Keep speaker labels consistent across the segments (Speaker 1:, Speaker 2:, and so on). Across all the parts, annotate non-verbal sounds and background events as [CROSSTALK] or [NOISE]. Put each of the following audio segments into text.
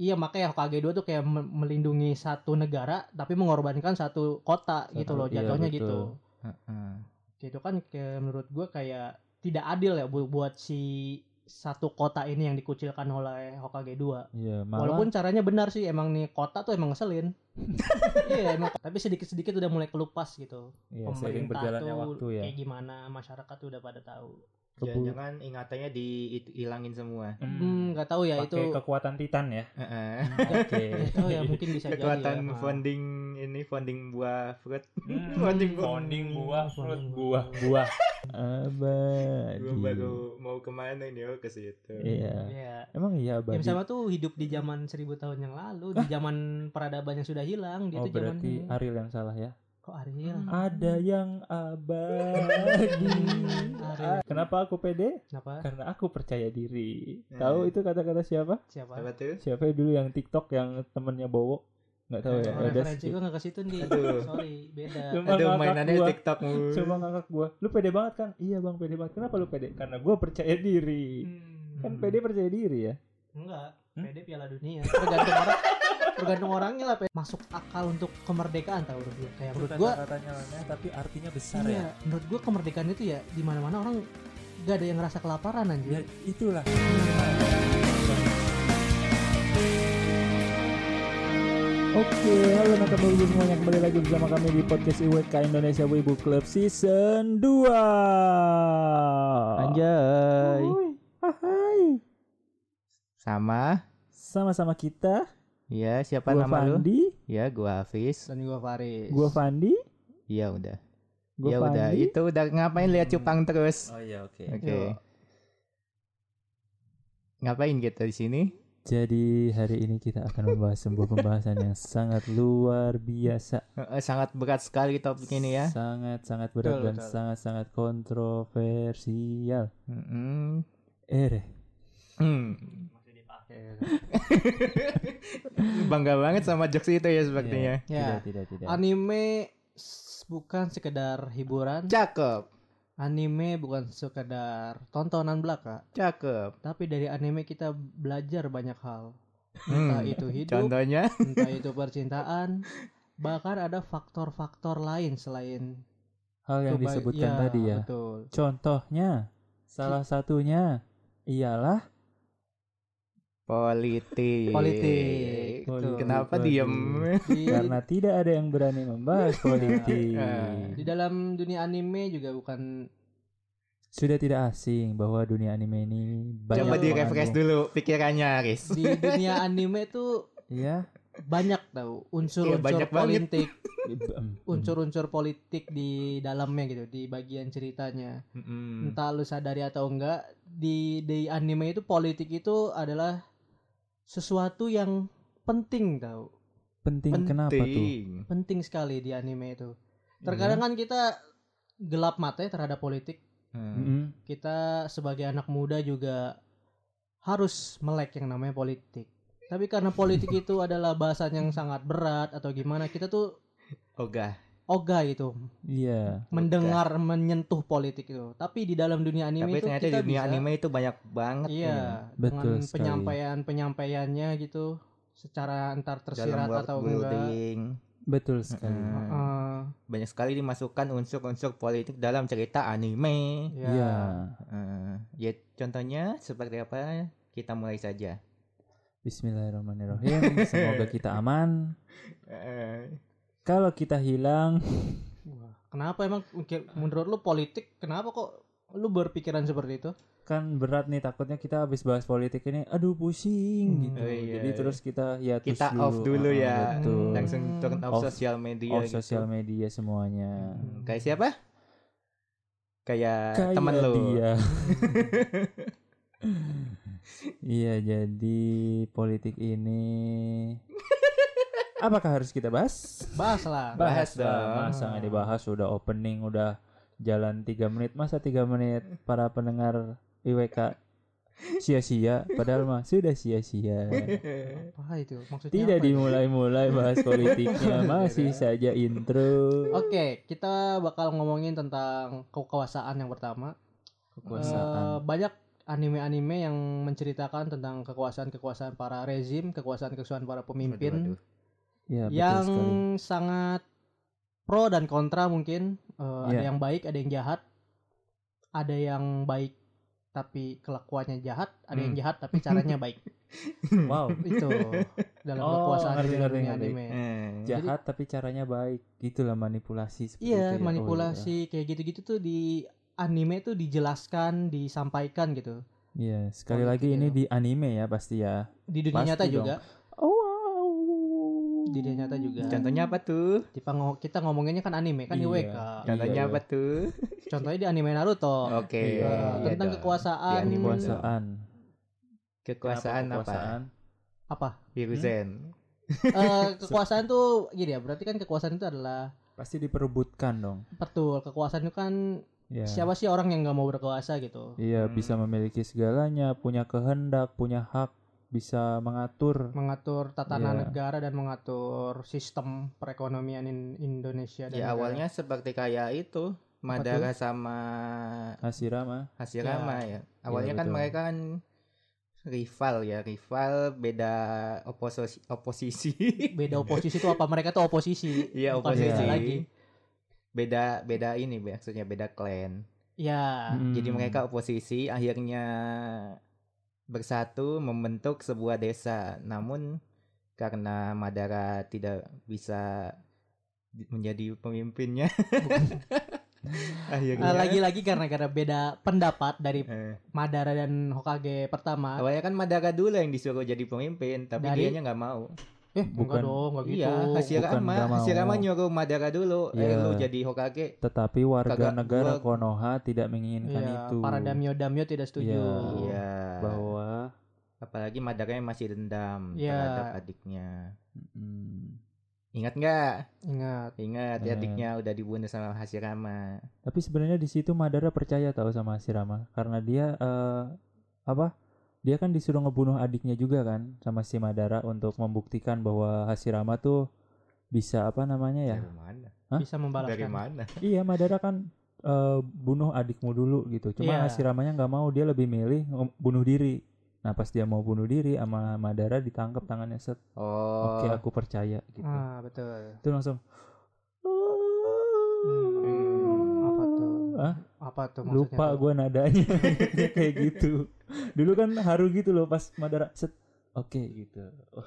Speaker 1: Iya makanya Hokage 2 tuh kayak me- melindungi satu negara tapi mengorbankan satu kota
Speaker 2: Satu-
Speaker 1: gitu loh
Speaker 2: iya,
Speaker 1: jatuhnya
Speaker 2: betul.
Speaker 1: gitu.
Speaker 2: Heeh.
Speaker 1: Itu kan kayak menurut gua kayak tidak adil ya bu- buat si satu kota ini yang dikucilkan oleh Hokage 2.
Speaker 2: Iya, malah
Speaker 1: Walaupun caranya benar sih emang nih kota tuh emang
Speaker 2: [LAUGHS]
Speaker 1: ngeselin. iya emang tapi sedikit-sedikit udah mulai kelupas gitu.
Speaker 2: iya, seiring berjalannya waktu ya.
Speaker 1: kayak gimana masyarakat tuh udah pada tahu.
Speaker 2: Kepu-
Speaker 3: Jangan-jangan ingatannya dihilangin semua.
Speaker 1: Hmm, nggak tahu ya itu.
Speaker 2: Pakai kekuatan Titan ya.
Speaker 3: Heeh.
Speaker 2: Oke.
Speaker 1: [LAUGHS] Nggak tahu ya mungkin
Speaker 3: [LAUGHS]
Speaker 1: bisa jadi.
Speaker 3: Kekuatan
Speaker 1: ya, Pak.
Speaker 3: founding ini founding buah fruit. [LAUGHS]
Speaker 2: Hmm,
Speaker 3: Founding buah.
Speaker 2: [LAUGHS] Founding buah,
Speaker 1: Founding
Speaker 2: fruit, buah, buah. Abadi.
Speaker 3: Gua baru mau kemana ini oh ke situ.
Speaker 2: Iya.
Speaker 1: Iya.
Speaker 2: Emang iya
Speaker 1: Ya,
Speaker 2: abadi.
Speaker 1: sama tuh hidup di zaman seribu tahun yang lalu, di zaman peradaban yang sudah hilang, dia
Speaker 2: Oh,
Speaker 1: tuh gitu zaman Hmm.
Speaker 2: berarti Ariel yang salah ya.
Speaker 1: kok Ariel?
Speaker 2: Ada yang abadi.
Speaker 1: [LAUGHS] Ariel.
Speaker 2: Kenapa aku pede?
Speaker 1: Kenapa?
Speaker 2: Karena aku percaya diri.
Speaker 1: Iya,
Speaker 3: Eh.
Speaker 2: Tahu itu kata-kata siapa?
Speaker 1: Siapa? Oh,
Speaker 3: Apa tuh?
Speaker 2: Siapa dulu yang TikTok yang temennya Bowo? Nggak tahu ya.
Speaker 1: Oh,
Speaker 2: ya udah
Speaker 1: referensi
Speaker 2: skip.
Speaker 1: gue gak ke situ nih.
Speaker 3: Aduh.
Speaker 1: Sorry, beda.
Speaker 2: Cuma
Speaker 3: Aduh
Speaker 2: ngakak
Speaker 3: mainannya
Speaker 2: gua.
Speaker 3: TikTok mulu.
Speaker 2: Coba ngakak gua. Lu pede banget kan? Iya bang pede banget. Kenapa lu pede? Karena gua percaya diri.
Speaker 1: Hmm.
Speaker 2: Kan pede percaya diri ya.
Speaker 1: Enggak,
Speaker 2: Hmm?
Speaker 1: PD Piala Dunia. Tergantung orang. Tergantung orangnya lah, Pe. masuk akal untuk kemerdekaan tau menurut gue. Kayak menurut gue,
Speaker 2: katanya tapi artinya besar ya.
Speaker 1: iya, menurut gue kemerdekaan itu ya di mana-mana orang gak ada yang ngerasa kelaparan
Speaker 2: Iya.
Speaker 1: anjir.
Speaker 2: Ya, itulah. Oke, halo nakama wibu semuanya kembali lagi bersama kami di podcast IWK Indonesia Wibu Club Season 2
Speaker 3: Anjay.
Speaker 2: Wuih, ahai.
Speaker 3: Sama
Speaker 2: Sama-sama kita,
Speaker 3: Ya, siapa
Speaker 2: gua
Speaker 3: nama lu?
Speaker 2: Fandi,
Speaker 3: Ya, gua Hafiz.
Speaker 1: Dan gue Faris.
Speaker 2: gua Fandi,
Speaker 3: Iya udah.
Speaker 2: gua
Speaker 3: ya
Speaker 2: Fandi.
Speaker 3: udah, itu udah ngapain lihat cupang terus.
Speaker 2: Oh iya oke.
Speaker 1: Yuk.
Speaker 3: Oke. Ngapain kita di sini?
Speaker 2: Jadi hari ini kita akan membahas sebuah pembahasan yang sangat luar biasa.
Speaker 3: Eh, eh, sangat berat sekali topik ini ya.
Speaker 2: Sangat sangat berat
Speaker 1: Betul,
Speaker 2: dan
Speaker 1: betul.
Speaker 2: sangat sangat kontroversial.
Speaker 3: Mm-mm.
Speaker 2: Eh,
Speaker 3: Hmm.
Speaker 1: Masih dipakai.
Speaker 3: Bangga banget sama jokes itu ya sepertinya.
Speaker 1: Ya.
Speaker 2: tidak tidak tidak.
Speaker 1: Anime s- bukan sekedar hiburan,
Speaker 3: Cakep,
Speaker 1: anime bukan sekedar tontonan belaka,
Speaker 3: cakep.
Speaker 1: tapi dari anime kita belajar banyak hal. Entah
Speaker 3: Hmm,
Speaker 1: itu hidup,
Speaker 3: Contohnya
Speaker 1: entah itu percintaan, bahkan ada faktor-faktor lain selain
Speaker 2: Hal yang
Speaker 1: keba-
Speaker 2: disebutkan
Speaker 3: iya.
Speaker 2: tadi ya.
Speaker 1: Betul.
Speaker 2: Contohnya salah satunya ialah
Speaker 3: politik. Gitu.
Speaker 1: Politik.
Speaker 2: Politik,
Speaker 3: Kenapa
Speaker 2: waduh.
Speaker 3: diem?
Speaker 1: Di,
Speaker 3: Iya.
Speaker 2: karena tidak ada yang berani membahas politik.
Speaker 3: Iya.
Speaker 1: di dalam dunia anime juga bukan
Speaker 2: Sudah tidak asing bahwa dunia anime ini banyak
Speaker 1: Banyak
Speaker 3: Coba di
Speaker 2: pengaruh.
Speaker 3: refresh dulu pikirannya, Riz.
Speaker 1: di dunia anime tuh
Speaker 2: Iya.
Speaker 1: banyak tau unsur-unsur
Speaker 3: banyak banget.
Speaker 1: politik,
Speaker 2: Mm,
Speaker 1: unsur-unsur politik di dalamnya gitu, di bagian ceritanya.
Speaker 3: Mm-mm.
Speaker 1: entah lu sadari atau enggak di di anime itu politik itu adalah sesuatu yang penting tau
Speaker 2: penting, kenapa tuh?
Speaker 3: Penting.
Speaker 1: penting sekali di anime itu terkadang
Speaker 3: Iya.
Speaker 1: kan kita gelap mata ya terhadap politik
Speaker 3: Hmm.
Speaker 2: Mm-mm.
Speaker 1: kita sebagai anak muda juga harus melek yang namanya politik tapi karena
Speaker 3: [LAUGHS]
Speaker 1: politik itu adalah bahasan yang sangat berat atau gimana kita tuh
Speaker 3: Ogah.
Speaker 1: ogah gitu
Speaker 2: Iya.
Speaker 1: mendengar menyentuh politik itu tapi di dalam dunia anime
Speaker 3: Tapi
Speaker 1: itu
Speaker 3: ternyata
Speaker 1: kita
Speaker 3: di dunia
Speaker 1: bisa-
Speaker 3: anime itu banyak banget.
Speaker 1: Iya, dengan
Speaker 2: Betul sekali.
Speaker 1: penyampaian-penyampaiannya gitu secara antar
Speaker 3: ya. Dalam
Speaker 1: tersirat
Speaker 3: world
Speaker 1: atau enggak.
Speaker 3: building.
Speaker 2: Betul sekali.
Speaker 3: Mm.
Speaker 1: Heeh,
Speaker 3: Banyak sekali dimasukkan unsur-unsur politik dalam cerita anime.
Speaker 1: ya.
Speaker 2: Iya.
Speaker 3: Eh, ya contohnya seperti apa? Kita mulai saja.
Speaker 2: Bismillahirrahmanirrahim. Semoga
Speaker 3: [LAUGHS]
Speaker 2: kita aman.
Speaker 3: Eh,
Speaker 2: Kalau kita hilang,
Speaker 1: Wah, Kenapa emang mungkin- menurut lu politik kenapa kok lu berpikiran seperti itu?
Speaker 2: kan berat nih takutnya kita habis bahas politik ini aduh
Speaker 1: Hmm.
Speaker 2: pusing gitu
Speaker 3: Oh, iya,
Speaker 2: jadi
Speaker 3: iya.
Speaker 2: terus kita hiatus
Speaker 3: Kita off dulu
Speaker 2: Ah,
Speaker 3: ya.
Speaker 2: betul
Speaker 1: Hmm.
Speaker 3: langsung turn off
Speaker 2: Off-
Speaker 3: sosial media.
Speaker 2: off
Speaker 3: gitu.
Speaker 2: sosial media semuanya
Speaker 3: Hmm, Kayak siapa? Kayak
Speaker 2: Kayak
Speaker 3: teman lo. [LAUGHS]
Speaker 2: dia. iya jadi politik ini apakah harus kita bahas
Speaker 1: Bahas lah.
Speaker 3: Bahas dong.
Speaker 2: lah. masa nggak dibahas udah opening udah jalan 3 menit masa 3 menit para pendengar IWK sia-sia padahal mah sudah
Speaker 1: [LAUGHS]
Speaker 2: sia-sia
Speaker 1: Apa itu? Maksudnya apa ya?
Speaker 2: Tidak
Speaker 1: Iya. itu?
Speaker 2: dimulai-mulai bahas
Speaker 1: [LAUGHS]
Speaker 2: politiknya Masih saja intro
Speaker 1: Oh, Oke, kita bakal ngomongin tentang kekuasaan yang pertama. Eh,
Speaker 2: Kekuasaan
Speaker 1: banyak anime-anime yang menceritakan tentang kekuasaan-kekuasaan para rezim, kekuasaan-kekuasaan para pemimpin
Speaker 3: Waduh, waduh.
Speaker 2: Ya, betul
Speaker 1: yang
Speaker 2: sekali.
Speaker 1: sangat pro dan kontra mungkin Eh, ada
Speaker 2: Iya.
Speaker 1: yang baik ada yang jahat ada yang baik tapi kelakuannya jahat ada yang
Speaker 2: Hmm.
Speaker 1: jahat tapi caranya baik
Speaker 2: [LAUGHS]
Speaker 1: [LAUGHS]
Speaker 2: Wow.
Speaker 1: itu dalam
Speaker 2: Oh,
Speaker 1: kekuasaan
Speaker 2: ngerti,
Speaker 1: di
Speaker 2: ngerti,
Speaker 1: dunia
Speaker 2: ngerti. Gitu
Speaker 1: anime
Speaker 3: Eh,
Speaker 2: Jahat tapi caranya baik. Gitulah manipulasi seperti
Speaker 1: iya
Speaker 2: itu ya. Oh,
Speaker 1: manipulasi kayak gitu-gitu tuh di anime tuh dijelaskan disampaikan gitu
Speaker 2: Iya, sekali
Speaker 1: Politik
Speaker 2: lagi ini
Speaker 1: ya.
Speaker 2: di anime ya pasti ya.
Speaker 1: di dunia
Speaker 2: Pasti
Speaker 1: nyata
Speaker 2: dong.
Speaker 1: juga
Speaker 2: Oh, wow.
Speaker 1: di dunia nyata juga
Speaker 3: Contohnya apa tuh?
Speaker 1: Tipe ngo- kita ngomonginnya kan anime kan
Speaker 2: Iya.
Speaker 1: IWK
Speaker 3: Contohnya
Speaker 2: Iya.
Speaker 3: apa tuh?
Speaker 1: contohnya di anime Naruto
Speaker 3: Oke.
Speaker 2: Iya,
Speaker 1: Eh,
Speaker 3: iya
Speaker 1: tentang
Speaker 3: dong.
Speaker 1: kekuasaan
Speaker 3: Di anime.
Speaker 2: Kekuasaan.
Speaker 3: Kekuasaan
Speaker 1: ya?
Speaker 2: Kenapa
Speaker 3: apa?
Speaker 2: Kekuasaan.
Speaker 1: apa
Speaker 3: Hiruzen.
Speaker 1: Eh, kekuasaan tuh gini ya berarti kan kekuasaan itu adalah
Speaker 2: Pasti diperebutkan dong.
Speaker 1: betul kekuasaan itu kan
Speaker 2: Iya.
Speaker 1: siapa sih orang yang nggak mau berkuasa gitu
Speaker 2: Iya,
Speaker 3: Hmm.
Speaker 2: bisa memiliki segalanya, punya kehendak, punya hak, bisa mengatur.
Speaker 1: mengatur tatanan
Speaker 2: Iya.
Speaker 1: negara dan mengatur sistem perekonomian in- Indonesia
Speaker 2: Hmm?
Speaker 1: dan
Speaker 3: Ya
Speaker 1: negara.
Speaker 3: awalnya seperti kayak itu Madara sama
Speaker 2: Hashirama.
Speaker 3: Hashirama ya. Awalnya
Speaker 2: Iya,
Speaker 3: kan
Speaker 2: betul.
Speaker 3: mereka kan rival ya, rival beda opososi, oposisi. [LAUGHS]
Speaker 1: beda
Speaker 2: Ya.
Speaker 1: oposisi itu apa mereka tuh oposisi
Speaker 3: Iya,
Speaker 1: bukan
Speaker 3: oposisi.
Speaker 1: beda lagi
Speaker 3: Beda beda ini maksudnya beda klan.
Speaker 1: ya
Speaker 2: Mm.
Speaker 3: Jadi mereka oposisi akhirnya bersatu membentuk sebuah desa. Namun karena Madara tidak bisa di- menjadi
Speaker 2: [LAUGHS]
Speaker 3: pemimpinnya. akhirnya
Speaker 2: Ah,
Speaker 1: Eh, lagi-lagi karena karena beda pendapat dari
Speaker 3: eh,
Speaker 1: Madara dan Hokage pertama
Speaker 3: awalnya kan Madara dulu yang disuruh jadi pemimpin, tapi
Speaker 1: Dari-
Speaker 3: dianya nggak mau.
Speaker 1: eh enggak
Speaker 2: bukan.
Speaker 1: dong enggak gitu
Speaker 3: iya, Hashirama,
Speaker 2: nggak mau.
Speaker 3: Hashirama nyuruh Madara dulu, eh
Speaker 2: Iya.
Speaker 3: lu jadi Hokage.
Speaker 2: Tetapi warga
Speaker 3: Kagak
Speaker 2: negara
Speaker 3: gua-
Speaker 2: Konoha tidak menginginkan
Speaker 1: Iya,
Speaker 2: itu.
Speaker 1: para damio damio tidak setuju
Speaker 2: Iya. Oh.
Speaker 3: Iya.
Speaker 2: Bahwa
Speaker 3: Apalagi Madara yang masih dendam
Speaker 1: Iya.
Speaker 3: terhadap adiknya.
Speaker 2: Mm.
Speaker 3: Ingat nggak?
Speaker 1: ingat
Speaker 3: Ingat,
Speaker 2: Ingat.
Speaker 3: adiknya udah dibunuh sama Hashirama.
Speaker 2: Tapi sebenarnya di situ Madara percaya tahu sama Hashirama karena dia eh, apa? Dia kan disuruh ngebunuh adiknya juga kan sama si Madara untuk membuktikan bahwa Hashirama tuh bisa apa namanya ya?
Speaker 3: Dari mana?
Speaker 2: Hah?
Speaker 1: bisa membalaskan
Speaker 3: Dari mana?
Speaker 2: Iya Madara kan eh, bunuh adikmu dulu gitu.
Speaker 1: Iya.
Speaker 2: Cuma Hashiramanya nggak mau dia lebih milih nge- bunuh diri. Nah pas dia mau bunuh diri sama Madara ditangkap tangannya set.
Speaker 3: Oh.
Speaker 2: Oke aku percaya gitu.
Speaker 1: ah betul
Speaker 2: Itu langsung.
Speaker 1: Hmm, apa tuh?
Speaker 2: Hah?
Speaker 1: apa tuh maksudnya
Speaker 2: lupa
Speaker 1: tuh?
Speaker 2: gue nadanya [LAUGHS] Dia kayak gitu dulu kan haru gitu loh pas madara set oke gitu Oh.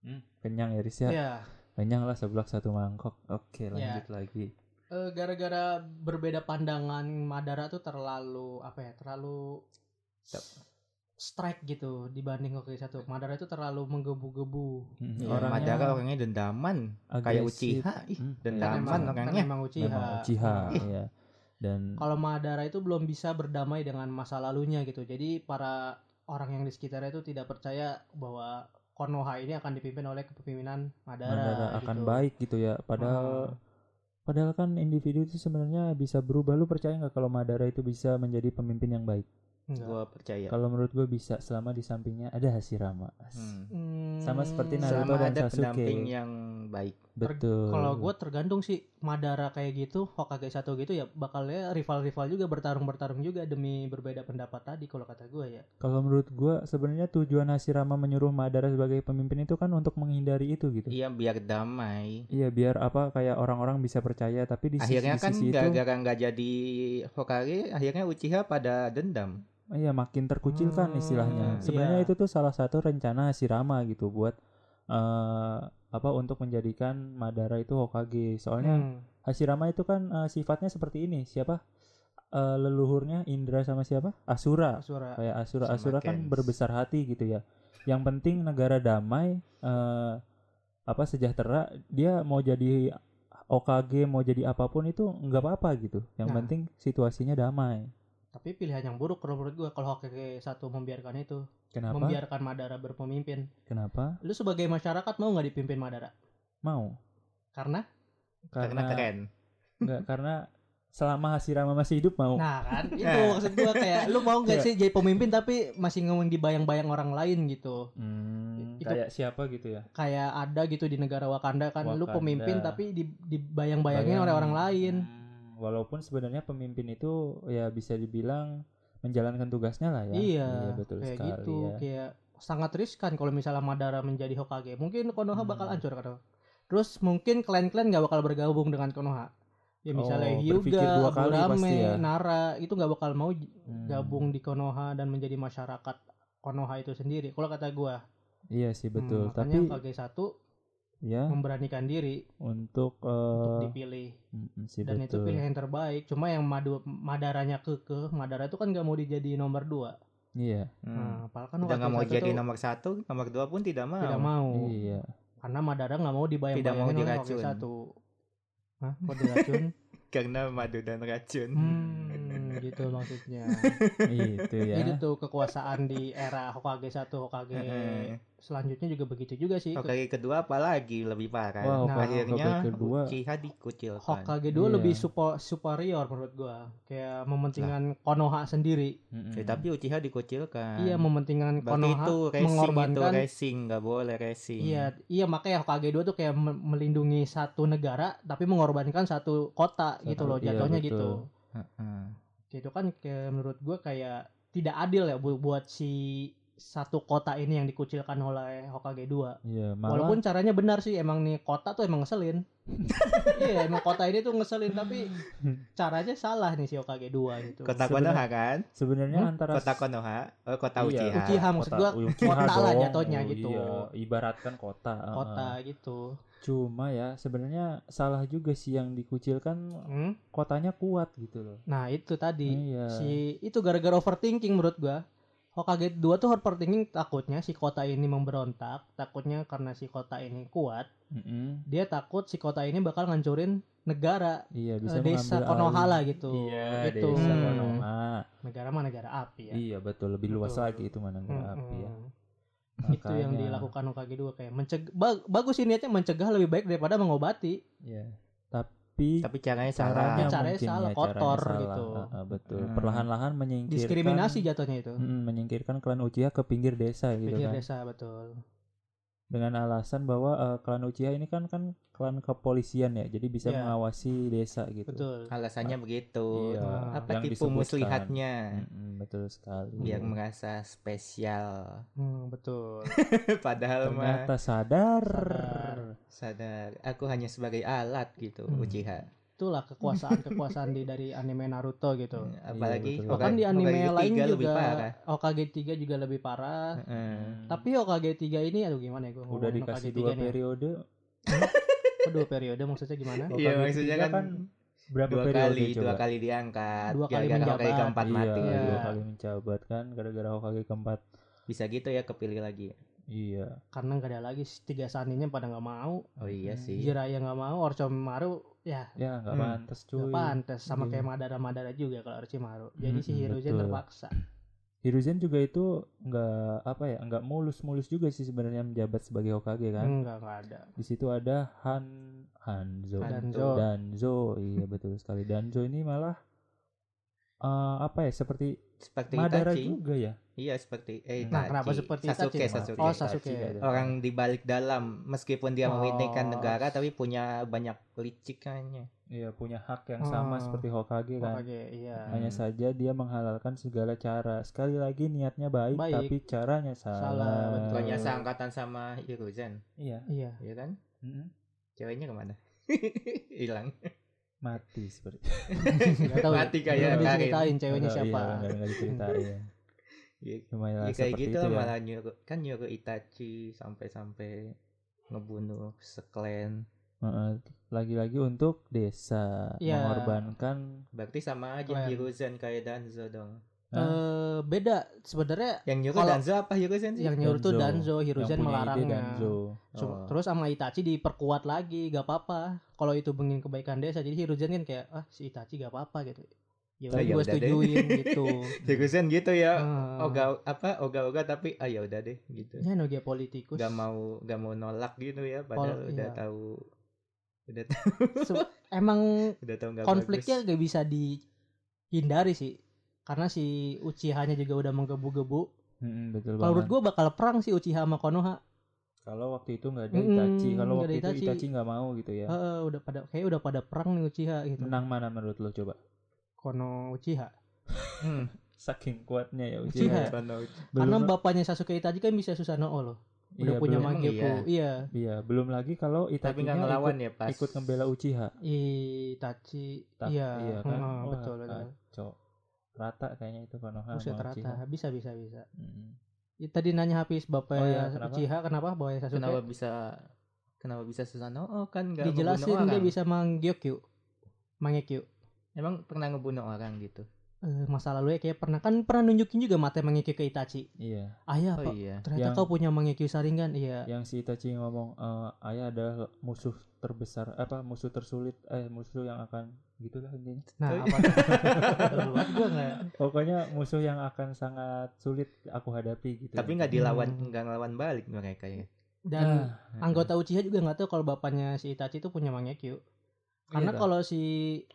Speaker 3: Hmm.
Speaker 2: kenyang ya Riz ya
Speaker 1: Iya,
Speaker 2: kenyang lah seblak satu mangkok oke
Speaker 3: Iya.
Speaker 2: lanjut lagi
Speaker 1: eh, gara-gara berbeda pandangan Madara tuh terlalu apa ya terlalu
Speaker 3: Tep.
Speaker 1: strike gitu dibanding Hokage satu Madara itu terlalu menggebu-gebu
Speaker 2: Hmm,
Speaker 3: Iya,
Speaker 2: orangnya
Speaker 3: Madara orangnya dendaman, kayak
Speaker 2: agresif.
Speaker 3: Uchiha. Ih,
Speaker 2: Hmm,
Speaker 1: kan
Speaker 3: dendaman
Speaker 1: emang, kan
Speaker 3: orangnya.
Speaker 1: emang Uchiha,
Speaker 2: memang Uchiha
Speaker 1: Nah,
Speaker 2: ya dan
Speaker 1: kalau Madara itu belum bisa berdamai dengan masa lalunya gitu jadi para orang yang di sekitarnya itu tidak percaya bahwa Konoha ini akan dipimpin oleh kepemimpinan Madara,
Speaker 2: Madara akan
Speaker 1: gitu.
Speaker 2: baik gitu ya padahal padahal kan individu itu sebenarnya bisa berubah lu percaya nggak kalau Madara itu bisa menjadi pemimpin yang baik
Speaker 1: Enggak.
Speaker 3: Gua percaya.
Speaker 2: kalau menurut gue bisa selama di sampingnya ada Hashirama
Speaker 3: Hmm.
Speaker 1: Hmm,
Speaker 2: Sama seperti Naruto
Speaker 3: Selama
Speaker 2: dan
Speaker 3: ada
Speaker 2: Sasuke.
Speaker 3: pendamping yang baik.
Speaker 1: Ter-
Speaker 2: betul
Speaker 1: Kalau gue tergantung sih Madara kayak gitu, Hokage satu gitu ya bakalnya rival-rival juga bertarung-bertarung juga demi berbeda pendapat tadi kalau kata gue ya.
Speaker 2: Kalau menurut gua sebenarnya tujuan Hashirama menyuruh Madara sebagai pemimpin itu kan untuk menghindari itu gitu.
Speaker 3: Iya, biar damai.
Speaker 2: Iya biar apa kayak orang-orang bisa percaya tapi di sisi,
Speaker 3: akhirnya
Speaker 2: di
Speaker 3: kan
Speaker 2: sisi itu
Speaker 3: gara-gara nggak jadi Hokage, akhirnya Uchiha pada dendam.
Speaker 2: iya makin terkucilkan
Speaker 1: Hmm,
Speaker 2: istilahnya.
Speaker 1: iya.
Speaker 2: Sebenarnya itu tuh salah satu rencana Hashirama gitu buat eh apa untuk menjadikan Madara itu Hokage. Soalnya
Speaker 1: Hmm.
Speaker 2: Hashirama itu kan eh, sifatnya seperti ini. Siapa? Eh, leluhurnya Indra sama siapa? Asura.
Speaker 1: Asura.
Speaker 2: kayak Asura
Speaker 3: Sama
Speaker 2: Asura kan
Speaker 3: Kens.
Speaker 2: berbesar hati gitu ya yang penting negara damai eh, apa sejahtera dia mau jadi OKG mau jadi apapun itu nggak apa-apa gitu yang
Speaker 1: Nah.
Speaker 2: penting situasinya damai
Speaker 1: Tapi pilihan yang buruk kalau menurut gue kalau Hokage satu membiarkan itu,
Speaker 2: kenapa
Speaker 1: membiarkan Madara berpemimpin.
Speaker 2: kenapa
Speaker 1: Lu sebagai masyarakat mau nggak dipimpin Madara?
Speaker 2: mau
Speaker 1: Karena,
Speaker 3: Karena, keren.
Speaker 2: nggak karena selama Hashirama masih hidup mau Iya.
Speaker 1: nah
Speaker 2: [LAUGHS]
Speaker 1: kan itu maksud gue kayak lu mau nggak sih jadi pemimpin tapi masih ngomong dibayang-bayang orang lain gitu.
Speaker 2: Hmm,
Speaker 1: Itu-
Speaker 2: kayak siapa gitu ya
Speaker 1: kayak ada gitu di negara Wakanda kan lu
Speaker 2: Wakanda.
Speaker 1: pemimpin tapi di dibayang-bayangin oleh orang lain
Speaker 2: Hmm, walaupun sebenarnya pemimpin itu ya bisa dibilang menjalankan tugasnya lah ya.
Speaker 1: iya, kayak
Speaker 2: betul sekali
Speaker 1: gitu
Speaker 2: ya.
Speaker 1: kayak sangat riskan kalau misalnya Madara menjadi Hokage mungkin Konoha bakal
Speaker 2: Hmm.
Speaker 1: hancur karena terus mungkin klan-klan nggak bakal bergabung dengan Konoha ya misalnya
Speaker 2: Oh, berpikir dua
Speaker 1: Hyuga,
Speaker 2: kali
Speaker 1: Aburame,
Speaker 2: pasti ya.
Speaker 1: Nara itu nggak bakal mau j-
Speaker 2: Hmm.
Speaker 1: gabung di Konoha dan menjadi masyarakat Konoha itu sendiri kalau kata gua
Speaker 2: Iya sih
Speaker 1: Hmm,
Speaker 2: betul, tapi
Speaker 1: makanya Hokage satu
Speaker 2: ya
Speaker 1: memberanikan diri
Speaker 2: untuk,
Speaker 1: untuk
Speaker 2: eh,
Speaker 1: dipilih
Speaker 2: mm, mm, sih
Speaker 1: dan itu
Speaker 2: betul.
Speaker 1: pilihan yang terbaik cuma yang madu madaranya kekeh madara itu kan nggak mau dijadiin nomor dua
Speaker 2: Iya,
Speaker 3: Hmm.
Speaker 1: nah, padahal kan
Speaker 3: Udah
Speaker 1: Hokage
Speaker 3: nggak mau
Speaker 1: satu
Speaker 3: jadi
Speaker 1: tuh
Speaker 3: nomor satu, nomor dua pun tidak mau.
Speaker 1: tidak mau [LAUGHS]
Speaker 2: iya.
Speaker 1: karena Madara nggak mau dibayar
Speaker 3: Tidak mau
Speaker 1: diracun
Speaker 3: diracun.
Speaker 1: satu Hah? Kok
Speaker 3: [LAUGHS]
Speaker 1: diracun?
Speaker 3: Karena madu dan racun.
Speaker 1: hmm, gitu
Speaker 3: [LAUGHS]
Speaker 1: maksudnya.
Speaker 2: itu ya.
Speaker 1: Itu tuh kekuasaan di era Hokage 1, Hokage
Speaker 3: Heeh.
Speaker 1: selanjutnya juga begitu juga sih. Ke-
Speaker 3: Hmm, Hokage kedua apalagi lebih parah.
Speaker 2: Wah,
Speaker 1: Nah,
Speaker 2: Hokage
Speaker 3: akhirnya
Speaker 2: kedua.
Speaker 3: Uchiha dikucilkan.
Speaker 1: Hokage 2 lebih
Speaker 2: Iya.
Speaker 1: supo- superior menurut gua. Kayak mementingkan Konoha sendiri.
Speaker 2: Mm,
Speaker 3: Ya,
Speaker 2: mm.
Speaker 3: tapi Uchiha dikucilkan.
Speaker 1: Iya, mementingkan
Speaker 3: Hmm. Berarti
Speaker 1: Konoha
Speaker 3: itu racing itu
Speaker 1: mengorbankan.
Speaker 3: racing nggak boleh racing.
Speaker 1: Iya, iya makanya Hokage 2 tuh kayak me- melindungi satu negara tapi mengorbankan satu kota gitu
Speaker 2: Satu-
Speaker 1: loh
Speaker 2: iya,
Speaker 1: jatuhnya
Speaker 2: betul.
Speaker 1: gitu.
Speaker 3: Heeh.
Speaker 1: itu kan kayak menurut gue kayak tidak adil ya bu- buat si satu kota ini yang dikucilkan oleh Hokage 2
Speaker 2: Iya, malah
Speaker 1: walaupun caranya benar sih emang nih kota tuh emang
Speaker 2: [LAUGHS]
Speaker 1: ngeselin iya emang kota ini tuh ngeselin tapi caranya salah nih si Hokage 2 gitu
Speaker 3: Kota
Speaker 2: Sebenarnya-
Speaker 3: Konoha kan?
Speaker 2: sebenarnya
Speaker 1: Hmm?
Speaker 2: antara
Speaker 3: Kota Konoha, eh, kota
Speaker 2: Iya,
Speaker 3: Uchiha.
Speaker 1: Uchiha. maksud gua
Speaker 2: Uchiha
Speaker 1: kota lah
Speaker 2: dong.
Speaker 1: jatuhnya gitu.
Speaker 2: Iya, ibaratkan kota. heeh.
Speaker 1: kota gitu
Speaker 2: Cuma ya sebenarnya salah juga sih yang dikucilkan
Speaker 1: Hmm?
Speaker 2: kotanya kuat gitu loh.
Speaker 1: nah itu tadi
Speaker 2: Iya.
Speaker 1: si itu gara-gara overthinking menurut gue Hokage 2 tuh overthinking takutnya si kota ini memberontak takutnya karena si kota ini kuat
Speaker 2: Mm-mm.
Speaker 1: dia takut si kota ini bakal ngancurin negara
Speaker 2: Iya bisa
Speaker 1: eh, desa
Speaker 2: mengambil
Speaker 1: Konoha
Speaker 2: alih.
Speaker 1: lah gitu
Speaker 2: Iya,
Speaker 1: gitu
Speaker 2: desa
Speaker 1: Hmm.
Speaker 2: Konoha.
Speaker 1: negara mah negara api ya
Speaker 2: Iya betul lebih luas
Speaker 1: Betul.
Speaker 2: lagi itu mana negara
Speaker 1: Mm-mm.
Speaker 2: api ya.
Speaker 1: itu yang
Speaker 2: Makanya,
Speaker 1: dilakukan Hokage 2 kayak mencegah bagus sih niatnya mencegah lebih baik daripada mengobati
Speaker 2: Iya. Tapi
Speaker 3: Tapi caranya salah.
Speaker 2: caranya,
Speaker 1: Caranya
Speaker 2: mungkin
Speaker 1: salah,
Speaker 2: ya,
Speaker 1: kotor
Speaker 2: caranya
Speaker 1: gitu.
Speaker 2: salah. Ah, ah, betul.
Speaker 3: Hmm.
Speaker 2: Perlahan-lahan menyingkirkan
Speaker 1: diskriminasi jatuhnya itu
Speaker 2: Mm, menyingkirkan klan Uchiha ke pinggir desa gitu
Speaker 1: pinggir
Speaker 2: kan.
Speaker 1: desa betul
Speaker 2: Dengan alasan bahwa eh, klan Uchiha ini kan kan klan kepolisian ya. Jadi bisa
Speaker 1: Iya.
Speaker 2: mengawasi desa gitu.
Speaker 1: betul
Speaker 3: Alasannya begitu.
Speaker 2: Iya,
Speaker 3: Apa
Speaker 2: yang
Speaker 3: tipu
Speaker 2: disebutkan.
Speaker 3: muslihatnya?
Speaker 2: Mm-mm, betul sekali.
Speaker 3: Biar merasa spesial. [LAUGHS]
Speaker 1: Hmm, betul
Speaker 3: Padahal mah
Speaker 2: Ternyata sadar.
Speaker 1: Sadar.
Speaker 3: sadar aku hanya sebagai alat gitu
Speaker 1: Hmm.
Speaker 3: Uchiha.
Speaker 1: itulah kekuasaan kekuasaan di dari anime Naruto gitu
Speaker 2: Iya.
Speaker 3: Apalagi
Speaker 2: betul.
Speaker 3: Hokage-
Speaker 1: bahkan di anime
Speaker 3: Hokage
Speaker 1: lain
Speaker 3: tiga
Speaker 1: juga
Speaker 3: lebih parah.
Speaker 1: Hokage 3 juga lebih parah
Speaker 3: Heeh.
Speaker 1: tapi Hokage 3 ini aduh gimana ya gue
Speaker 2: Mm. Hmm. udah dikasih
Speaker 3: kan
Speaker 2: dua
Speaker 3: ya?
Speaker 2: periode.
Speaker 1: dua ya? periode maksudnya gimana
Speaker 2: Hokage
Speaker 3: Iya
Speaker 2: tiga
Speaker 3: maksudnya kan,
Speaker 2: kan Berapa
Speaker 3: dua
Speaker 2: periode
Speaker 3: kali
Speaker 2: coba?
Speaker 3: dua kali diangkat.
Speaker 1: Dua kali
Speaker 3: gara-gara Hokage
Speaker 1: menjabat.
Speaker 3: keempat
Speaker 2: Iya,
Speaker 3: mati.
Speaker 1: Iya.
Speaker 2: dua kali menjabat kan gara-gara Hokage keempat.
Speaker 3: Bisa gitu ya kepilih lagi.
Speaker 2: Iya.
Speaker 1: karena nggak ada lagi tiga saninya pada nggak mau
Speaker 3: Oh iya
Speaker 2: Hmm.
Speaker 3: sih.
Speaker 1: Jiraiya nggak mau Orochimaru ya
Speaker 2: Ya nggak
Speaker 3: Hmm.
Speaker 2: pantas cuy.
Speaker 1: nggak pantas sama
Speaker 2: Iya.
Speaker 1: kayak Madara Madara juga kalau Orochimaru jadi si
Speaker 2: Mm-mm,
Speaker 1: Hiruzen
Speaker 2: betul.
Speaker 1: terpaksa
Speaker 2: Hiruzen juga itu nggak apa ya nggak mulus-mulus juga sih sebenarnya menjabat sebagai Hokage
Speaker 3: Hmm.
Speaker 2: kan.
Speaker 1: enggak nggak ada
Speaker 2: Di situ ada Han Hanzo
Speaker 3: Han-
Speaker 1: Danzo
Speaker 2: Danzo iya betul sekali Danzo ini malah eh, apa ya seperti
Speaker 3: Seperti
Speaker 2: Madara
Speaker 3: Itachi.
Speaker 2: juga ya.
Speaker 3: Iya seperti eh
Speaker 1: nah
Speaker 3: Itachi.
Speaker 1: kenapa seperti
Speaker 3: Sasuke,
Speaker 1: Itachi?
Speaker 3: Sasuke.
Speaker 1: oh Sasuke
Speaker 2: Itachi ada.
Speaker 3: Orang di balik dalam meskipun dia
Speaker 1: Oh.
Speaker 3: mewiningkan negara tapi punya banyak licikannya.
Speaker 2: Iya punya hak yang
Speaker 1: Ah.
Speaker 2: sama seperti Hokage kan.
Speaker 1: Hokage iya
Speaker 2: Hanya
Speaker 3: Hmm.
Speaker 2: saja dia menghalalkan segala cara. Sekali lagi niatnya baik,
Speaker 1: Baik.
Speaker 2: tapi caranya salah.
Speaker 1: Salah,
Speaker 2: Hmm.
Speaker 1: betul.
Speaker 3: Bukannya
Speaker 1: Eh.
Speaker 3: seangkatan sama Hiruzen,
Speaker 2: Iya.
Speaker 1: iya
Speaker 3: ya kan?
Speaker 2: Mm-mm.
Speaker 3: Ceweknya kemana? [LAUGHS] Hilang.
Speaker 2: Mati seperti.
Speaker 1: nggak tahu ya.
Speaker 3: Mati kayak
Speaker 1: Belum
Speaker 3: Karin.
Speaker 1: diceritain ceweknya
Speaker 2: Nggak-
Speaker 1: siapa
Speaker 2: Iya, nggak- nggak
Speaker 1: [LAUGHS]
Speaker 2: diceritain.
Speaker 3: Ya,
Speaker 2: Cuma ya,
Speaker 3: ya kayak
Speaker 2: seperti
Speaker 3: gitu
Speaker 2: itu
Speaker 3: lah
Speaker 2: ya.
Speaker 3: malah nyuruh kan nyuruh Itachi sampai-sampai ngebunuh seklen.
Speaker 2: Heeh. Lagi-lagi untuk desa
Speaker 1: Iya.
Speaker 2: mengorbankan.
Speaker 3: Berarti sama aja
Speaker 1: Clan.
Speaker 3: Hiruzen kayak Danzo dong.
Speaker 1: Eh, beda sebenarnya
Speaker 3: Yang nyuruh
Speaker 1: Kalau-
Speaker 3: Danzo apa Hiruzen sih?
Speaker 1: yang nyuruh tuh Danzo
Speaker 2: Danzo. yang
Speaker 1: Hiruzen
Speaker 2: punya ide
Speaker 1: melarangnya
Speaker 2: Danzo.
Speaker 1: Cuma-
Speaker 3: Oh.
Speaker 1: Terus sama Itachi diperkuat lagi, gak apa-apa. Kalau itu pengin kebaikan desa, jadi Hiruzen kan kayak ah si Itachi gak apa-apa gitu. Ya
Speaker 2: Oh,
Speaker 1: udah gue
Speaker 3: ya udah deh.
Speaker 1: setujuin
Speaker 3: [LAUGHS]
Speaker 1: gitu.
Speaker 3: Hiruzen gitu ya.
Speaker 1: Ah.
Speaker 3: Oga apa oga-oga tapi ah ya udah deh gitu.
Speaker 1: Ya no dia politikus.
Speaker 3: Gak mau gak mau nolak gitu ya padahal
Speaker 1: Pol-
Speaker 3: udah
Speaker 1: iya.
Speaker 3: tahu udah tahu
Speaker 1: Se- Emang
Speaker 3: udah tahu nggak
Speaker 1: konfliknya
Speaker 3: bagus.
Speaker 1: gak bisa dihindari sih. Karena si Uchiha-nya juga udah menggebu-gebu.
Speaker 2: Mm-mm, betul
Speaker 1: Kalau menurut
Speaker 2: banget.
Speaker 1: gue bakal perang sih Uchiha sama Konoha.
Speaker 2: Kalau waktu itu nggak ada
Speaker 1: Mm-mm,
Speaker 2: Itachi, kalau
Speaker 1: nggak
Speaker 2: waktu
Speaker 1: ada
Speaker 2: itu
Speaker 1: Itachi.
Speaker 2: Itachi nggak mau gitu ya.
Speaker 1: Heeh, udah pada kayak udah pada perang nih Uchiha gitu.
Speaker 2: Menang mana menurut lo coba?
Speaker 1: Kono Uchiha.
Speaker 3: Hmm.
Speaker 2: Saking kuatnya ya
Speaker 1: Iya.
Speaker 2: Uchiha.
Speaker 1: Karena
Speaker 2: Belum-
Speaker 1: bapaknya Sasuke Itachi kan bisa Susanoo loh. Udah
Speaker 2: iya,
Speaker 1: punya
Speaker 2: belum,
Speaker 3: Emang
Speaker 1: Mangekyou. Iya.
Speaker 2: Iya, belum lagi kalau
Speaker 3: Tapi
Speaker 2: Itachi-nya
Speaker 3: nggak ngelawan ya pas.
Speaker 2: ikut, ikut ngebela Uchiha.
Speaker 1: Itachi.
Speaker 2: Tak-
Speaker 1: iya.
Speaker 2: iya kan?
Speaker 1: heeh,
Speaker 2: Wah,
Speaker 1: betul. betul.
Speaker 2: Kacau. Rata kayaknya itu Konoha
Speaker 1: Buset
Speaker 2: sama Uchiha.
Speaker 1: rata. Bisa bisa bisa.
Speaker 2: Mm.
Speaker 1: Ya, tadi nanya habis bapak
Speaker 2: Oh, iya, kenapa?
Speaker 1: Uchiha kenapa bawa Sasuke?
Speaker 3: Kenapa bisa kenapa bisa Susanoo oh, kan nggak ngebunuh
Speaker 1: Dijelasin dia
Speaker 3: orang.
Speaker 1: bisa Mangekyou. Mangekyou.
Speaker 3: Emang pernah ngebunuh orang gitu.
Speaker 1: Eh, masa lalu ya kayak pernah kan pernah nunjukin juga mata Mangekyou ke Itachi.
Speaker 2: Iya.
Speaker 1: Ayah,
Speaker 3: Oh
Speaker 1: Pak,
Speaker 3: iya.
Speaker 1: ternyata
Speaker 2: Yang-
Speaker 1: kau punya Mangekyou Sharingan. Iya.
Speaker 2: yang si Itachi ngomong eh, ayah adalah musuh terbesar apa musuh tersulit eh musuh yang akan gitulah intinya
Speaker 1: Nah,
Speaker 3: Tuh.
Speaker 2: [LAUGHS]
Speaker 1: apa? Betul banget gua nggak-
Speaker 2: pokoknya musuh yang akan sangat sulit aku hadapi
Speaker 1: Iya.
Speaker 2: gitu
Speaker 3: Tapi nggak dilawan
Speaker 1: Hmm.
Speaker 3: nggak ngelawan balik mereka ya.
Speaker 1: Dan
Speaker 2: Ah,
Speaker 1: anggota Uchiha juga nggak tahu kalau bapaknya si Itachi itu punya Mangekyou. Karena
Speaker 2: Iya, Kak.
Speaker 1: kalau si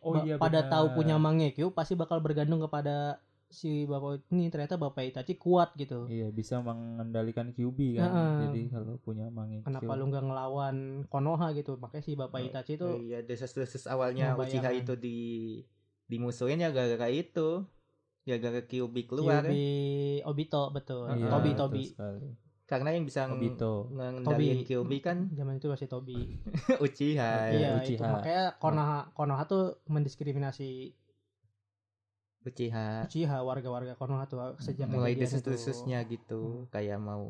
Speaker 2: Oh,
Speaker 1: ba-
Speaker 2: iya,
Speaker 1: pada
Speaker 2: benar.
Speaker 1: tahu punya Mangekyou pasti bakal bergantung kepada si bapak ini ternyata bapak Itachi kuat gitu.
Speaker 2: iya bisa mengendalikan QB kan
Speaker 1: Heeh.
Speaker 2: jadi kalau punya Mangekyou
Speaker 1: Kenapa lu nggak ngelawan Konoha gitu? Makanya si bapak
Speaker 3: Oh,
Speaker 1: Itachi
Speaker 3: Oh
Speaker 1: itu
Speaker 3: iya, desas-desus awalnya
Speaker 1: Ngebayangin.
Speaker 3: Uchiha itu di dimusuhin ya gara-gara itu. Ya gara Kyuubi
Speaker 1: Iya,
Speaker 3: keluar ya.
Speaker 1: Kyuubi Obito betul.
Speaker 2: Iya,
Speaker 1: Tobi
Speaker 2: betul
Speaker 1: Tobi. Iya,
Speaker 2: sekali.
Speaker 3: karena yang bisa ng-
Speaker 2: Obito
Speaker 3: ngendaliin Kyuubi
Speaker 1: [LAUGHS]
Speaker 3: kan
Speaker 1: Zaman itu masih Tobi.
Speaker 3: Uchiha.
Speaker 1: Iya,
Speaker 3: ya.
Speaker 1: itu
Speaker 2: Eh, Uchiha. Hmm.
Speaker 1: makanya Konoha Konoha tuh mendiskriminasi
Speaker 3: Uchiha
Speaker 1: Uchiha warga-warga Konoha tuh sejak kejadian
Speaker 3: mulai
Speaker 1: itu.
Speaker 3: desas-desusnya
Speaker 1: Hmm.
Speaker 3: gitu, kayak mau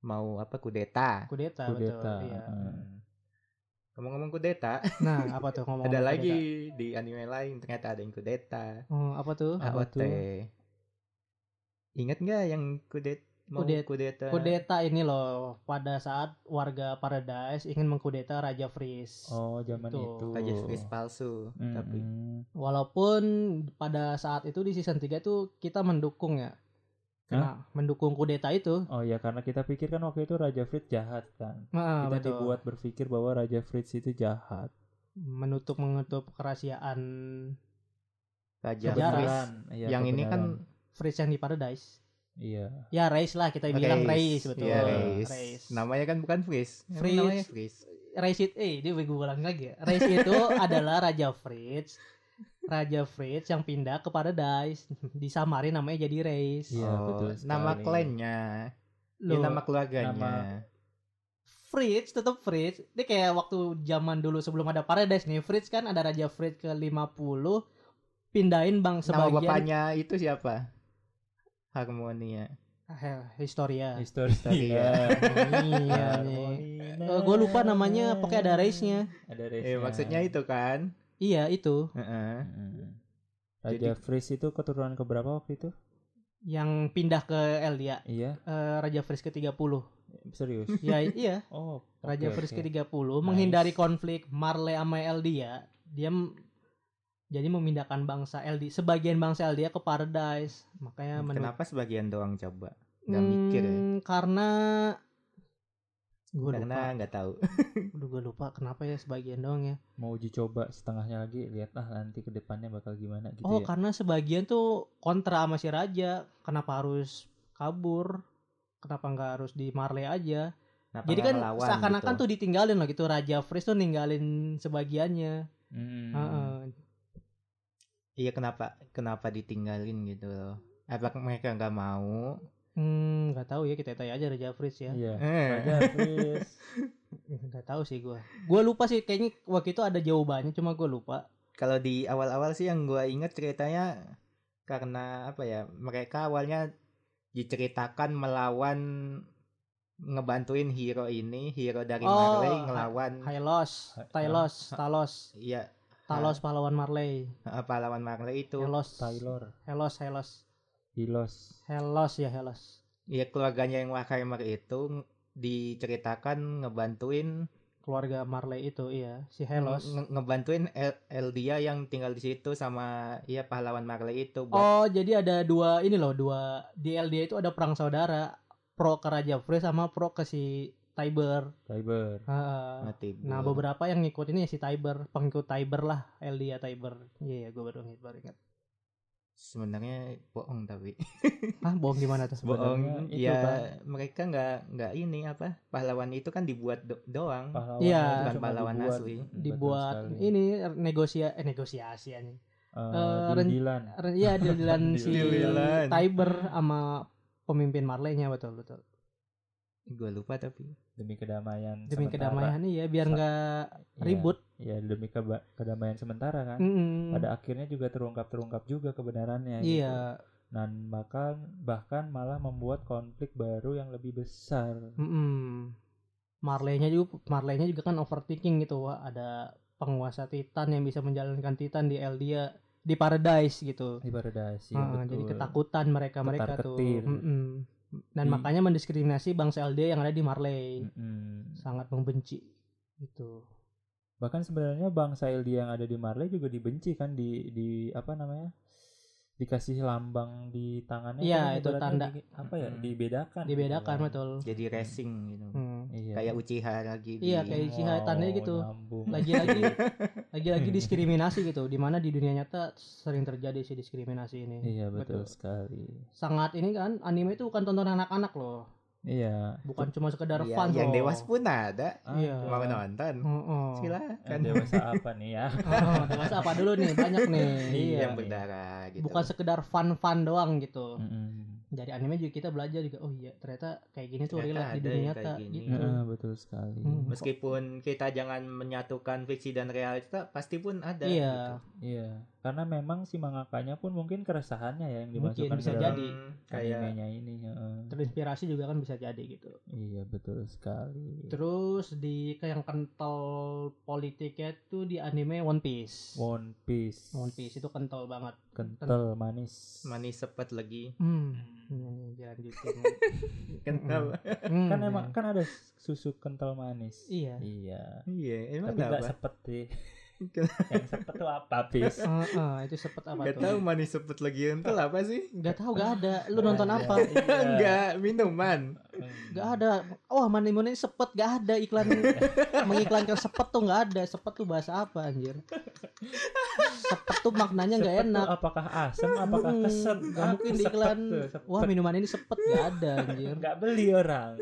Speaker 3: mau apa kudeta.
Speaker 1: kudeta,
Speaker 2: kudeta
Speaker 1: betul. Iya.
Speaker 2: heeh.
Speaker 3: Ngomong-ngomong kudeta,
Speaker 1: Nah, apa tuh ngomong
Speaker 3: [LAUGHS] ada lagi di anime lain ternyata ada yang kudeta.
Speaker 1: Oh, apa tuh?
Speaker 2: Apa
Speaker 3: AOT. Ingat nggak yang kudet mau
Speaker 1: Kudet-
Speaker 3: kudeta?
Speaker 1: Kudeta ini loh pada saat warga Paradise ingin mengkudeta Raja Freeze.
Speaker 2: oh zaman
Speaker 1: Tuh.
Speaker 2: itu
Speaker 3: Raja
Speaker 1: Oh.
Speaker 3: Freeze palsu,
Speaker 1: Hmm,
Speaker 2: Mm-mm.
Speaker 3: tapi
Speaker 1: Walaupun pada saat itu di season 3 tuh kita mendukung ya. Nah, mendukung kudeta itu.
Speaker 2: Oh ya karena kita pikir kan waktu itu Raja Fritz jahat kan.
Speaker 1: Nah,
Speaker 2: kita
Speaker 1: betul.
Speaker 2: dibuat berpikir bahwa Raja Fritz itu jahat.
Speaker 1: menutup mengetup kerahasiaan
Speaker 3: Raja
Speaker 1: Kebenaran.
Speaker 3: Freeze.
Speaker 2: Kebenaran. Iya,
Speaker 3: yang ini kan
Speaker 2: kebenaran.
Speaker 1: Freeze yang di Paradise.
Speaker 2: iya.
Speaker 1: Ya, Race lah kita bilang Race, betul.
Speaker 3: Oh, Iya,
Speaker 1: Race.
Speaker 3: Reis. Namanya kan bukan Freeze. Emang
Speaker 1: Freeze.
Speaker 3: Namanya Freeze.
Speaker 1: Race itu eh dia gue ulang lagi ya. Race itu adalah Raja Fritz. Raja Fritz yang pindah ke Paradise disamarin namanya jadi Race.
Speaker 2: Iya,
Speaker 3: Oh,
Speaker 2: betul
Speaker 3: Nama
Speaker 2: sekali.
Speaker 3: klannya, ya,
Speaker 1: Loh,
Speaker 3: nama keluarganya.
Speaker 2: Nama-
Speaker 1: Fritz tetap Fritz. Ini kayak waktu zaman dulu sebelum ada Paradise nih. Fritz kan ada Raja Fritz ke 50 pindahin bang
Speaker 3: Nama
Speaker 1: sebagian
Speaker 3: bapaknya itu siapa? Harmonia.
Speaker 1: Eh, historia.
Speaker 2: Histori
Speaker 1: ya.
Speaker 3: Iya.
Speaker 1: [LAUGHS] iya nih. gue lupa namanya, pokoknya ada race-nya.
Speaker 2: Ada race-nya.
Speaker 3: Eh, maksudnya itu kan?
Speaker 1: Iya itu
Speaker 3: Heeh.
Speaker 2: Mm. Raja
Speaker 3: Jadi-
Speaker 2: Fritz itu keturunan keberapa waktu itu?
Speaker 1: yang pindah ke Eldia.
Speaker 2: Iya,
Speaker 1: Eh, Raja Fritz ke
Speaker 3: [LAUGHS]
Speaker 1: 30.
Speaker 2: serius.
Speaker 1: Ya [LAUGHS] iya,
Speaker 2: Oh,
Speaker 1: Raja Fritz
Speaker 2: Fritz
Speaker 1: ke 30 menghindari konflik Marley sama Eldia. Dia m- jadi memindahkan bangsa Eldia sebagian bangsa Eldia ke Paradise. Makanya menu-
Speaker 3: Kenapa sebagian doang coba? Nggak mikir ya?
Speaker 1: Hmm, karena gue lupa.
Speaker 3: Karena nggak tahu.
Speaker 1: Aduh, gua lupa kenapa ya sebagian doang ya.
Speaker 2: Mau uji coba setengahnya lagi, lihatlah nanti ke depannya bakal gimana gitu
Speaker 1: oh,
Speaker 2: ya.
Speaker 1: karena sebagian tuh kontra sama si raja. Kenapa harus kabur? Kenapa nggak harus di Marley aja?
Speaker 3: Kenapa
Speaker 1: Jadi
Speaker 3: nggak
Speaker 1: kan
Speaker 3: ngelawan
Speaker 1: seakan-akan
Speaker 3: gitu?
Speaker 1: tuh ditinggalin loh gitu. Raja Fris tuh ninggalin sebagiannya.
Speaker 2: Mm.
Speaker 1: Heeh.
Speaker 3: Iya kenapa kenapa ditinggalin gitu loh? Apa mereka nggak mau?
Speaker 1: Hmm, nggak tahu ya kita tanya aja Raja Fritz ya.
Speaker 2: Iya. Raja
Speaker 3: Eh,
Speaker 1: [LAUGHS]
Speaker 2: Fritz.
Speaker 1: Nggak tahu sih gua. Gua lupa sih kayaknya waktu itu ada jawabannya cuma gua lupa.
Speaker 3: kalau di awal-awal sih yang gua inget ceritanya karena apa ya? Mereka awalnya diceritakan melawan ngebantuin hero ini, hero dari
Speaker 1: Oh,
Speaker 3: Marley
Speaker 1: ha-
Speaker 3: ngelawan
Speaker 1: Hylos,
Speaker 2: Ha-
Speaker 1: Tylos, Talos,
Speaker 3: iya
Speaker 1: Talos pahlawan Marley.
Speaker 3: apa lawan Marley itu.
Speaker 1: Helos,
Speaker 2: Taylor.
Speaker 1: Helos, Helos.
Speaker 2: Hilos.
Speaker 1: Helos ya Helos.
Speaker 3: Iya keluarganya yang Warhammer itu diceritakan ngebantuin
Speaker 1: Keluarga Marley itu iya, si Helos.
Speaker 3: nge- ngebantuin El- Eldia yang tinggal di situ sama iya pahlawan Marley itu buat
Speaker 1: Oh, jadi ada dua ini loh, dua di LDA itu ada perang saudara, pro ke Raja Fritz sama pro ke si Tiber.
Speaker 2: Tiber.
Speaker 1: Heeh.
Speaker 3: mati
Speaker 1: Nah
Speaker 3: bunuh.
Speaker 1: beberapa yang ngikutin ya si Tiber, pengikut Tiber lah, Elia Tiber. Iya, gue baru ingat, baru ingat.
Speaker 3: sebenarnya bohong tapi
Speaker 1: Ah, bohong gimana tuh?
Speaker 2: Sebenarnya
Speaker 3: bohong
Speaker 2: itu,
Speaker 3: ya
Speaker 2: Bang.
Speaker 3: mereka nggak nggak ini apa pahlawan itu kan dibuat do- doang
Speaker 2: Pahlawan
Speaker 1: Iya.
Speaker 2: itu
Speaker 3: Bukan
Speaker 2: cuma
Speaker 3: pahlawan
Speaker 2: dibuat.
Speaker 3: asli.
Speaker 2: Mm, betul
Speaker 1: [LAUGHS] Dibuat
Speaker 2: sekali.
Speaker 1: ini negosia eh, negosiasi anjing.
Speaker 2: eh,
Speaker 1: ren-
Speaker 2: deal-dealan. [LAUGHS]
Speaker 1: Iya, deal-dealan si
Speaker 3: Deal-dealan.
Speaker 1: Tiber sama pemimpin Marley-nya betul betul.
Speaker 3: Gue lupa tapi.
Speaker 2: demi kedamaian
Speaker 1: Demi
Speaker 2: sementara.
Speaker 1: kedamaian iya biar
Speaker 2: Sa-
Speaker 1: nggak
Speaker 2: Iya,
Speaker 1: ribut.
Speaker 2: ya demi keba- kedamaian sementara kan
Speaker 1: Mm-mm.
Speaker 2: pada akhirnya juga terungkap terungkap juga kebenarannya gitu.
Speaker 1: Iya.
Speaker 2: dan bahkan bahkan malah membuat konflik baru yang lebih besar
Speaker 1: mm-mm. Marley-nya juga Marley-nya juga kan overthinking gitu, wah ada penguasa Titan yang bisa menjalankan Titan di Eldia di Paradise gitu.
Speaker 2: di Paradise ya,
Speaker 1: Ah, jadi
Speaker 2: betul.
Speaker 1: ketakutan mereka mereka tuh.
Speaker 2: Ketar-ketir.
Speaker 1: Mm-mm. Dan
Speaker 2: Di-
Speaker 1: makanya mendiskriminasi bangsa Eldia yang ada di Marley.
Speaker 2: Mm. Mm-mm.
Speaker 1: Sangat membenci gitu.
Speaker 2: bahkan sebenarnya bangsa Eldia yang ada di Marley juga dibenci kan di di apa namanya dikasih lambang di tangannya
Speaker 1: Iya,
Speaker 2: kan,
Speaker 1: itu
Speaker 2: ibaratnya
Speaker 1: tanda.
Speaker 2: di- apa ya
Speaker 3: Mm-mm.
Speaker 2: dibedakan gitu
Speaker 1: Dibedakan
Speaker 2: kan.
Speaker 1: betul.
Speaker 3: Jadi racing gitu.
Speaker 1: Hmm.
Speaker 2: iya. Oh,
Speaker 3: Kayak Uchiha lagi. di-
Speaker 1: Iya, kayak Uchiha, tandanya gitu.
Speaker 2: nyambung.
Speaker 1: lagi-lagi lagi-lagi diskriminasi gitu dimana di dunia nyata sering terjadi sih diskriminasi ini
Speaker 2: [LAUGHS] iya betul,
Speaker 1: Betul.
Speaker 2: sekali
Speaker 1: sangat ini kan anime itu bukan tontonan anak-anak loh
Speaker 2: iya
Speaker 1: bukan cuma sekedar
Speaker 3: Iya,
Speaker 1: fun Oh.
Speaker 3: yang
Speaker 1: loh.
Speaker 3: dewas pun ada.
Speaker 1: Iya.
Speaker 2: Ada.
Speaker 3: Mau nonton.
Speaker 1: Heeh.
Speaker 2: Eh,
Speaker 3: Silakan.
Speaker 2: dewasa apa nih ya
Speaker 1: Heeh, dewasa apa dulu nih banyak nih iya
Speaker 3: yang berdarah gitu.
Speaker 1: bukan sekedar fun-fun doang gitu
Speaker 2: Mm-mm.
Speaker 1: dari anime juga kita belajar juga oh iya ternyata kayak gini tuh
Speaker 3: Ternyata
Speaker 1: relate di
Speaker 3: ada
Speaker 1: dunia
Speaker 3: yang
Speaker 1: nyata
Speaker 3: kayak gini.
Speaker 1: gitu
Speaker 2: Nah, betul sekali.
Speaker 1: Hmm.
Speaker 3: Meskipun kita jangan menyatukan fiksi dan realita, pasti pun ada. gitu.
Speaker 1: Iya.
Speaker 2: Iya, karena memang si mangakanya pun mungkin keresahannya ya yang
Speaker 1: Mungkin,
Speaker 2: dimasukkan
Speaker 1: bisa
Speaker 2: ke dalam
Speaker 1: jadi.
Speaker 3: Hmm, kayak
Speaker 2: animenya ini. heeh.
Speaker 1: terinspirasi juga kan bisa jadi gitu
Speaker 2: Iya betul sekali.
Speaker 1: terus di kayak yang kental politiknya tuh di anime One Piece
Speaker 2: One Piece.
Speaker 1: One Piece itu kental banget
Speaker 2: kental manis.
Speaker 3: manis sepet lagi. Kan
Speaker 1: Hmm. Ini dilanjutin.
Speaker 3: [LAUGHS] Kental.
Speaker 1: Hmm,
Speaker 2: Kan
Speaker 1: ya.
Speaker 2: emang kan ada susu kental manis.
Speaker 1: Iya.
Speaker 2: Iya.
Speaker 3: Iya, emang
Speaker 2: Tapi
Speaker 3: ada
Speaker 2: nggak
Speaker 3: apa? Kan
Speaker 2: sepet sih. [LAUGHS] yang sepet tuh apa bis?
Speaker 1: Eh, eh, itu sepet apa
Speaker 3: Gak
Speaker 1: tuh?
Speaker 3: tahu manis sepet lagi kental apa sih?
Speaker 1: Gak tahu, gak ada. Lu nonton apa?
Speaker 2: Iya.
Speaker 3: [LAUGHS]
Speaker 2: Enggak.
Speaker 3: Enggak, minuman.
Speaker 2: Hmm.
Speaker 1: Gak ada. Wah, mana ini sepet gak ada
Speaker 2: [LAUGHS]
Speaker 1: iklan mengiklankan sepet tuh gak ada. Sepet tuh bahasa apa anjir? Sepet tuh maknanya gak enak.
Speaker 2: Apakah asam? Apakah
Speaker 1: Hmm,
Speaker 2: keset?
Speaker 1: gak mungkin di iklan. Wah, minuman ini sepet gak ada anjir.
Speaker 2: Enggak beli
Speaker 1: [LAUGHS]
Speaker 2: orang.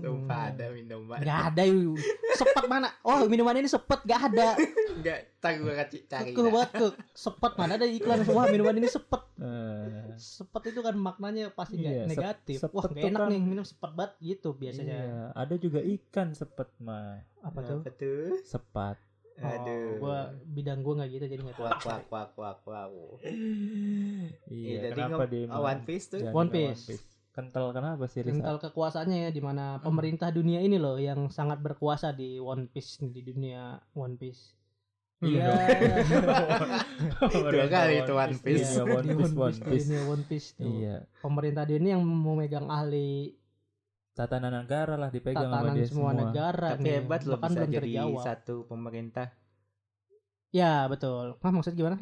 Speaker 3: Sumpah ada minuman.
Speaker 1: Gak Hmm.
Speaker 3: [LAUGHS]
Speaker 1: ada yuk. Sepet mana? Oh, minuman ini sepet gak ada.
Speaker 3: Enggak, tak gue kasih cari.
Speaker 1: Kekeh banget ke sepet mana ada iklan wah minuman ini sepet
Speaker 2: Eh.
Speaker 1: sepet itu kan maknanya pasti nggak
Speaker 2: Iya, sep-
Speaker 1: negatif
Speaker 2: sepet
Speaker 1: wah nggak
Speaker 2: tuh
Speaker 1: enak
Speaker 2: kan-
Speaker 1: nih minum sepet banget gitu biasanya
Speaker 2: Iya, ada juga ikan sepet mah.
Speaker 1: apa tuh
Speaker 3: Apa tuh?
Speaker 2: Sepat.
Speaker 1: Oh,
Speaker 3: Aduh.
Speaker 1: gua bidang gua nggak gitu jadi nggak tahu
Speaker 3: Wah, wah, wah, wah, wah.
Speaker 2: iya,
Speaker 3: jadi
Speaker 2: kenapa
Speaker 3: ngom-
Speaker 2: dia
Speaker 3: Oh,
Speaker 2: mah-
Speaker 3: One Piece tuh.
Speaker 2: jangan
Speaker 1: One
Speaker 2: ke
Speaker 1: Piece.
Speaker 2: Kental kenapa sih Riz?
Speaker 1: kental kekuasaannya ya di mana
Speaker 2: Hmm.
Speaker 1: pemerintah dunia ini loh yang sangat berkuasa di One Piece nih, di dunia One Piece
Speaker 3: Hmm,
Speaker 1: Iya, [LAUGHS]
Speaker 3: Dua kali itu One Piece.
Speaker 2: Iya, One
Speaker 1: di
Speaker 2: Piece, One
Speaker 1: di
Speaker 2: Piece.
Speaker 1: dunia One Piece tuh.
Speaker 2: Iya,
Speaker 1: Pemerintah dunia ini yang memegang ahli
Speaker 2: tatanan negara lah dipegang sama
Speaker 1: tatanan
Speaker 2: dia
Speaker 1: semua,
Speaker 2: semua.
Speaker 1: negara
Speaker 3: Tapi
Speaker 1: nih.
Speaker 3: hebat loh
Speaker 1: Bahkan
Speaker 3: bisa
Speaker 1: belum
Speaker 3: jadi
Speaker 1: terjawab.
Speaker 3: satu pemerintah.
Speaker 1: Ya betul. Nah, maksudnya
Speaker 3: [LAUGHS]
Speaker 1: gimana?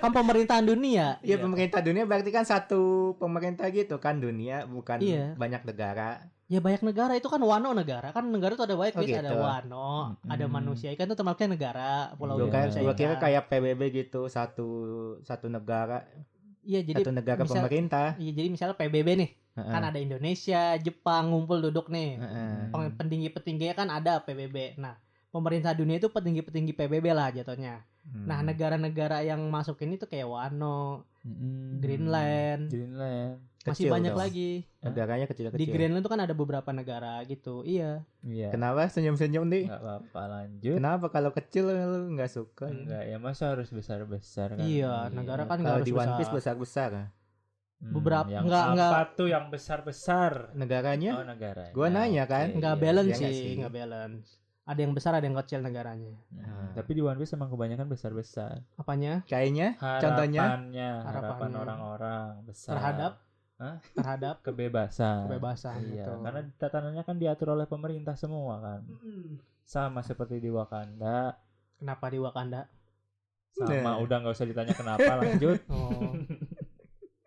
Speaker 1: kan pemerintahan dunia. Ya,
Speaker 2: Iya.
Speaker 3: Iya, pemerintah dunia berarti kan satu pemerintah gitu kan dunia, bukan
Speaker 1: Iya.
Speaker 3: banyak negara.
Speaker 1: Ya banyak negara itu kan wano negara kan negara itu ada banyak
Speaker 3: Oh,
Speaker 1: Riz. ada
Speaker 3: gitu.
Speaker 1: wano,
Speaker 2: Mm-mm.
Speaker 1: ada manusia ikan itu termasuknya negara pulau
Speaker 2: Iya.
Speaker 1: negara
Speaker 3: Gue kira,
Speaker 2: Indonesia
Speaker 3: gua kira kayak PBB gitu, satu satu negara,
Speaker 1: Iya jadi
Speaker 3: satu negara
Speaker 1: misal-
Speaker 3: pemerintah.
Speaker 1: iya, jadi misalnya PBB nih kan
Speaker 3: Eh.
Speaker 1: ada Indonesia, Jepang ngumpul duduk nih.
Speaker 2: Hmm.
Speaker 1: Peng- Pendinggi-pendingginya kan ada PBB. Nah pemerintah dunia itu petinggi-petinggi PBB lah jatuhnya.
Speaker 3: Hmm.
Speaker 1: Nah negara-negara yang masuk ini tuh kayak Wano, Greenland,
Speaker 2: Greenland.
Speaker 1: masih banyak lagi.
Speaker 3: Negaranya kecil-kecil.
Speaker 1: Di Greenland tuh kan ada beberapa negara gitu. Iya.
Speaker 2: Iya.
Speaker 3: Kenapa senyum-senyum nih?
Speaker 2: Enggak apa-apa lanjut.
Speaker 3: Kenapa kalau kecil lu nggak suka?
Speaker 2: Enggak, ya masa harus besar-besar kan?
Speaker 1: Iya, negara kan nggak
Speaker 3: Kalau
Speaker 1: harus
Speaker 3: di One
Speaker 1: besar.
Speaker 3: Piece besar-besar.
Speaker 2: Hmm,
Speaker 1: beberapa-
Speaker 2: yang
Speaker 1: enggak,
Speaker 2: apa
Speaker 1: enggak.
Speaker 2: tuh yang besar-besar?
Speaker 3: Negaranya?
Speaker 2: Oh, negara.
Speaker 3: Gua nanya kan.
Speaker 1: nggak
Speaker 3: Iya,
Speaker 1: balance
Speaker 3: iya nggak
Speaker 1: sih,
Speaker 3: sih?
Speaker 1: nggak balance. Ada yang besar, ada yang kecil negaranya.
Speaker 3: Hmm.
Speaker 2: Tapi di One Piece emang kebanyakan besar-besar.
Speaker 1: Apanya?
Speaker 3: Kayaknya Contohnya?
Speaker 2: Harapannya, harapan
Speaker 1: Harapannya.
Speaker 2: orang-orang besar
Speaker 1: Terhadap
Speaker 2: Hah?
Speaker 3: [LAUGHS]
Speaker 1: terhadap
Speaker 2: kebebasan.
Speaker 1: kebebasan
Speaker 2: Iya,
Speaker 1: gitu.
Speaker 2: karena tatanannya kan diatur oleh pemerintah semua kan.
Speaker 1: Mm-mm.
Speaker 2: Sama seperti di Wakanda.
Speaker 1: Kenapa di Wakanda?
Speaker 2: Sama
Speaker 1: Iya.
Speaker 3: Nah.
Speaker 2: udah nggak usah ditanya
Speaker 1: [LAUGHS]
Speaker 2: kenapa lanjut.
Speaker 3: [LAUGHS]
Speaker 1: Oh,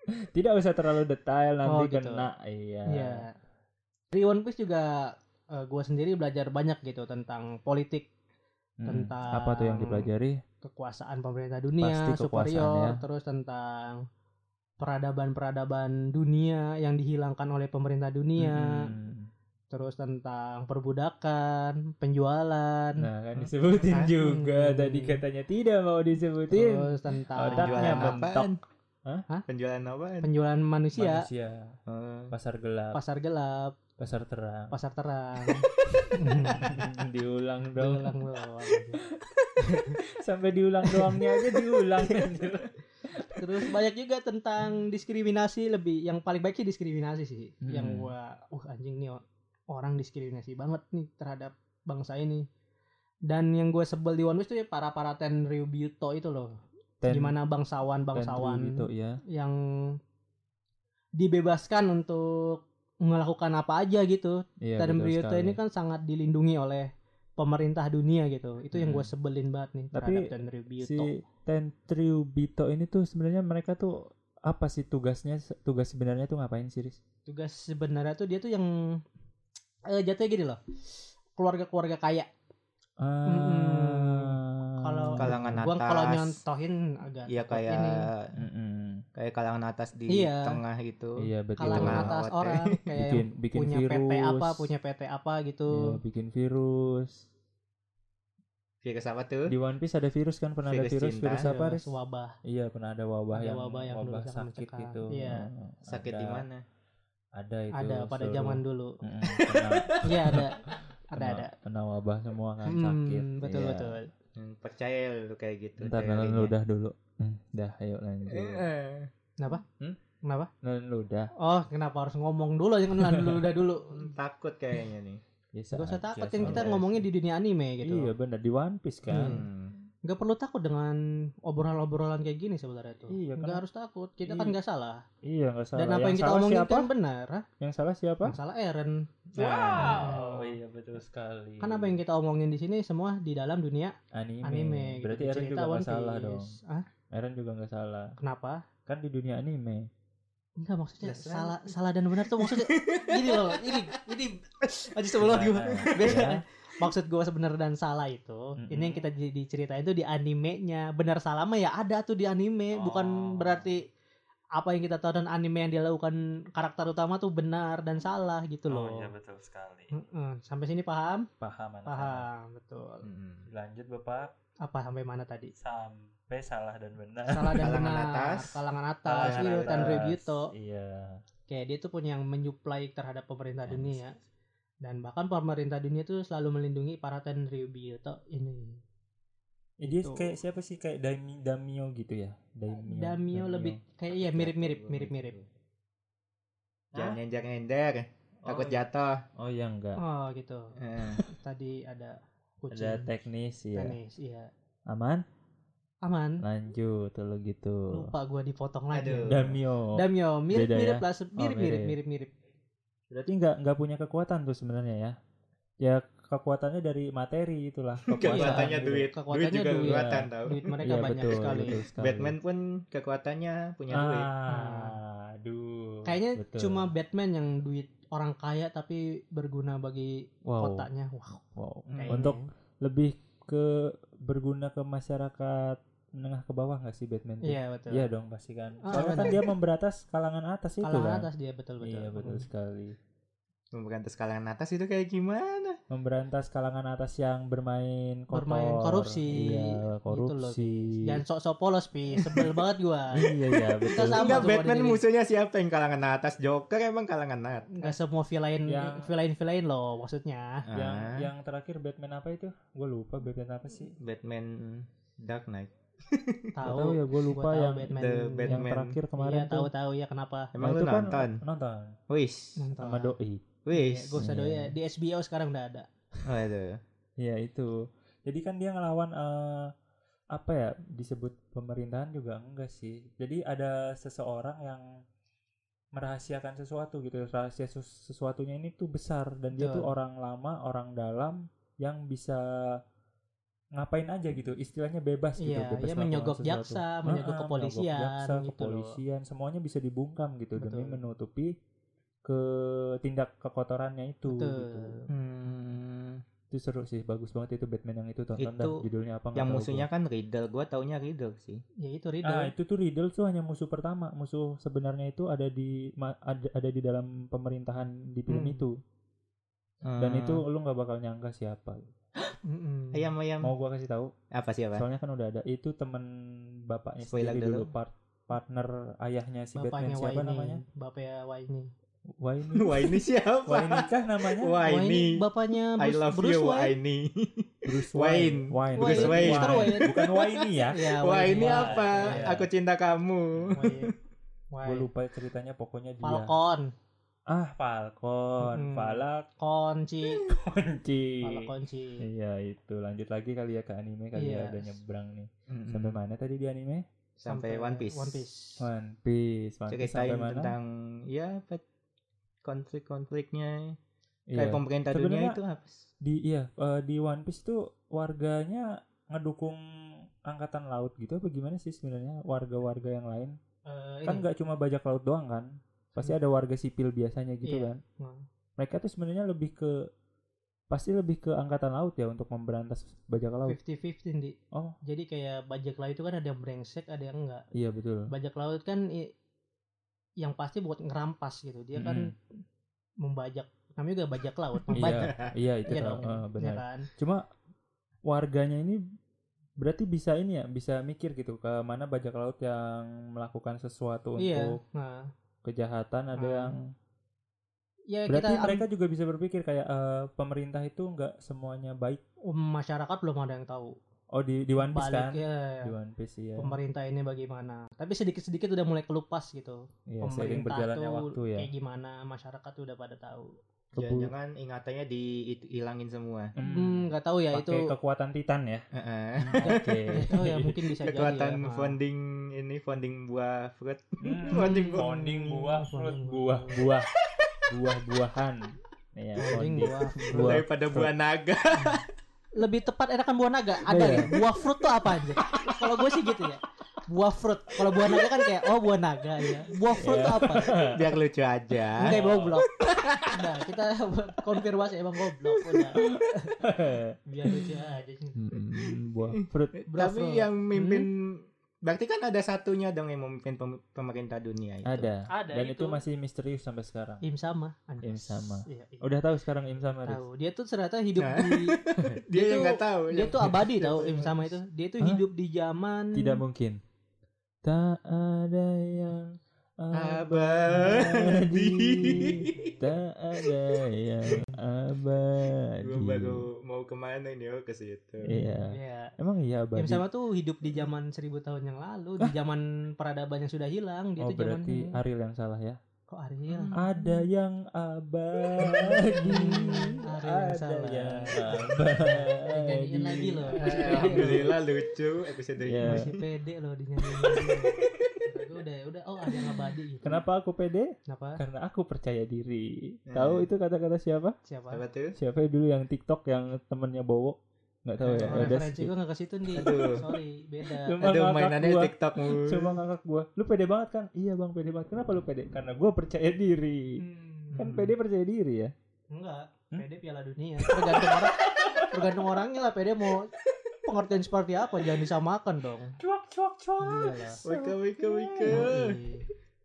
Speaker 2: Tidak usah terlalu detail nanti
Speaker 1: Oh, gitu.
Speaker 2: kena. Iya.
Speaker 1: iya. Di One Piece juga eh, gua sendiri belajar banyak gitu tentang politik,
Speaker 2: Mm-mm.
Speaker 1: Tentang-
Speaker 2: Hmm. Apa tuh yang dipelajari?
Speaker 1: kekuasaan pemerintah dunia,
Speaker 2: Pasti kekuasaan,
Speaker 1: superior,
Speaker 2: ya.
Speaker 1: terus tentang peradaban-peradaban dunia yang dihilangkan oleh pemerintah dunia.
Speaker 2: Mm-mm.
Speaker 1: terus tentang perbudakan penjualan
Speaker 2: Nah, kan disebutin
Speaker 3: Ah.
Speaker 2: juga
Speaker 1: Hmm.
Speaker 2: tadi katanya tidak mau disebutin.
Speaker 1: terus tentang
Speaker 2: Otaknya
Speaker 3: Penjualan
Speaker 2: mentok.
Speaker 3: apaan?
Speaker 2: Hah?
Speaker 1: Hah?
Speaker 3: Penjualan apaan?
Speaker 1: penjualan manusia,
Speaker 2: Manusia,
Speaker 3: Eh,
Speaker 2: pasar gelap,
Speaker 1: pasar gelap
Speaker 2: pasar
Speaker 1: [LAUGHS]
Speaker 2: terang.
Speaker 1: pasar
Speaker 2: [LAUGHS]
Speaker 1: terang
Speaker 2: diulang dong.
Speaker 1: Diulang doang.
Speaker 2: Sampai diulang doangnya aja diulang. anjir.
Speaker 1: terus banyak juga tentang diskriminasi lebih yang paling baik sih diskriminasi sih yang
Speaker 2: Hmm.
Speaker 1: gua uh anjing nih o- orang diskriminasi banget nih terhadap bangsa ini dan yang gue sebel di One Piece tuh ya para-para Tenryubito itu loh
Speaker 2: Ten-
Speaker 1: gimana bangsawan [LAUGHS]
Speaker 2: ten
Speaker 1: bangsawan
Speaker 2: gitu ya.
Speaker 1: yang dibebaskan untuk melakukan apa aja gitu.
Speaker 2: Iya,
Speaker 1: Dan
Speaker 2: betul
Speaker 1: Ryuta
Speaker 2: sekali.
Speaker 1: ini kan sangat dilindungi oleh pemerintah dunia gitu. Itu yang gue
Speaker 2: Hmm.
Speaker 1: sebelin banget nih
Speaker 2: Tapi
Speaker 1: terhadap Dan Ryuta.
Speaker 2: si Tenryubito ini tuh sebenarnya mereka tuh apa sih tugasnya tugas sebenarnya tuh ngapain sih Riz?
Speaker 1: Tugas sebenarnya tuh dia tuh yang eh, jatuhnya gini loh. Keluarga-keluarga kaya.
Speaker 2: Ah.
Speaker 1: Kalau-
Speaker 3: kalangan atas.
Speaker 1: Gua kalau nyontohin agak
Speaker 3: Iya
Speaker 1: takut
Speaker 3: kayak
Speaker 1: ini.
Speaker 2: Mm-mm.
Speaker 3: kayak kalangan atas di
Speaker 1: Iya.
Speaker 3: tengah gitu.
Speaker 2: Iya betul.
Speaker 1: kalangan
Speaker 3: tengah
Speaker 1: atas
Speaker 3: awet ya. [LAUGHS]
Speaker 1: orang kayak
Speaker 2: bikin
Speaker 1: yang
Speaker 2: bikin
Speaker 1: punya
Speaker 2: virus.
Speaker 1: PT apa, punya PT apa gitu.
Speaker 2: Iya, bikin virus.
Speaker 3: Virus apa Iya, tuh?
Speaker 2: Di One Piece ada virus kan pernah ada
Speaker 3: Virus
Speaker 2: virus
Speaker 3: cinta.
Speaker 2: virus apa
Speaker 1: Terus
Speaker 2: Riz?
Speaker 1: wabah.
Speaker 2: Iya pernah ada wabah
Speaker 1: Ada
Speaker 2: yang
Speaker 1: wabah yang dulu sangat
Speaker 2: sakit
Speaker 1: mencekam.
Speaker 2: gitu.
Speaker 1: Iya.
Speaker 2: Heeh,
Speaker 3: Sakit
Speaker 2: ada-
Speaker 3: di mana?
Speaker 2: Ada itu.
Speaker 1: ada pada
Speaker 2: seluruh-
Speaker 1: zaman dulu.
Speaker 2: [LAUGHS] Mm-mm, kena-
Speaker 1: Iya ada. Ada
Speaker 2: kena-
Speaker 1: ada.
Speaker 2: Kena wabah semua kan
Speaker 1: Hmm,
Speaker 2: sakit.
Speaker 1: betul
Speaker 2: Iya.
Speaker 1: betul.
Speaker 3: Hmm, percaya lu kayak gitu.
Speaker 2: Ntar
Speaker 3: teorinya.
Speaker 2: nelen ludah dulu. Hmm, dah ayo lanjut.
Speaker 1: Iya.
Speaker 3: Heeh.
Speaker 1: Kenapa?
Speaker 2: Nelen ludah.
Speaker 1: Oh, kenapa harus ngomong dulu aja kenalan dulu udah dulu.
Speaker 3: Takut kayaknya nih.
Speaker 2: Biasa.
Speaker 1: Gak usah
Speaker 2: aja,
Speaker 1: takut kan kita
Speaker 2: santai.
Speaker 1: ngomongnya di dunia anime gitu.
Speaker 2: Iya benar di One Piece kan.
Speaker 3: Hmm.
Speaker 1: Gak perlu takut dengan obrolan-obrolan kayak gini sebenarnya tuh.
Speaker 2: Iya,
Speaker 1: Gak
Speaker 2: kenapa?
Speaker 1: harus takut. Kita kan
Speaker 2: Iya.
Speaker 1: gak salah.
Speaker 2: Iya nggak salah.
Speaker 1: Dan apa yang, kita
Speaker 2: salah
Speaker 1: omongin
Speaker 2: siapa?
Speaker 1: kan benar. Hah?
Speaker 2: Yang salah siapa?
Speaker 1: Yang salah Eren.
Speaker 2: Wow. Iya betul sekali.
Speaker 1: Kan apa yang kita omongin di sini semua di dalam dunia
Speaker 2: Iya. anime?
Speaker 1: anime.
Speaker 2: Berarti
Speaker 1: gitu.
Speaker 2: Eren juga
Speaker 1: One
Speaker 2: nggak salah
Speaker 1: Piece.
Speaker 2: dong.
Speaker 1: Hah?
Speaker 2: Eren juga nggak salah.
Speaker 1: Kenapa?
Speaker 2: Kan di dunia anime.
Speaker 1: Enggak maksudnya
Speaker 3: Jelas
Speaker 1: salah salah dan benar tuh maksudnya ini loh ini
Speaker 2: [LAUGHS]
Speaker 1: ini aja sebelum gue
Speaker 2: Nah,
Speaker 1: [LAUGHS] beda
Speaker 2: ya.
Speaker 1: maksud gue sebenar dan salah itu
Speaker 2: Mm-mm.
Speaker 1: ini yang kita di- diceritain tuh di animenya benar salah mah ya ada tuh di anime
Speaker 2: Oh.
Speaker 1: bukan berarti apa yang kita tonton anime yang dilakukan karakter utama tuh benar dan salah
Speaker 2: Oh,
Speaker 1: gitu loh
Speaker 2: iya, betul sekali.
Speaker 1: Mm-mm. sampai sini paham
Speaker 2: Paham
Speaker 1: Hmm.
Speaker 2: anak-anak.
Speaker 1: paham betul
Speaker 3: Hmm.
Speaker 2: Lanjut Bapak
Speaker 1: apa sampai mana
Speaker 2: [LAUGHS]
Speaker 1: tadi
Speaker 2: sampai salah dan benar.
Speaker 1: salah dan
Speaker 3: Kalangan
Speaker 1: benar
Speaker 3: atas.
Speaker 1: kalangan atas
Speaker 3: Kalangan
Speaker 1: gitu dan
Speaker 3: atas.
Speaker 1: Rebuto
Speaker 2: Iya.
Speaker 1: kayak dia tuh punya yang menyuplai terhadap pemerintah
Speaker 2: Yes.
Speaker 1: dunia dan bahkan pemerintah dunia tuh selalu melindungi para tenryubito ini
Speaker 2: Eh, dia
Speaker 1: Tuh.
Speaker 2: kayak siapa sih kayak Daimi, Damio gitu ya? Daimio.
Speaker 1: damio lebih kayak iya mirip-mirip mirip-mirip
Speaker 3: Gitu. Jangan nyender-nyender. Takut jatuh.
Speaker 2: Oh ya enggak.
Speaker 1: oh gitu
Speaker 3: Eh,
Speaker 1: tadi ada kucing
Speaker 2: Ada teknis ya.
Speaker 1: Tenis, iya
Speaker 2: Aman?
Speaker 1: aman
Speaker 2: Lanjut kalau gitu.
Speaker 1: lupa gua dipotong lagi
Speaker 3: Aduh.
Speaker 2: Damio.
Speaker 1: damio mirip-mirip
Speaker 2: Oh, ya?
Speaker 1: lah se- mirip-mirip
Speaker 2: mirip.
Speaker 1: mirip-mirip
Speaker 2: Berarti nggak nggak punya kekuatan tuh sebenarnya ya? Ya kekuatannya dari materi itulah. kekuasaan
Speaker 3: [LAUGHS] Kekuatannya ya.
Speaker 2: gitu.
Speaker 3: duit. Duit
Speaker 1: Kekuatannya
Speaker 3: juga
Speaker 1: duit.
Speaker 3: kekuatan tau.
Speaker 1: duit mereka
Speaker 2: Iya
Speaker 1: banyak
Speaker 2: betul,
Speaker 1: sekali
Speaker 2: betul sekali.
Speaker 3: Batman pun kekuatannya punya duit.
Speaker 2: Ah, aduh.
Speaker 1: kayaknya
Speaker 2: Betul.
Speaker 1: cuma Batman yang duit orang kaya tapi berguna bagi
Speaker 2: wow.
Speaker 1: otaknya wow
Speaker 2: wow.
Speaker 1: kayaknya.
Speaker 2: Untuk lebih ke berguna ke masyarakat menengah ke bawah nggak sih Batman? tuh?
Speaker 1: iya betul
Speaker 3: Gitu.
Speaker 2: Iya dong pasti kan.
Speaker 1: Ah,
Speaker 2: Soalnya kan
Speaker 1: benar.
Speaker 2: dia memberatas kalangan atas itu
Speaker 1: kalangan
Speaker 2: kan.
Speaker 1: atas dia betul betul.
Speaker 2: Iya betul
Speaker 1: Mm.
Speaker 2: sekali.
Speaker 3: Memberantas kalangan atas itu kayak gimana?
Speaker 2: Memberantas kalangan atas yang bermain kotor.
Speaker 1: Bermain korupsi.
Speaker 2: Iya,
Speaker 1: Gitu loh,
Speaker 2: korupsi.
Speaker 1: Jangan sok-sok polos pi,
Speaker 2: [LAUGHS]
Speaker 1: sebel banget gua.
Speaker 2: iya
Speaker 1: [LAUGHS]
Speaker 2: iya betul.
Speaker 1: Sama
Speaker 3: Enggak
Speaker 1: semua
Speaker 3: Batman
Speaker 1: di-
Speaker 3: musuhnya siapa yang kalangan atas? Joker emang kalangan atas.
Speaker 1: Enggak
Speaker 2: Ya.
Speaker 1: semua villain
Speaker 2: Yang-
Speaker 1: villain villain loh maksudnya.
Speaker 2: yang
Speaker 3: Ah,
Speaker 2: yang terakhir Batman apa itu? Gue lupa Batman apa sih?
Speaker 3: Batman Dark Knight.
Speaker 2: Gak
Speaker 1: Tahu
Speaker 2: tahu ya gue lupa
Speaker 1: gua tahu
Speaker 2: yang
Speaker 1: Batman.
Speaker 3: The
Speaker 2: yang
Speaker 3: Batman.
Speaker 2: terakhir
Speaker 1: Kemarin
Speaker 2: kemarin
Speaker 1: tahu
Speaker 2: tuh.
Speaker 1: tahu ya kenapa?
Speaker 2: Nah,
Speaker 3: Emang lu
Speaker 2: itu kan
Speaker 3: nonton?
Speaker 2: Nonton
Speaker 3: Wish.
Speaker 1: Nonton.
Speaker 2: sama doi.
Speaker 1: Iya,
Speaker 3: Wish.
Speaker 1: Gua usah doya.
Speaker 2: Iya.
Speaker 1: Di HBO sekarang udah ada.
Speaker 3: Waduh.
Speaker 2: Iya itu. Jadi kan dia ngelawan eh, apa ya disebut pemerintahan juga enggak sih. Jadi ada seseorang yang merahasiakan sesuatu gitu. Rahasia sus- sesuatunya ini tuh besar dan dia tuh
Speaker 1: Betul.
Speaker 2: orang lama, orang dalam yang bisa ngapain aja gitu. Istilahnya bebas gitu,
Speaker 1: Iya,
Speaker 2: bebas
Speaker 1: dia
Speaker 2: melakukan
Speaker 1: menyogok
Speaker 2: sesuatu.
Speaker 1: jaksa, menyogok
Speaker 2: Ah, ah,
Speaker 1: kepolisian
Speaker 2: jaksa,
Speaker 1: gitu loh.
Speaker 2: kepolisian, semuanya bisa dibungkam gitu demi
Speaker 1: Betul.
Speaker 2: menutupi ke tindak kekotorannya itu
Speaker 1: Betul.
Speaker 2: gitu
Speaker 3: Hmm.
Speaker 2: itu seru sih bagus banget itu Batman yang itu tonton dah
Speaker 3: Itu
Speaker 2: judulnya apa nggak
Speaker 3: Yang
Speaker 2: tahu
Speaker 3: musuhnya
Speaker 2: gua.
Speaker 3: kan Riddle. Gua taunya Riddle sih.
Speaker 1: Ya itu
Speaker 2: ah
Speaker 1: Riddle.
Speaker 2: itu tuh Riddle tuh hanya musuh pertama musuh sebenarnya itu ada di ma- ada, ada di dalam pemerintahan di film
Speaker 1: Hmm.
Speaker 2: itu dan
Speaker 3: Ah.
Speaker 2: itu lu nggak bakal nyangka siapa
Speaker 1: Mm-mm. Iya,
Speaker 3: ayam ayam
Speaker 2: mau gua kasih tahu
Speaker 3: Eh, apa sih apa?
Speaker 2: soalnya kan udah ada itu temen bapaknya
Speaker 3: Spoiler
Speaker 2: sendiri dulu
Speaker 3: dulu.
Speaker 2: part- partner ayahnya si
Speaker 1: Bapaknya
Speaker 2: Batman siapa
Speaker 1: Wayne.
Speaker 2: namanya
Speaker 1: Bapaknya Wayne.
Speaker 2: Wayne
Speaker 3: [LAUGHS] Wah ini siapa?
Speaker 2: Wayne kah namanya
Speaker 3: Wah ini.
Speaker 1: bapaknya
Speaker 3: I
Speaker 1: Bruce,
Speaker 3: love
Speaker 1: Bruce
Speaker 3: you
Speaker 1: Wayne.
Speaker 3: Wayne.
Speaker 2: Bruce
Speaker 3: Wayne.
Speaker 2: Wayne
Speaker 3: Bruce
Speaker 2: Bukan
Speaker 3: Wayne.
Speaker 1: Mr. Wayne.
Speaker 2: bukan Wayne
Speaker 1: [LAUGHS]
Speaker 2: ya
Speaker 1: Ya,
Speaker 3: Wah
Speaker 1: Wayne.
Speaker 3: ini
Speaker 1: Wayne.
Speaker 3: apa?
Speaker 1: Iya.
Speaker 3: Aku cinta kamu.
Speaker 2: [LAUGHS]
Speaker 1: Wayne.
Speaker 2: gue
Speaker 1: Wayne.
Speaker 2: lupa ceritanya pokoknya dia
Speaker 1: Falcon,
Speaker 2: ah Falcon
Speaker 1: Mm-mm.
Speaker 2: Falak
Speaker 1: Konci,
Speaker 2: kunci
Speaker 1: Falconci.
Speaker 2: iya itu lanjut lagi kali ya ke anime kali
Speaker 1: Iya. Hmm.
Speaker 2: ya udah nyebrang nih
Speaker 3: Mm-mm.
Speaker 2: sampai mana tadi di anime
Speaker 3: Sampai One Piece.
Speaker 1: One Piece.
Speaker 2: One Piece One Piece sampai
Speaker 3: Ceritain
Speaker 2: mana
Speaker 3: tentang ya apa konflik-konfliknya
Speaker 2: iya.
Speaker 3: kayak pemerintah
Speaker 2: Sebenarnya-
Speaker 3: dunia itu apa? sih?
Speaker 2: di iya eh, di One Piece tuh warganya ngedukung angkatan laut gitu apa gimana sih sebenarnya warga-warga yang lain
Speaker 1: Eh, ini.
Speaker 2: kan
Speaker 1: Hmm.
Speaker 2: nggak cuma bajak laut doang kan pasti ada warga sipil biasanya gitu
Speaker 1: Iya.
Speaker 2: kan mereka tuh sebenarnya lebih ke pasti lebih ke angkatan laut ya untuk memberantas bajak laut
Speaker 1: Fifty fifty di.
Speaker 2: Oh.
Speaker 1: Jadi kayak bajak laut itu kan ada yang brengsek, ada yang enggak.
Speaker 2: iya betul
Speaker 1: Bajak laut kan i- yang pasti buat ngerampas gitu. Dia kan membajak. Namanya juga bajak laut, membajak.
Speaker 2: Hmm. iya iya itu
Speaker 1: Iya
Speaker 2: tau.
Speaker 1: dong.
Speaker 2: Eh, benar
Speaker 1: ya kan?
Speaker 2: cuma warganya ini berarti bisa ini ya bisa mikir gitu ke mana bajak laut yang melakukan sesuatu
Speaker 1: Iya.
Speaker 2: untuk
Speaker 1: Nah,
Speaker 2: kejahatan ada
Speaker 1: Ah.
Speaker 2: yang
Speaker 1: ya
Speaker 2: Berarti
Speaker 1: kita
Speaker 2: mereka juga bisa berpikir kayak eh, pemerintah itu nggak semuanya baik.
Speaker 1: um, masyarakat belum ada yang tahu.
Speaker 2: Oh di di One Piece kan?
Speaker 1: Balik ya,
Speaker 2: Di One Piece iya.
Speaker 1: pemerintah ini bagaimana. Tapi sedikit-sedikit udah mulai kelupas gitu.
Speaker 2: Iya, seiring
Speaker 1: pemerintah
Speaker 2: berjalannya
Speaker 1: tuh
Speaker 2: waktu ya.
Speaker 1: kayak gimana, masyarakat tuh udah pada tahu.
Speaker 2: Kebu-
Speaker 3: Jangan ingatannya dihilangin semua.
Speaker 1: Hmm,
Speaker 2: Hmm,
Speaker 1: nggak tahu ya itu.
Speaker 2: pakai kekuatan Titan ya.
Speaker 3: [LAUGHS] Heeh. Iya,
Speaker 2: Oke.
Speaker 1: [LAUGHS] Nggak tahu ya mungkin bisa jadi.
Speaker 3: Kekuatan
Speaker 1: ya, Pak.
Speaker 3: funding ini funding buah fruit. [LAUGHS]
Speaker 2: Hmm,
Speaker 3: Bonding buah.
Speaker 2: [LAUGHS] bonding buah, fruit,
Speaker 1: Bonding
Speaker 2: buah,
Speaker 1: buah.
Speaker 2: buah, buah-buahan. Iya,
Speaker 1: Bonding
Speaker 2: bonding.
Speaker 1: buah.
Speaker 2: Buah [LAUGHS]
Speaker 3: daripada buah naga.
Speaker 1: Lebih tepat enakan buah naga. Ada
Speaker 2: Iya.
Speaker 1: ya. Buah fruit tuh apa aja? Kalau gue sih gitu ya. Buah fruit. Kalau buah naga kan kayak oh buah naga ya. Buah fruit
Speaker 2: Iya.
Speaker 1: tuh apa?
Speaker 3: [LAUGHS] Biar lucu aja.
Speaker 1: Enggak goblok. Udah, kita [LAUGHS] konfirmasi emang goblok udah. Biar lucu aja sih.
Speaker 2: Hmm, buah fruit.
Speaker 1: Buah
Speaker 3: Tapi
Speaker 1: fruit.
Speaker 3: yang mimpin berarti kan ada satunya dong yang memimpin pem- pemerintah dunia itu.
Speaker 2: Ada.
Speaker 1: Ada,
Speaker 2: Dan itu.
Speaker 1: itu.
Speaker 2: masih misterius sampai sekarang.
Speaker 1: Im sama. anjing.
Speaker 2: Im sama.
Speaker 1: Iya, Im.
Speaker 2: Udah tahu sekarang Im sama Riz?
Speaker 1: tahu. Dia tuh ternyata hidup
Speaker 3: Nah.
Speaker 1: di
Speaker 3: Dia
Speaker 1: Itu-
Speaker 3: yang nggak tahu. ya.
Speaker 1: dia tuh abadi
Speaker 3: [LAUGHS]
Speaker 1: tahu Im sama itu. Dia tuh
Speaker 2: Hah?
Speaker 1: hidup di zaman
Speaker 2: Tidak mungkin. Tak ada yang
Speaker 3: abadi.
Speaker 2: Tak ada yang abadi.
Speaker 3: Gue baru mau kemana ini oh ke situ.
Speaker 2: Iya.
Speaker 1: Iya.
Speaker 2: Emang iya abadi.
Speaker 1: Yang sama tuh hidup di zaman seribu tahun yang lalu, di zaman peradaban yang sudah hilang, dia
Speaker 2: Ah. oh
Speaker 1: tuh zaman Hmm.
Speaker 2: berarti Ariel yang salah ya.
Speaker 1: kok Ariel.
Speaker 2: Ada yang abadi.
Speaker 1: Ariel yang
Speaker 2: ada
Speaker 1: salah.
Speaker 2: yang abadi.
Speaker 1: Dinyanyiin lagi loh.
Speaker 3: [LAUGHS] Alhamdulillah lucu episode
Speaker 2: Iya.
Speaker 3: ini.
Speaker 1: Masih pede loh dinyanyiin. Kata gua udah udah oh ada yang abadi gitu.
Speaker 2: Kenapa aku pede?
Speaker 1: Kenapa?
Speaker 2: Karena aku percaya diri.
Speaker 3: Eh.
Speaker 2: Tahu itu kata-kata siapa?
Speaker 1: Siapa?
Speaker 3: Apa tuh?
Speaker 2: Siapa ya dulu yang TikTok yang temennya bowo? Nggak tahu ya.
Speaker 1: Oh,
Speaker 2: Udah
Speaker 1: referensi
Speaker 2: skip.
Speaker 1: gue gak ke situ nih.
Speaker 3: Aduh.
Speaker 1: Sorry, beda.
Speaker 2: Cuma
Speaker 3: Aduh
Speaker 2: ngakak
Speaker 3: mainannya
Speaker 2: gua.
Speaker 3: TikTok mulu.
Speaker 2: Coba ngakak gua. Lu pede banget kan? Iya bang pede banget. Kenapa lu pede? Karena gua percaya diri.
Speaker 1: Hmm.
Speaker 2: Kan pede percaya diri ya.
Speaker 1: Enggak,
Speaker 2: Hmm?
Speaker 1: PD Piala Dunia. Tergantung orang, tergantung orangnya lah PD mau pengertian seperti apa jangan disamakan dong.
Speaker 2: Cuak cuak
Speaker 1: Iya lah.
Speaker 3: Wika wika wika.
Speaker 1: Iya. Yoi.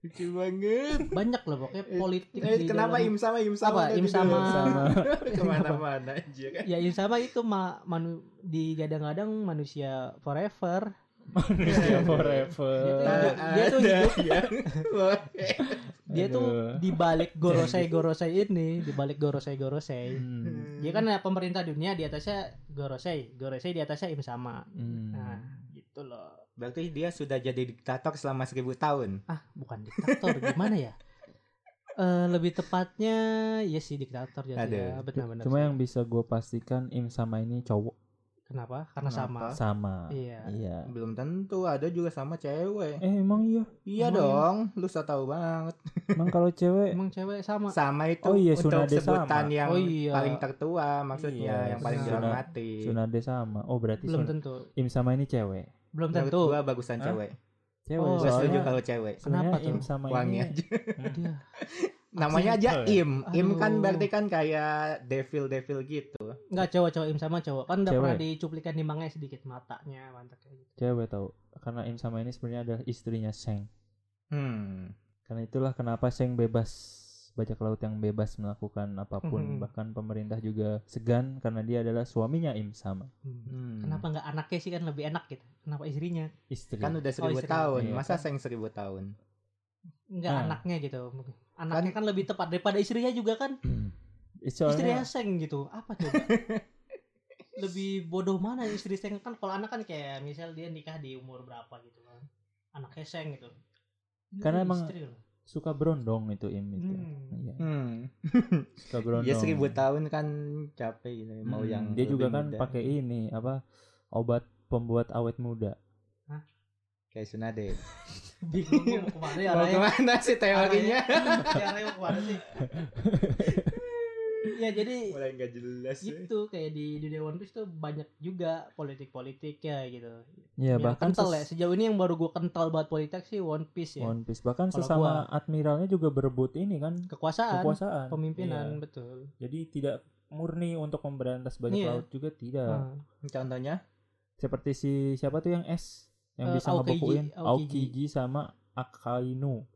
Speaker 3: Lucu banget.
Speaker 1: Banyak lah pokoknya politik di
Speaker 3: Eh, kenapa
Speaker 1: dalam-
Speaker 3: im sama im
Speaker 1: Iya. Apa,
Speaker 3: sama? tadi
Speaker 1: im sama?
Speaker 3: dulu?
Speaker 1: [LAUGHS]
Speaker 2: Sama.
Speaker 3: [LAUGHS] Kemana-mana aja kan.
Speaker 1: Ya yang sama itu ma manu digadang-gadang manusia forever.
Speaker 2: Manusia forever.
Speaker 1: Dia tuh- dia tuh
Speaker 3: Ada
Speaker 1: hidup- [LAUGHS]
Speaker 3: yang-
Speaker 1: Dia tuh
Speaker 2: Aduh.
Speaker 1: di balik gorosei-gorosei ini, di balik gorosei-gorosei.
Speaker 2: Hmm.
Speaker 1: Dia kan ya, pemerintah dunia di atasnya gorosei, gorosei di atasnya im sama.
Speaker 2: Hmm.
Speaker 1: Nah, gitu loh.
Speaker 3: Berarti dia sudah jadi diktator selama seribu tahun.
Speaker 1: Ah, bukan diktator [LAUGHS] gimana ya? Eh lebih tepatnya ya sih diktator jadi
Speaker 3: Aduh.
Speaker 1: ya benar-benar.
Speaker 2: Cuma
Speaker 1: sih.
Speaker 2: yang bisa gua pastikan Im sama ini cowok
Speaker 1: kenapa? Karena
Speaker 3: Kenapa?
Speaker 1: sama.
Speaker 2: sama.
Speaker 1: Iya.
Speaker 2: Nah, Iya.
Speaker 3: Belum tentu ada juga sama cewek.
Speaker 2: Eh emang iya.
Speaker 3: Iya
Speaker 1: emang
Speaker 3: dong, lu sudah tahu banget.
Speaker 2: Emang kalau cewek
Speaker 1: Emang cewek sama.
Speaker 3: Sama itu
Speaker 2: Oh iya,
Speaker 3: untuk
Speaker 2: Tsunade
Speaker 3: sebutan
Speaker 2: sama.
Speaker 3: yang
Speaker 1: Oh iya.
Speaker 3: paling tertua maksudnya
Speaker 2: Iya,
Speaker 3: yang paling
Speaker 1: Tsunade.
Speaker 3: dihormati.
Speaker 2: Sunade sama. Oh berarti
Speaker 1: iya. Belum
Speaker 2: Sun-
Speaker 1: tentu.
Speaker 2: Im sama ini cewek.
Speaker 1: Belum
Speaker 3: Menurut
Speaker 1: tentu.
Speaker 3: gua bagusan
Speaker 2: Hah?
Speaker 3: cewek.
Speaker 2: Cewek.
Speaker 1: Oh,
Speaker 3: Gua setuju
Speaker 2: soalnya-
Speaker 3: kalau cewek.
Speaker 2: sebenarnya
Speaker 1: Kenapa tuh?
Speaker 2: Im sama
Speaker 3: Wangi
Speaker 2: ini
Speaker 3: aja.
Speaker 1: Dia
Speaker 3: Namanya aja
Speaker 2: Simple ya?
Speaker 3: Im. Im kan
Speaker 1: Aduh.
Speaker 3: berarti kan kayak devil-devil gitu.
Speaker 1: Enggak cowok-cowok im sama cowok. Kan udah
Speaker 2: Cewek.
Speaker 1: pernah dicuplikan di mangnya sedikit matanya mantap kayak gitu.
Speaker 2: cewek tau karena Im sama ini sebenarnya adalah istrinya Seng
Speaker 3: Hmm.
Speaker 2: karena itulah kenapa Seng bebas bajak laut yang bebas melakukan
Speaker 1: Mhm.
Speaker 2: apapun bahkan pemerintah juga segan karena dia adalah suaminya Im sama
Speaker 3: Hmm.
Speaker 1: Kenapa nggak anaknya sih kan lebih enak gitu? Kenapa istrinya?
Speaker 2: istri [CLEARS THROAT]
Speaker 3: Kan udah seribu
Speaker 1: istri.
Speaker 3: tahun,
Speaker 2: Iya,
Speaker 1: kan.
Speaker 3: masa sayang seribu tahun?
Speaker 1: Nggak
Speaker 2: Ah.
Speaker 1: anaknya gitu. Anaknya kan, lebih tepat daripada istrinya juga kan. Istrinya
Speaker 2: soalnya
Speaker 1: seng gitu. Apa
Speaker 2: [LAUGHS]
Speaker 1: coba? lebih bodoh mana istri seng kan kalau anak kan kayak misal dia nikah di umur berapa gitu kan. Anaknya seng gitu. Ini
Speaker 2: Karena emang Gitu.
Speaker 1: istri loh.
Speaker 2: suka berondong itu Im itu
Speaker 3: Mm.
Speaker 1: Hmm.
Speaker 2: Iya,
Speaker 3: Hmm.
Speaker 2: suka berondong
Speaker 3: Dia seribu tahun kan capek gitu, mau
Speaker 2: Mm,
Speaker 3: yang
Speaker 2: dia
Speaker 3: lebih
Speaker 2: juga kan
Speaker 3: muda.
Speaker 2: pakai ini apa obat pembuat awet muda
Speaker 3: kayak Sunade.
Speaker 1: Bingung gua mau kemana ya
Speaker 3: Mau
Speaker 1: arahnya.
Speaker 3: kemana sih
Speaker 2: ya
Speaker 3: teorinya?
Speaker 1: Arahnya- [LAUGHS] Ya, arahnya mau kemana
Speaker 2: [LAUGHS]
Speaker 1: sih? Ya jadi
Speaker 3: Mulai nggak jelas. ya.
Speaker 1: gitu kayak di di One Piece tuh banyak juga politik-politik ya gitu.
Speaker 3: Iya,
Speaker 2: ya
Speaker 1: Yang
Speaker 2: bahkan
Speaker 1: kental
Speaker 2: ses-
Speaker 1: ya sejauh ini yang baru gue kental banget politik sih One Piece ya.
Speaker 2: One Piece bahkan
Speaker 1: Kalau
Speaker 2: sesama admiralnya juga berebut ini kan
Speaker 1: Kekuasaan,
Speaker 2: kekuasaan
Speaker 1: pemimpinan
Speaker 2: Iya.
Speaker 1: betul.
Speaker 2: jadi tidak murni untuk memberantas bajak
Speaker 1: Iya.
Speaker 2: laut juga tidak
Speaker 1: Nah,
Speaker 3: Contohnya?
Speaker 2: seperti si siapa tuh yang S yang
Speaker 1: Eh,
Speaker 2: bisa
Speaker 1: Aokiji,
Speaker 2: ngebekuin
Speaker 1: Aokiji.
Speaker 2: Aokiji sama Akainu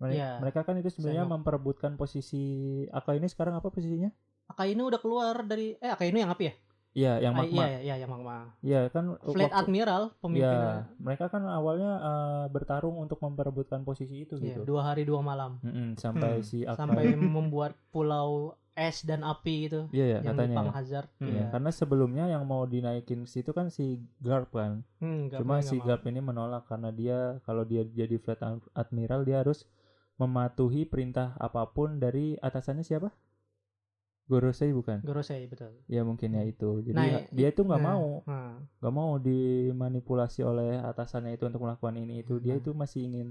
Speaker 2: mereka,
Speaker 1: Iya.
Speaker 2: mereka kan itu
Speaker 1: Saya
Speaker 2: sebenarnya memperebutkan posisi Akainu sekarang apa posisinya
Speaker 1: Akainu udah keluar dari eh Akainu yang apa ya?
Speaker 2: Iya yang
Speaker 1: Ah, iya,
Speaker 2: magma
Speaker 1: iya, iya, yang Magma.
Speaker 2: Iya kan
Speaker 1: Fleet
Speaker 2: waktu-
Speaker 1: Admiral
Speaker 2: Iya,
Speaker 1: pemimpinnya.
Speaker 2: mereka kan awalnya eh, bertarung untuk memperebutkan posisi itu
Speaker 1: Iya,
Speaker 2: gitu
Speaker 1: dua hari dua malam
Speaker 2: Mm-mm, sampai
Speaker 3: Hmm.
Speaker 2: si Iya, Akainu
Speaker 1: sampai membuat pulau es dan api gitu
Speaker 2: Iya ya,
Speaker 1: yang
Speaker 2: katanya
Speaker 1: di Pang
Speaker 2: ya.
Speaker 1: Hazard.
Speaker 3: Hmm.
Speaker 2: Iya, karena sebelumnya yang mau dinaikin ke situ kan si Garp kan.
Speaker 1: Hmm, nggak mau,
Speaker 2: Cuma si
Speaker 1: nggak
Speaker 2: Garp ini menolak karena dia kalau dia jadi flight ad- admiral dia harus mematuhi perintah apapun dari atasannya siapa? Gorosei
Speaker 1: mau.
Speaker 2: bukan?
Speaker 1: Gorosei betul.
Speaker 2: Ya mungkin ya itu. Jadi
Speaker 1: Nah,
Speaker 2: ha- dia itu nggak
Speaker 1: nah.
Speaker 2: mau,
Speaker 1: Nah,
Speaker 2: nggak mau dimanipulasi oleh atasannya itu untuk melakukan ini itu. Dia
Speaker 1: Nah.
Speaker 2: itu masih ingin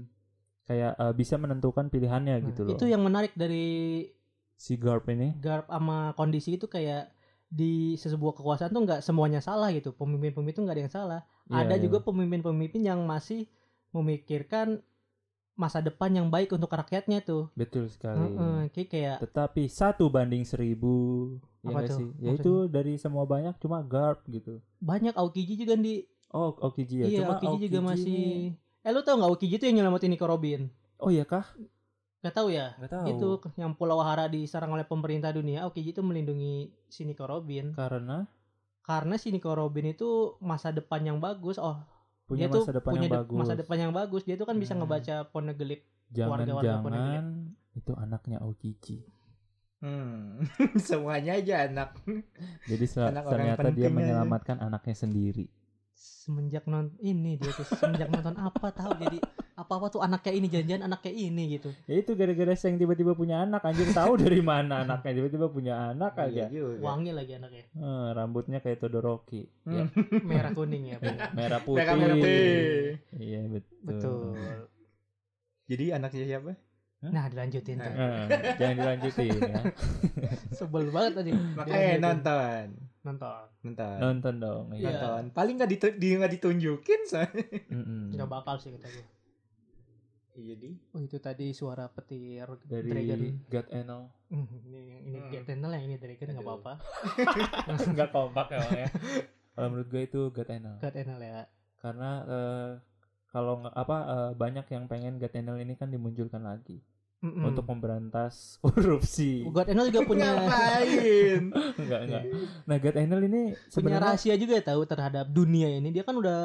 Speaker 2: kayak eh, bisa menentukan pilihannya
Speaker 1: nah,
Speaker 2: gitu loh.
Speaker 1: Itu yang menarik dari
Speaker 2: Si Garp ini.
Speaker 1: garap sama kondisi itu kayak di sebuah kekuasaan tuh nggak semuanya salah gitu pemimpin-pemimpin tuh nggak ada yang salah
Speaker 2: Iya,
Speaker 1: ada
Speaker 2: iya.
Speaker 1: juga pemimpin-pemimpin yang masih memikirkan masa depan yang baik untuk rakyatnya tuh
Speaker 2: betul sekali.
Speaker 1: Heeh, kayak kayak
Speaker 2: Tetapi satu banding seribu ya
Speaker 1: Apa
Speaker 2: nggak
Speaker 1: tuh?
Speaker 2: sih? Ya itu dari semua banyak cuma garp gitu.
Speaker 1: banyak Aokiji juga di
Speaker 2: Oh Aokiji ya.
Speaker 1: iya
Speaker 2: cuma
Speaker 1: Aokiji juga masih
Speaker 2: ini-
Speaker 1: eh lu tau nggak Aokiji tuh yang nyelamatin Nico Robin
Speaker 2: Oh iya kah?
Speaker 1: nggak tahu ya
Speaker 2: Gak tahu.
Speaker 1: itu yang Pulau Wahara diserang oleh pemerintah dunia Aokiji itu melindungi si Nico Robin
Speaker 2: karena
Speaker 1: karena si Nico Robin itu masa depan yang bagus oh
Speaker 2: punya
Speaker 1: dia tuh
Speaker 2: masa depan
Speaker 1: punya
Speaker 2: yang
Speaker 1: de-
Speaker 2: bagus.
Speaker 1: masa depan yang bagus dia tuh kan bisa
Speaker 2: Hmm.
Speaker 1: ngebaca Poneglyph warga-warga Poneglyph.
Speaker 2: Jangan-jangan itu anaknya Aokiji.
Speaker 3: Hmm. [LAUGHS] Semuanya aja anak.
Speaker 2: Jadi sel-
Speaker 3: Anak orang
Speaker 2: ternyata dia
Speaker 3: penting aja.
Speaker 2: menyelamatkan anaknya sendiri.
Speaker 1: semenjak nonton ini dia tuh semenjak nonton apa tahu jadi apa apa tuh anaknya ini janjian anaknya ini gitu
Speaker 2: Ya itu gara-gara yang tiba-tiba punya anak anjir tahu dari mana anaknya tiba-tiba punya anak
Speaker 3: Iya
Speaker 2: aja.
Speaker 3: juga.
Speaker 1: wangi lagi anaknya
Speaker 2: Eh, rambutnya kayak Todoroki.
Speaker 1: Hmm.
Speaker 2: Ya,
Speaker 1: merah kuning ya Pak.
Speaker 2: merah putih.
Speaker 3: Mereka merah
Speaker 2: Iya betul.
Speaker 1: betul
Speaker 3: Jadi anaknya siapa?
Speaker 1: nah dilanjutin tuh
Speaker 2: Eh, jangan dilanjutin ya.
Speaker 1: sebel banget tadi
Speaker 3: Makanya
Speaker 1: Dilanjutin.
Speaker 3: Iya, nonton.
Speaker 1: nonton
Speaker 3: Nonton.
Speaker 2: Nonton dong.
Speaker 1: Iya.
Speaker 2: Iya.
Speaker 3: Nonton. Paling nggak ditu- di nggak ditunjukin soalnya.
Speaker 2: Mm-mm.
Speaker 1: nggak bakal sih kata gue
Speaker 3: Iya di.
Speaker 1: oh itu tadi suara petir
Speaker 2: Dari
Speaker 1: dragon
Speaker 2: God Enel.
Speaker 1: Hmm, ini ini
Speaker 3: Hmm.
Speaker 1: Gate Tunnel yang ya, ini dragon nggak
Speaker 3: Aduh.
Speaker 1: apa-apa
Speaker 2: [LAUGHS] Nggak kompak emang ya. Kalau menurut gue itu God Enel.
Speaker 1: God Tunnel ya
Speaker 2: Karena eh, kalau nggak apa eh, banyak yang pengen God Enel ini kan dimunculkan lagi
Speaker 1: Mm-mm.
Speaker 2: untuk memberantas [LAUGHS] korupsi.
Speaker 1: God Tunnel juga punya
Speaker 3: Ngapain?
Speaker 2: enggak enggak. Nah God Enel ini
Speaker 1: punya
Speaker 2: sebenarnya
Speaker 1: rahasia juga ya tahu terhadap dunia ini dia kan udah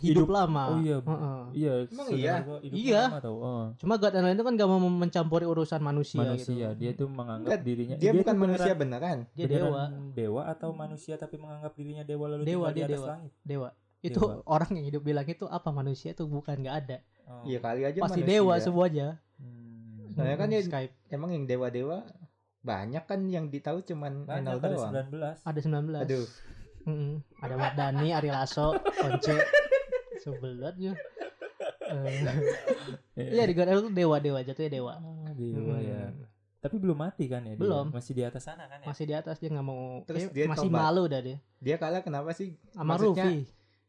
Speaker 1: hidup,
Speaker 2: Hidup.
Speaker 1: lama
Speaker 2: Oh iya.
Speaker 1: Heeh.
Speaker 2: Iya.
Speaker 3: Emang
Speaker 2: saudara
Speaker 3: iya?
Speaker 2: gua hidupnya
Speaker 1: Hmm. Iya.
Speaker 2: lama tau. Oh.
Speaker 1: cuma God and Lion itu kan gak mau mencampuri urusan manusia,
Speaker 2: Manusia
Speaker 1: gitu.
Speaker 2: dia tuh menganggap
Speaker 3: Enggak,
Speaker 2: dirinya
Speaker 3: Dia bukan
Speaker 2: tuh
Speaker 3: manusia
Speaker 2: beneran-
Speaker 3: beneran.
Speaker 1: dia
Speaker 2: beneran
Speaker 1: dewa
Speaker 2: dewa atau manusia tapi menganggap dirinya dewa lalu
Speaker 1: Dewa,
Speaker 2: tinggal di
Speaker 1: dia
Speaker 2: atas
Speaker 1: dewa.
Speaker 2: langit.
Speaker 1: dewa itu
Speaker 2: Dewa.
Speaker 1: [LAUGHS] orang yang hidup bilang itu apa manusia itu bukan nggak ada
Speaker 2: Oh.
Speaker 3: Iya kali aja
Speaker 1: pasti
Speaker 3: manusia.
Speaker 1: dewa semuanya
Speaker 2: Hmm.
Speaker 3: Soalnya kan
Speaker 1: Hmm,
Speaker 3: dia-
Speaker 1: Skype
Speaker 3: Emang yang dewa-dewa banyak kan yang ditahu cuman
Speaker 2: Banyak
Speaker 3: Enel
Speaker 2: ada
Speaker 3: doang.
Speaker 2: 19.
Speaker 1: ada 19
Speaker 3: Aduh.
Speaker 1: Mm-mm. ada Mat Dani Ari Lasso
Speaker 3: [LAUGHS]
Speaker 1: Once sebelat ya iya di God and Lion itu dewa dewa jatuhnya dewa
Speaker 2: Ah,
Speaker 3: Iya,
Speaker 2: dewa ya.
Speaker 1: Mm.
Speaker 2: Tapi belum mati kan ya dia?
Speaker 1: Belum.
Speaker 2: Masih di atas sana kan ya?
Speaker 1: masih di atas dia nggak mau
Speaker 3: Terus
Speaker 1: eh,
Speaker 3: dia
Speaker 1: masih
Speaker 3: tobat.
Speaker 1: malu dah dia
Speaker 3: Dia kalah kenapa sih?
Speaker 1: sama
Speaker 3: Maksudnya,
Speaker 1: Luffy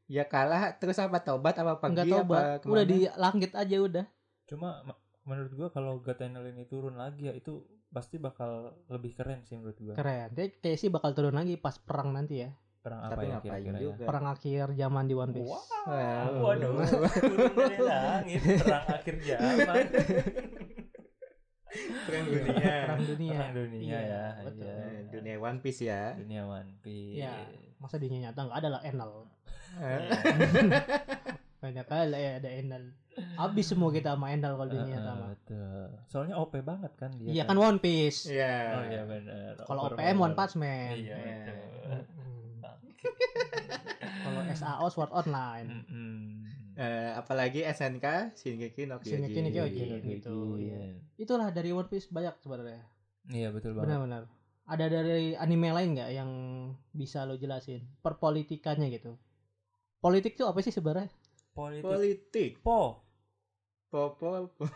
Speaker 3: Ya kalah terus apa tobat apa pergi
Speaker 1: nggak
Speaker 3: apa
Speaker 1: tobat
Speaker 3: kemana?
Speaker 1: udah di langit aja udah
Speaker 2: Cuma ma- menurut gua kalau God Tunnel ini turun lagi ya itu pasti bakal lebih keren sih menurut gua.
Speaker 1: Keren. Dia kayak sih bakal turun lagi pas perang nanti ya.
Speaker 2: Perang apa
Speaker 3: Tapi
Speaker 2: ya
Speaker 3: ngapain
Speaker 2: kira-kira ya?
Speaker 3: juga?
Speaker 1: Perang akhir zaman di One Piece.
Speaker 3: Wow.
Speaker 2: [LAUGHS] Waduh,
Speaker 1: [LAUGHS]
Speaker 2: turun dari langit, perang akhir zaman.
Speaker 4: perang dunia.
Speaker 1: perang dunia
Speaker 2: Perang dunia
Speaker 1: Iya,
Speaker 2: ya.
Speaker 1: betul.
Speaker 2: iya.
Speaker 3: Eh, dunia One Piece ya.
Speaker 2: Dunia One Piece. Iya,
Speaker 1: Iya. masa dunia nyata nggak ada lah enal
Speaker 3: Eh,
Speaker 1: banyak kali ya ada enal habis semua kita sama enal kalau dunia
Speaker 2: Heeh,
Speaker 1: nyata mah
Speaker 2: betul. Soalnya OP banget kan dia.
Speaker 1: iya kan One Piece
Speaker 3: Iya.
Speaker 2: Oh iya benar.
Speaker 1: kalau OPM One Punch Man
Speaker 2: Iya.
Speaker 3: Iya.
Speaker 2: betul.
Speaker 1: Mm.
Speaker 2: Bangkit.
Speaker 1: [LAUGHS] kalau SAO Sword Online
Speaker 2: Mm-mm.
Speaker 3: Eh, apalagi SNK Shingeki no Kyojin.
Speaker 1: Shingeki no
Speaker 2: Iya,
Speaker 1: Kyojin.
Speaker 2: kayak
Speaker 1: gitu,
Speaker 2: Iya.
Speaker 1: itulah dari One Piece banyak sebenarnya
Speaker 2: Iya betul banget.
Speaker 1: benar-benar ada dari anime lain nggak yang bisa lo jelasin perpolitikannya gitu politik tuh apa sih sebenarnya
Speaker 2: Politik.
Speaker 3: Politik.
Speaker 2: Po.
Speaker 3: Popo.
Speaker 2: Po.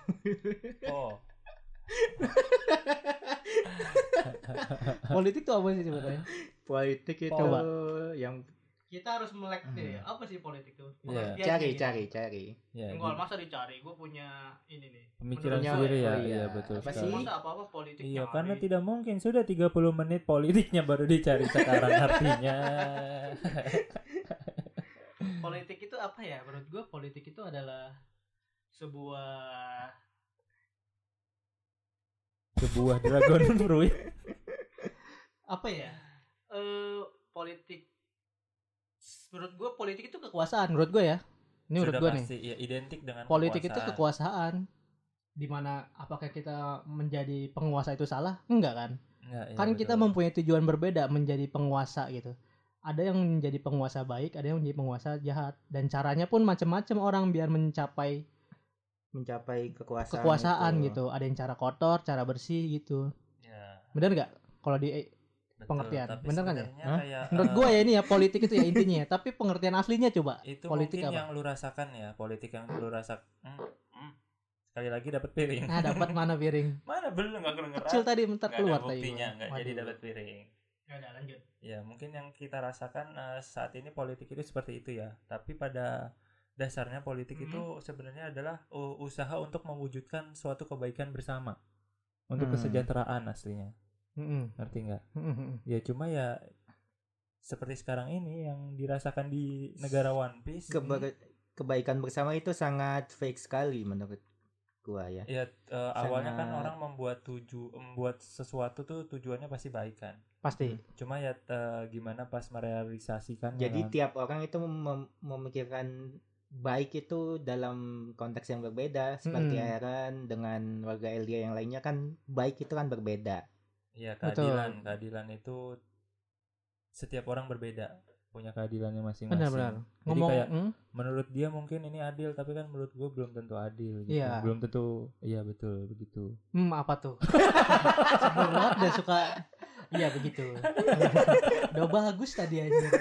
Speaker 1: politik tuh apa sih sebenarnya
Speaker 3: Politik itu
Speaker 1: Coba.
Speaker 3: yang
Speaker 1: kita harus melek
Speaker 3: diri,
Speaker 1: apa sih politik tuh
Speaker 2: Hmm. Iya.
Speaker 3: cari cari cari.
Speaker 2: Ya,
Speaker 1: masa dicari gue punya ini nih
Speaker 2: pemikiran
Speaker 3: Menurutnya-
Speaker 2: sendiri ya.
Speaker 3: oh, iya.
Speaker 2: Iya betul
Speaker 3: Apa
Speaker 2: sekali.
Speaker 3: sih?
Speaker 1: apa apa politik
Speaker 2: Iya, karena tidak mungkin sudah 30 menit politiknya baru dicari sekarang
Speaker 1: [LAUGHS]
Speaker 2: artinya.
Speaker 1: politik itu apa ya menurut gue politik itu adalah sebuah
Speaker 2: Sebuah Dragon [LAUGHS] Fruit.
Speaker 1: apa ya eh politik menurut gue politik itu kekuasaan menurut gue ya ini menurut
Speaker 2: Sudah
Speaker 1: gue nih
Speaker 2: pasti, ya, identik dengan
Speaker 1: politik itu
Speaker 2: kekuasaan.
Speaker 1: kekuasaan dimana apakah kita menjadi penguasa itu salah enggak kan
Speaker 2: Enggak, iya,
Speaker 1: kan kita
Speaker 2: betul.
Speaker 1: mempunyai tujuan berbeda menjadi penguasa gitu ada yang menjadi penguasa baik ada yang menjadi penguasa jahat dan caranya pun macam-macam orang biar mencapai
Speaker 3: Mencapai kekuasaan.
Speaker 1: kekuasaan
Speaker 3: itu.
Speaker 1: gitu ada yang cara kotor cara bersih gitu
Speaker 2: Iya,
Speaker 1: bener nggak kalau di
Speaker 2: betul.
Speaker 1: pengertian.
Speaker 2: Tapi
Speaker 1: Bener kan ya?
Speaker 2: sebenarnya
Speaker 3: Hah?
Speaker 2: kayak,
Speaker 1: menurut
Speaker 2: eh,
Speaker 1: gue ya ini ya politik itu ya intinya ya. tapi pengertian aslinya coba
Speaker 2: itu
Speaker 1: politik
Speaker 2: mungkin
Speaker 1: apa?
Speaker 2: yang lu rasakan ya, politik yang lu rasakan. Mm, Sekali lagi dapat piring.
Speaker 1: nah dapat mana piring
Speaker 2: Mana belum enggak kedengeran.
Speaker 1: kecil tadi bentar
Speaker 2: Nggak
Speaker 1: keluar
Speaker 2: ada
Speaker 1: tadi
Speaker 2: buktinya,
Speaker 1: gua.
Speaker 2: nggak jadi
Speaker 1: Waduh.
Speaker 2: dapat piring.
Speaker 1: Yaudah, lanjut
Speaker 2: Ya, mungkin yang kita rasakan eh, saat ini politik itu seperti itu ya. Tapi pada dasarnya politik itu
Speaker 1: Hmm.
Speaker 2: sebenarnya adalah u- usaha untuk mewujudkan suatu kebaikan bersama. Untuk
Speaker 3: Hmm.
Speaker 2: kesejahteraan aslinya.
Speaker 1: Mm-mm.
Speaker 2: Ngerti nggak?
Speaker 1: Mm-mm.
Speaker 2: Ya cuma ya seperti sekarang ini yang dirasakan di negara One Piece. ini,
Speaker 3: Keba- kebaikan bersama itu sangat fake sekali menurut gua
Speaker 1: Iya.
Speaker 2: ya
Speaker 3: ya.
Speaker 2: eh, awalnya kan
Speaker 3: sangat-
Speaker 2: orang membuat tuju membuat sesuatu tuh tujuannya pasti baik kan.
Speaker 1: pasti
Speaker 2: Cuma ya eh, gimana pas kan? merealisasikan
Speaker 3: Jadi tiap orang itu mem- memikirkan baik itu dalam konteks yang berbeda. Seperti
Speaker 1: Mm-mm.
Speaker 3: Aaron dengan warga Elia yang lainnya kan baik itu kan berbeda.
Speaker 2: Iya
Speaker 1: Betul.
Speaker 2: keadilan, keadilan itu setiap orang berbeda punya keadilannya masing-masing.
Speaker 1: benar-benar
Speaker 2: Jadi
Speaker 1: ngomong
Speaker 2: kayak
Speaker 1: mm,
Speaker 2: menurut dia mungkin ini adil, tapi kan menurut gue belum tentu adil. gitu.
Speaker 1: Iya.
Speaker 2: Belum tentu, iya betul begitu.
Speaker 1: hmm, apa tuh [LAUGHS] sebel banget udah suka iya begitu udah bagus tadi aja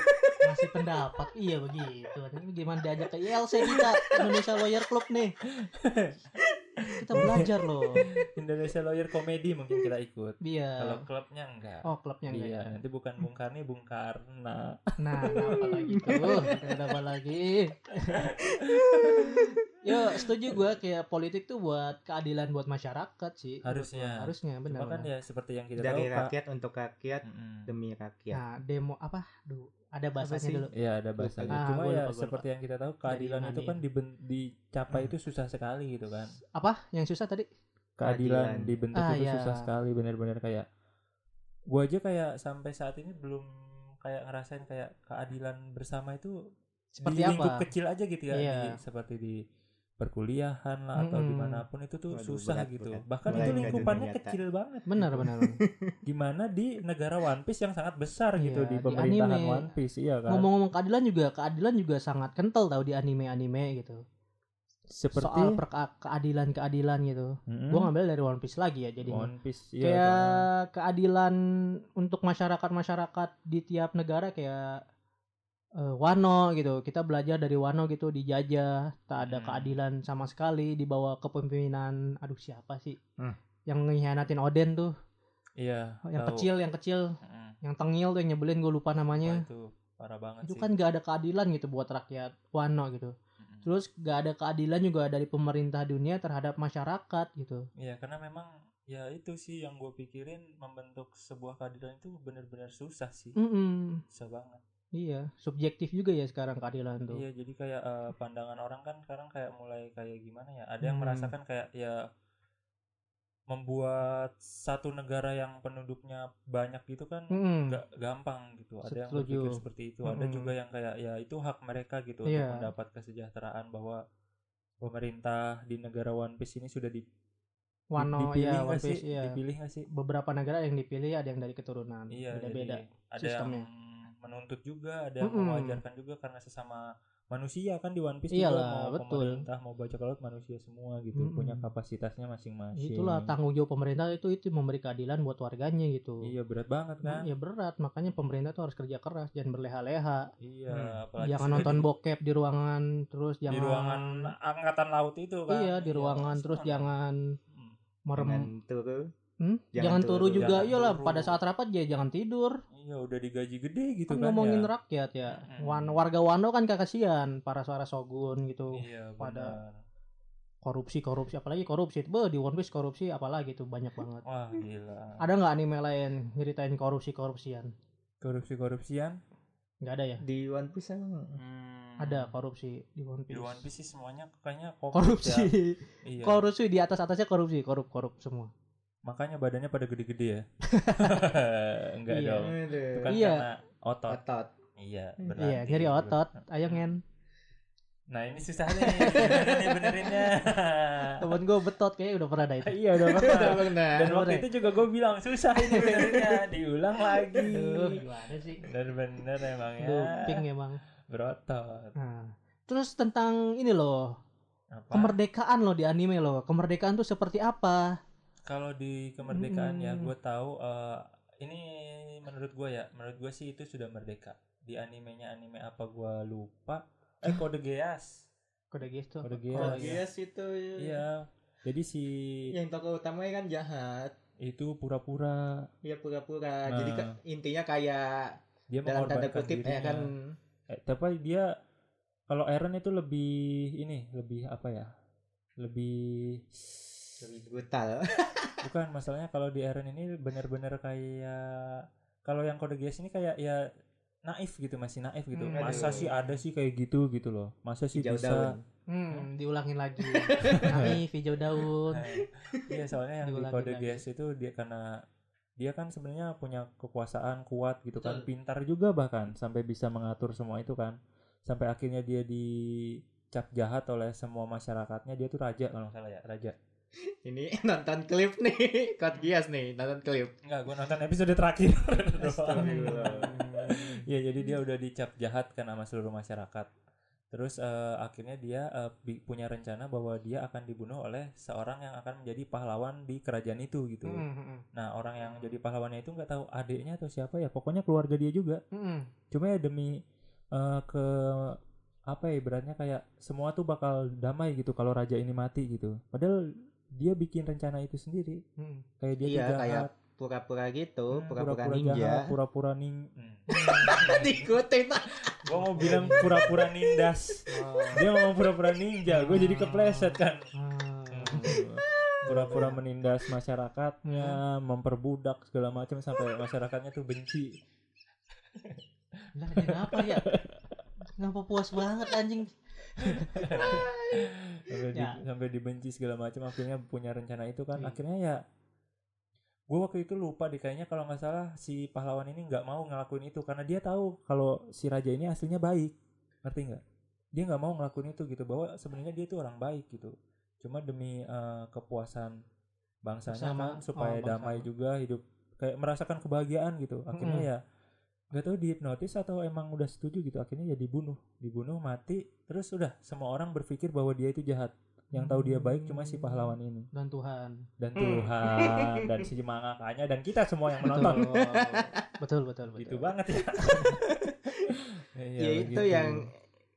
Speaker 1: masih pendapat iya begitu ini gimana diajak ke ILC kita Indonesia Lawyer Club nih kita belajar loh
Speaker 2: Indonesia Lawyer Comedy mungkin kita ikut. Kalau
Speaker 1: iya
Speaker 2: klubnya enggak.
Speaker 1: oh klubnya enggak
Speaker 2: iya,
Speaker 1: ya.
Speaker 2: nanti bukan Bung Karni, Bung Karna.
Speaker 1: Nah, kenapa lagi tuh? Kenapa lagi? Yo, setuju gua kayak politik tuh buat keadilan buat masyarakat sih.
Speaker 2: Harusnya.
Speaker 1: Harusnya benar.
Speaker 2: Cuma kan
Speaker 1: benar.
Speaker 2: ya seperti yang kita tahu,
Speaker 3: Dari
Speaker 2: Pak.
Speaker 3: rakyat untuk rakyat
Speaker 2: Mm-mm.
Speaker 3: demi rakyat.
Speaker 1: Nah, demo apa? Duh, ada
Speaker 3: ya- sih?
Speaker 1: bahasanya dulu.
Speaker 2: Iya ada bahasanya.
Speaker 1: Ah,
Speaker 2: Cuma
Speaker 1: gua
Speaker 2: ya
Speaker 1: lupa, gua
Speaker 2: seperti yang kita tahu keadilan
Speaker 1: Dari
Speaker 2: itu
Speaker 1: Yunani.
Speaker 2: kan diben- dicapai itu susah sekali gitu kan.
Speaker 1: Apa? Yang susah tadi?
Speaker 2: Keadilan
Speaker 3: Keadilan.
Speaker 2: dibentuk
Speaker 1: Ah,
Speaker 2: itu
Speaker 1: iya.
Speaker 2: susah sekali benar-benar kayak gua aja kayak sampai saat ini belum kayak ngerasain kayak keadilan bersama itu
Speaker 1: Seperti
Speaker 2: di lingkup
Speaker 1: apa?
Speaker 2: kecil aja gitu ya
Speaker 1: Iya.
Speaker 2: di- seperti di perkuliahan lah atau
Speaker 1: Mm-mm.
Speaker 2: dimanapun itu tuh
Speaker 3: Waduh,
Speaker 2: susah
Speaker 3: berat,
Speaker 2: gitu
Speaker 3: berat.
Speaker 2: bahkan
Speaker 1: Mulai
Speaker 2: itu
Speaker 1: ke dunia
Speaker 2: lingkupannya
Speaker 3: nyata.
Speaker 2: kecil banget
Speaker 1: Benar,
Speaker 2: gitu.
Speaker 1: benar.
Speaker 2: [LAUGHS] gimana di negara One Piece yang sangat besar gitu
Speaker 1: Iya,
Speaker 2: di
Speaker 1: di
Speaker 2: pemerintahan
Speaker 1: anime.
Speaker 2: One Piece iya kan
Speaker 1: Ngomong-ngomong keadilan juga, keadilan juga sangat kental tau di anime-anime gitu.
Speaker 2: seperti
Speaker 1: Soal perka- keadilan-keadilan gitu.
Speaker 2: Mm-mm.
Speaker 1: Gua ngambil dari One Piece lagi ya jadi.
Speaker 2: One Piece iya benar.
Speaker 1: kayak keadilan untuk masyarakat-masyarakat di tiap negara kayak eh, Wano gitu. Kita belajar dari Wano gitu dijajah, tak ada
Speaker 2: Hmm.
Speaker 1: keadilan sama sekali di bawah kepemimpinan aduh siapa sih?
Speaker 3: Hmm.
Speaker 1: Yang ngehianatin Oden tuh,
Speaker 2: iya
Speaker 1: yang
Speaker 2: tahu.
Speaker 1: kecil, yang kecil,
Speaker 2: Mm-mm.
Speaker 1: yang tengil tuh yang nyebelin gue lupa
Speaker 2: Wah,
Speaker 1: namanya.
Speaker 2: itu parah banget
Speaker 1: Itu
Speaker 2: sih
Speaker 1: kan gak ada keadilan gitu buat rakyat Wano gitu.
Speaker 2: Mm-mm.
Speaker 1: Terus gak ada keadilan juga dari pemerintah dunia terhadap masyarakat gitu.
Speaker 2: Iya karena memang ya itu sih yang gue pikirin membentuk sebuah keadilan itu benar-benar susah sih
Speaker 1: Mm. Mm-mm.
Speaker 2: susah banget
Speaker 1: Iya, subjektif juga ya sekarang keadilan tuh.
Speaker 2: iya jadi kayak eh,
Speaker 1: Mm.
Speaker 2: pandangan orang kan sekarang kayak mulai kayak gimana ya ada yang
Speaker 1: Hmm.
Speaker 2: merasakan kayak ya membuat satu negara yang penduduknya banyak gitu kan
Speaker 1: Mm-mm.
Speaker 2: nggak gampang gitu ada yang
Speaker 1: Setuju.
Speaker 2: berpikir seperti itu ada
Speaker 1: Mm-mm.
Speaker 2: juga yang kayak ya itu hak mereka gitu
Speaker 1: Iya.
Speaker 2: untuk mendapat kesejahteraan bahwa pemerintah di negara One Piece ini sudah di, di-
Speaker 1: Wano
Speaker 2: dipilih
Speaker 1: ya,
Speaker 2: nggak
Speaker 1: One
Speaker 2: sih
Speaker 1: Piece, ya.
Speaker 2: dipilih nggak sih
Speaker 1: beberapa negara yang dipilih ada yang dari keturunan
Speaker 2: iya
Speaker 1: beda-beda
Speaker 2: jadi ada
Speaker 1: sistemnya.
Speaker 2: yang menuntut juga ada yang
Speaker 1: Mm-mm.
Speaker 2: mewajarkan juga karena sesama manusia kan di One Piece
Speaker 1: Iyalah,
Speaker 2: juga mau
Speaker 1: betul.
Speaker 2: pemerintah mau baca laut manusia semua gitu
Speaker 1: Mm-mm.
Speaker 2: punya kapasitasnya masing-masing
Speaker 1: itulah tanggung jawab pemerintah itu itu memberi keadilan buat warganya gitu
Speaker 2: iya berat banget kan
Speaker 1: ya berat makanya pemerintah tuh harus kerja keras jangan berleha-leha
Speaker 2: Iya,
Speaker 3: Hmm.
Speaker 2: apalagi
Speaker 1: jangan
Speaker 2: sudah [LAUGHS]
Speaker 1: nonton
Speaker 2: di-
Speaker 1: bokep di ruangan terus
Speaker 2: di
Speaker 1: jangan
Speaker 2: ruangan angkatan laut itu kan.
Speaker 1: iya di ruangan terus
Speaker 2: senang.
Speaker 1: jangan
Speaker 2: Hmm,
Speaker 1: merem
Speaker 3: Jangan turu.
Speaker 1: Hmm?
Speaker 3: jangan
Speaker 1: jangan, turu
Speaker 3: turu,
Speaker 1: juga
Speaker 2: jangan
Speaker 1: iyalah
Speaker 2: turu.
Speaker 1: pada saat rapat ya jangan tidur
Speaker 2: Iya, udah digaji gede gitu
Speaker 1: kan
Speaker 2: kan.
Speaker 1: ngomongin
Speaker 2: ya.
Speaker 1: rakyat ya
Speaker 2: Mm-mm.
Speaker 1: Wan- warga Wano kan kasihan para suara shogun gitu
Speaker 2: Iya, pada
Speaker 1: pada- korupsi korupsi apalagi korupsi Beuh, di One Piece korupsi apalagi itu banyak banget
Speaker 2: Wah, gila.
Speaker 1: ada nggak anime lain nyeritain korupsi korupsian
Speaker 2: Korupsi-korupsian?
Speaker 1: nggak ada ya
Speaker 3: Di One Piece emang
Speaker 2: Hmm,
Speaker 1: ada korupsi di One
Speaker 2: Di
Speaker 1: Piece,
Speaker 2: One Piece sih semuanya kayaknya korup
Speaker 1: korupsi
Speaker 2: ya. Iya.
Speaker 1: [LAUGHS] korupsi di atas atasnya korupsi korup korup semua
Speaker 2: Makanya badannya pada gede-gede
Speaker 1: [LAUGHS]
Speaker 2: ya. Enggak
Speaker 1: Iya.
Speaker 2: dong. Itu kan
Speaker 1: Iya.
Speaker 2: karena otot.
Speaker 3: otot.
Speaker 2: Iya,
Speaker 3: Iya,
Speaker 2: berarti.
Speaker 1: iya nyari otot ayo ngen
Speaker 2: Nah, ini susah nih. [LAUGHS] Gimana nih
Speaker 1: [LAUGHS]
Speaker 2: benerinnya?
Speaker 1: temen gue betot kayaknya udah pernah ada itu
Speaker 2: iya, udah
Speaker 3: Udah pernah.
Speaker 2: Dan waktu
Speaker 1: bener ya?
Speaker 2: itu juga gue bilang susah ini benernya diulang lagi.
Speaker 1: Aduh, gimana
Speaker 2: Ya.
Speaker 1: sih
Speaker 2: Bener-bener emang ya.
Speaker 1: doping emang
Speaker 2: Berotot.
Speaker 1: Nah, terus tentang ini loh,
Speaker 2: Apa?
Speaker 1: kemerdekaan loh di anime loh. Kemerdekaan tuh seperti apa?
Speaker 2: Kalau di kemerdekaan ya,
Speaker 1: Mm-mm.
Speaker 2: gue tahu eh, ini menurut gue ya, menurut gue sih itu sudah merdeka. Di animenya anime apa gue lupa. Eh Kode Geass.
Speaker 1: Kode Geass tuh.
Speaker 2: Kode
Speaker 3: Oh,
Speaker 2: Geass.
Speaker 3: iya sih itu.
Speaker 2: Iya. Jadi si
Speaker 3: Yang tokoh utamanya kan jahat.
Speaker 2: itu pura-pura
Speaker 3: Ya pura-pura.
Speaker 2: Nah.
Speaker 3: Jadi ka- intinya kayak
Speaker 2: dia
Speaker 3: dalam tanda
Speaker 2: mengorbankan
Speaker 3: kutip ya
Speaker 2: dirinya.
Speaker 3: kan
Speaker 2: Eh, tapi dia kalau Eren itu lebih ini, lebih apa ya? Lebih
Speaker 3: lebih brutal. [LAUGHS]
Speaker 2: Bukan masalahnya kalau di Eren ini bener-bener kayak kalau yang kode Geass ini kayak ya naif gitu masih naif gitu.
Speaker 1: Hmm,
Speaker 2: Masa
Speaker 3: aduh.
Speaker 2: sih ada sih kayak gitu gitu loh. Masa sih
Speaker 3: Hijau
Speaker 2: bisa
Speaker 3: daun.
Speaker 1: Hmm, diulangin [LAUGHS] lagi. Kami hijau daun.
Speaker 2: [LAUGHS] Nah, Iya soalnya yang di
Speaker 1: Diulangin
Speaker 2: kode
Speaker 1: lagi.
Speaker 2: Geass itu dia karena dia kan sebenarnya punya kekuasaan kuat gitu kan, pintar juga bahkan sampai bisa mengatur semua itu kan. Sampai akhirnya dia dicap jahat oleh semua masyarakatnya, dia tuh raja kalau nggak salah ya, raja.
Speaker 3: Ini [LAUGHS] nonton klip nih. Kot Gias nih, nonton klip.
Speaker 2: Enggak, gue nonton episode terakhir. [LAUGHS]
Speaker 3: Astagfirullah.
Speaker 2: ya jadi dia udah dicap jahat kan sama seluruh masyarakat. Terus eh, akhirnya dia eh, bi- punya rencana bahwa dia akan dibunuh oleh seorang yang akan menjadi pahlawan di kerajaan itu gitu.
Speaker 1: Hmm, hmm, hmm.
Speaker 2: Nah orang yang jadi pahlawannya itu nggak tahu adiknya atau siapa ya. Pokoknya keluarga dia juga.
Speaker 1: Hmm, hmm.
Speaker 2: Cuma ya demi eh, ke apa ya beratnya kayak semua tuh bakal damai gitu kalau raja ini mati gitu. Padahal dia bikin rencana itu sendiri.
Speaker 1: Hmm.
Speaker 2: Kayak dia
Speaker 3: Iya,
Speaker 2: tuh jahat.
Speaker 3: kayak pura-pura gitu,
Speaker 2: Hmm,
Speaker 3: pura-pura
Speaker 2: jahat,
Speaker 3: [LAUGHS] ninja.
Speaker 2: pura-pura ning
Speaker 3: Diikutin
Speaker 2: gua mau bilang pura-pura nindas dia ngomong pura-pura ninja gue jadi kepleset kan
Speaker 1: Ah.
Speaker 2: pura-pura menindas masyarakatnya memperbudak segala macam sampai masyarakatnya tuh benci
Speaker 1: Lah, kenapa ya? Kenapa puas banget anjing?
Speaker 2: sampai, di-
Speaker 1: Ya.
Speaker 2: sampai dibenci segala macam akhirnya punya rencana itu kan
Speaker 1: Hmm.
Speaker 2: akhirnya ya gue waktu itu lupa deh kayaknya kalau nggak salah si pahlawan ini nggak mau ngelakuin itu karena dia tahu kalau si raja ini aslinya baik ngerti nggak dia nggak mau ngelakuin itu gitu bahwa sebenarnya dia tuh orang baik gitu cuma demi eh, kepuasan bangsanya
Speaker 1: Bersama.
Speaker 2: kan supaya
Speaker 1: Oh, bangsa.
Speaker 2: damai juga hidup kayak merasakan kebahagiaan gitu akhirnya
Speaker 1: Mm-mm.
Speaker 2: ya nggak tahu dihipnotis atau emang udah setuju gitu akhirnya ya dibunuh dibunuh mati terus udah semua orang berpikir bahwa dia itu jahat yang tahu dia baik cuma si pahlawan ini
Speaker 1: Dan Tuhan.
Speaker 2: dan
Speaker 3: Hmm. [LAUGHS]
Speaker 2: Tuhan dan si mangakanya dan kita semua yang
Speaker 1: Betul.
Speaker 2: menonton
Speaker 1: betul, betul, betul.
Speaker 2: gitu banget ya Iya,
Speaker 3: [LAUGHS] ya itu
Speaker 2: begitu.
Speaker 3: yang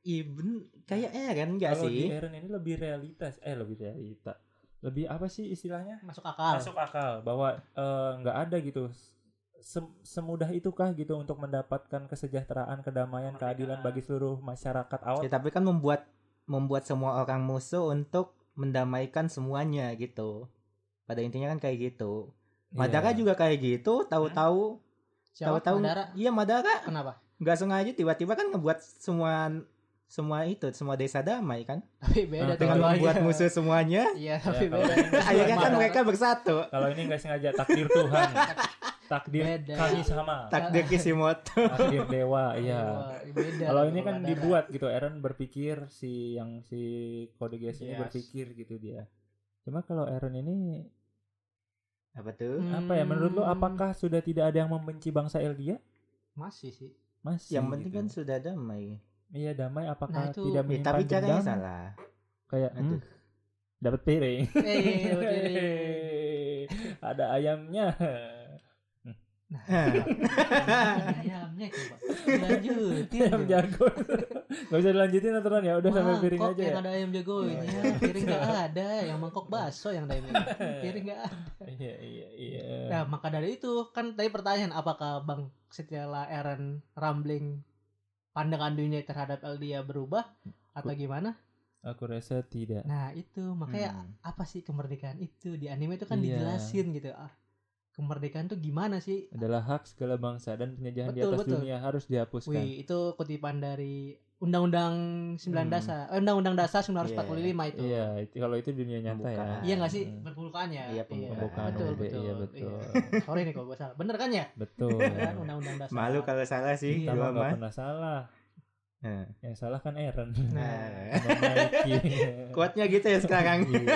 Speaker 3: Ibn kayak Eren gak
Speaker 2: kalau di
Speaker 3: sih?
Speaker 2: Eren ini lebih realitas eh lebih realita lebih apa sih istilahnya
Speaker 1: Masuk akal.
Speaker 2: masuk akal bahwa eh, nggak ada gitu Sem- semudah itukah gitu untuk mendapatkan kesejahteraan kedamaian keadilan bagi seluruh masyarakat awam
Speaker 3: Ya, tapi kan membuat membuat semua orang musuh untuk mendamaikan semuanya gitu. Pada intinya kan kayak gitu. Madara
Speaker 2: Iya.
Speaker 3: juga kayak gitu, tahu-tahu
Speaker 1: Siapa
Speaker 3: tahu-tahu
Speaker 1: Madara?
Speaker 3: iya Madara
Speaker 1: Kenapa?
Speaker 3: nggak sengaja tiba-tiba kan ngebuat semua semua itu semua desa damai kan
Speaker 1: Tapi beda
Speaker 2: Nah,
Speaker 3: dengan
Speaker 2: Tujuannya.
Speaker 3: membuat musuh semuanya
Speaker 1: Iya, tapi
Speaker 2: kalau
Speaker 1: beda.
Speaker 2: ini nggak
Speaker 3: akhirnya kan
Speaker 2: sengaja-
Speaker 3: mereka bersatu
Speaker 2: kalau ini nggak sengaja takdir Tuhan takdir
Speaker 1: Beda.
Speaker 2: kami sama
Speaker 3: takdir Kishimoto
Speaker 2: takdir dewa iya
Speaker 1: Wah, Beda.
Speaker 2: kalau ini kan
Speaker 1: Ada.
Speaker 2: dibuat gitu Eren berpikir si yang si kode Geass ini
Speaker 3: Yes.
Speaker 2: berpikir gitu dia cuma kalau Eren ini
Speaker 3: apa tuh
Speaker 1: Hmm,
Speaker 2: apa ya menurut lo apakah sudah tidak ada yang membenci bangsa Eldia
Speaker 1: masih sih?
Speaker 2: masih
Speaker 3: yang penting
Speaker 2: gitu.
Speaker 3: kan sudah damai
Speaker 2: iya damai apakah
Speaker 1: Nah, itu-
Speaker 2: tidak
Speaker 3: Eh,
Speaker 2: menyimpan
Speaker 3: tapi caranya
Speaker 2: dendam?
Speaker 3: salah
Speaker 2: kayak
Speaker 3: Aduh.
Speaker 2: hmm, dapat piring
Speaker 1: Eh, betul.
Speaker 2: [LAUGHS] ada ayamnya
Speaker 1: Nah,
Speaker 3: Hah.
Speaker 1: ayamnya coba. Lanjutin.
Speaker 2: ayam
Speaker 1: coba.
Speaker 2: jago [LAUGHS] nggak bisa dilanjutin aturan ya udah sampai piring
Speaker 1: Mangkok
Speaker 2: aja
Speaker 1: yang
Speaker 2: ya
Speaker 1: ada ayam jagoin
Speaker 3: Iya,
Speaker 1: ya. Piring gak ada, yang mangkok baso yang ada ayam. Piring gak ada.
Speaker 2: [LAUGHS] iya iya iya
Speaker 1: Nah, maka dari itu kan tadi pertanyaan apakah Bang setelah Eren rambling pandangan dunia terhadap Eldia berubah atau gimana?
Speaker 2: aku rasa tidak
Speaker 1: Nah, itu makanya
Speaker 3: Hmm.
Speaker 1: apa sih kemerdekaan itu di anime itu kan
Speaker 2: Iya.
Speaker 1: dijelasin gitu. Ah, kemerdekaan tuh gimana sih?
Speaker 2: adalah hak segala bangsa dan penjajahan di
Speaker 1: Betul,
Speaker 2: atas
Speaker 1: betul.
Speaker 2: dunia harus dihapuskan
Speaker 1: Wih, itu kutipan dari Undang-Undang 9
Speaker 3: Hmm.
Speaker 1: Dasar. eh, Undang-Undang Dasar 1945 itu.
Speaker 2: iya itu- kalau itu dunia nyata ya
Speaker 3: Pembukaan.
Speaker 1: Iya nggak sih?
Speaker 2: Hmm.
Speaker 1: Perbukaan ya?
Speaker 3: Iya, pembukaan.
Speaker 1: Betul,
Speaker 2: UUD,
Speaker 1: betul.
Speaker 2: iya, betul. Iya.
Speaker 1: Iya. Sorry nih kalau gue salah. Bener kan ya?
Speaker 2: [LAUGHS] betul
Speaker 1: Kan Undang-Undang Dasar.
Speaker 3: malu kalau salah sih
Speaker 1: Iya.
Speaker 2: kita mah
Speaker 3: gua
Speaker 2: nggak
Speaker 3: mah
Speaker 2: pernah salah
Speaker 3: Eh.
Speaker 2: yang salah kan Eren
Speaker 1: Nah.
Speaker 2: Sama Mikey.
Speaker 3: kuatnya gitu ya
Speaker 2: [LAUGHS]
Speaker 3: sekarang
Speaker 2: Iya.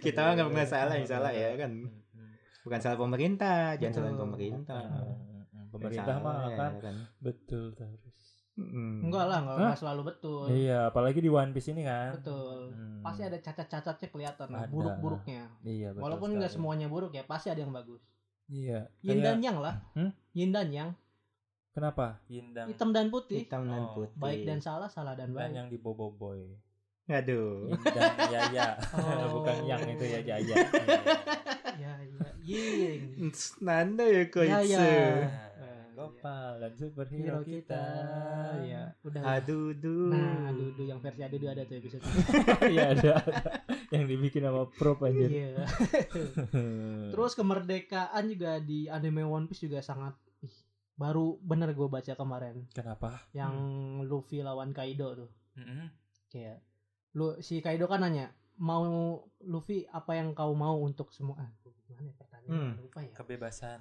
Speaker 3: kita mah nggak pernah
Speaker 2: Iya,
Speaker 3: salah yang
Speaker 2: nggak
Speaker 3: salah
Speaker 2: pernah.
Speaker 3: ya kan
Speaker 2: Mm-mm.
Speaker 3: bukan salah pemerintah jangan
Speaker 1: Betul.
Speaker 3: salahin pemerintah
Speaker 2: Mm-mm. pemerintah
Speaker 3: Salah
Speaker 2: mah
Speaker 3: ya,
Speaker 2: kan
Speaker 3: kan.
Speaker 2: betul terus
Speaker 3: Mm.
Speaker 1: Enggak lah, enggak,
Speaker 2: Hah?
Speaker 1: enggak selalu betul.
Speaker 2: iya apalagi di One Piece ini kan
Speaker 1: Betul.
Speaker 2: Mm.
Speaker 1: Pasti ada cacat-cacatnya kelihatan,
Speaker 2: Ada.
Speaker 1: buruk-buruknya.
Speaker 2: iya betul
Speaker 1: Walaupun nggak
Speaker 2: sekali.
Speaker 1: semuanya buruk ya, pasti ada yang bagus.
Speaker 2: iya
Speaker 1: Yin
Speaker 2: Kayak-
Speaker 1: dan yang lah.
Speaker 2: Hmm?
Speaker 1: Yin dan yang,
Speaker 2: kenapa Yindang
Speaker 1: hitam dan putih,
Speaker 3: hitam
Speaker 2: Oh.
Speaker 3: dan putih
Speaker 1: baik dan salah, salah dan
Speaker 2: dan
Speaker 1: baik.
Speaker 2: yang [LAUGHS] di Bobo Boy
Speaker 1: [LAUGHS]
Speaker 3: aduh
Speaker 2: Yindang Yaya [LAUGHS]
Speaker 1: Oh.
Speaker 2: bukan yang itu ya
Speaker 1: [LAUGHS]
Speaker 2: Yaya
Speaker 1: Ya, ya. Yin.
Speaker 3: [LAUGHS] nanda ya
Speaker 1: ya,
Speaker 3: koitsu
Speaker 1: ya.
Speaker 2: Gopal dan
Speaker 1: Hero
Speaker 2: superhero
Speaker 1: kita.
Speaker 2: kita
Speaker 1: Ya, udah.
Speaker 3: aduh duh
Speaker 1: Nah, Dudu yang versi Adudu ada tuh episode.
Speaker 2: [LAUGHS] Iya ada yang dibikin sama prop [LAUGHS] aja
Speaker 1: Iya. [LAUGHS] Terus kemerdekaan juga di anime One Piece juga sangat ih, baru bener gue baca kemarin
Speaker 2: kenapa
Speaker 1: yang
Speaker 3: Hmm.
Speaker 1: Luffy lawan Kaido tuh kayak lu si Kaido kan nanya mau Luffy apa yang kau mau untuk semua ah, gimana ya pertanyaan
Speaker 3: Hmm.
Speaker 1: lupa ya
Speaker 2: kebebasan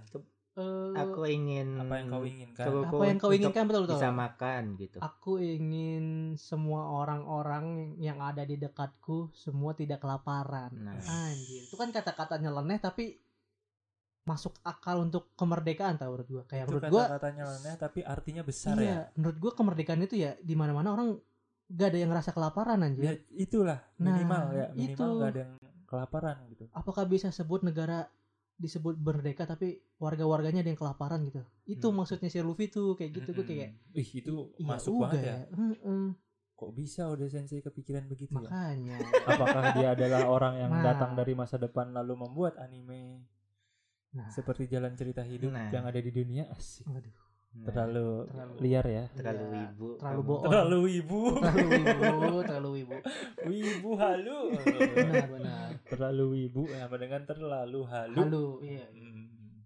Speaker 1: Eh,
Speaker 3: aku ingin
Speaker 2: apa yang kau inginkan
Speaker 3: Coba-
Speaker 1: apa yang kau
Speaker 3: untuk
Speaker 1: inginkan betul betul
Speaker 3: bisa makan gitu
Speaker 1: aku ingin semua orang-orang yang ada di dekatku semua tidak kelaparan
Speaker 3: nah
Speaker 1: Anjir, itu kan kata-kata nyeleneh tapi masuk akal untuk kemerdekaan tau menurut gua. Kayak
Speaker 2: itu
Speaker 1: menurut gua
Speaker 2: kata-katanya leneh tapi artinya besar
Speaker 1: iya,
Speaker 2: ya
Speaker 1: menurut gua kemerdekaan itu ya di mana-mana orang gak ada yang ngerasa kelaparan
Speaker 2: ya
Speaker 1: anjir.
Speaker 2: itulah
Speaker 1: Nah,
Speaker 2: minimal ya minimal
Speaker 1: itu.
Speaker 2: nggak ada yang kelaparan gitu
Speaker 1: Apakah bisa sebut negara disebut berdeka tapi warga-warganya ada yang kelaparan gitu. Itu
Speaker 3: Hmm.
Speaker 1: maksudnya si Luffy tuh kayak gitu gua
Speaker 2: Mm-mm.
Speaker 1: kayak
Speaker 2: ih itu
Speaker 1: iya
Speaker 2: masuk
Speaker 1: uga
Speaker 2: banget ya.
Speaker 1: Heeh,
Speaker 2: kok bisa udah sensei kepikiran begitu ya [LAUGHS]
Speaker 1: Makanya.
Speaker 2: apakah dia
Speaker 1: [LAUGHS]
Speaker 2: adalah orang yang
Speaker 1: Nah.
Speaker 2: datang dari masa depan lalu membuat anime
Speaker 1: Nah.
Speaker 2: seperti jalan cerita hidup
Speaker 3: Nah.
Speaker 2: yang ada di dunia asik
Speaker 1: Waduh,
Speaker 3: nah,
Speaker 2: terlalu,
Speaker 1: Terlalu.
Speaker 2: liar ya
Speaker 3: terlalu
Speaker 1: Iya,
Speaker 3: ibu
Speaker 1: terlalu bohong.
Speaker 2: terlalu wibu [LAUGHS]
Speaker 1: Terlalu wibu, terlalu wibu.
Speaker 2: wibu halu
Speaker 1: Benar, benar.
Speaker 2: terlalu wibu sama dengan terlalu halu,
Speaker 1: Halo, iya.
Speaker 2: Mm.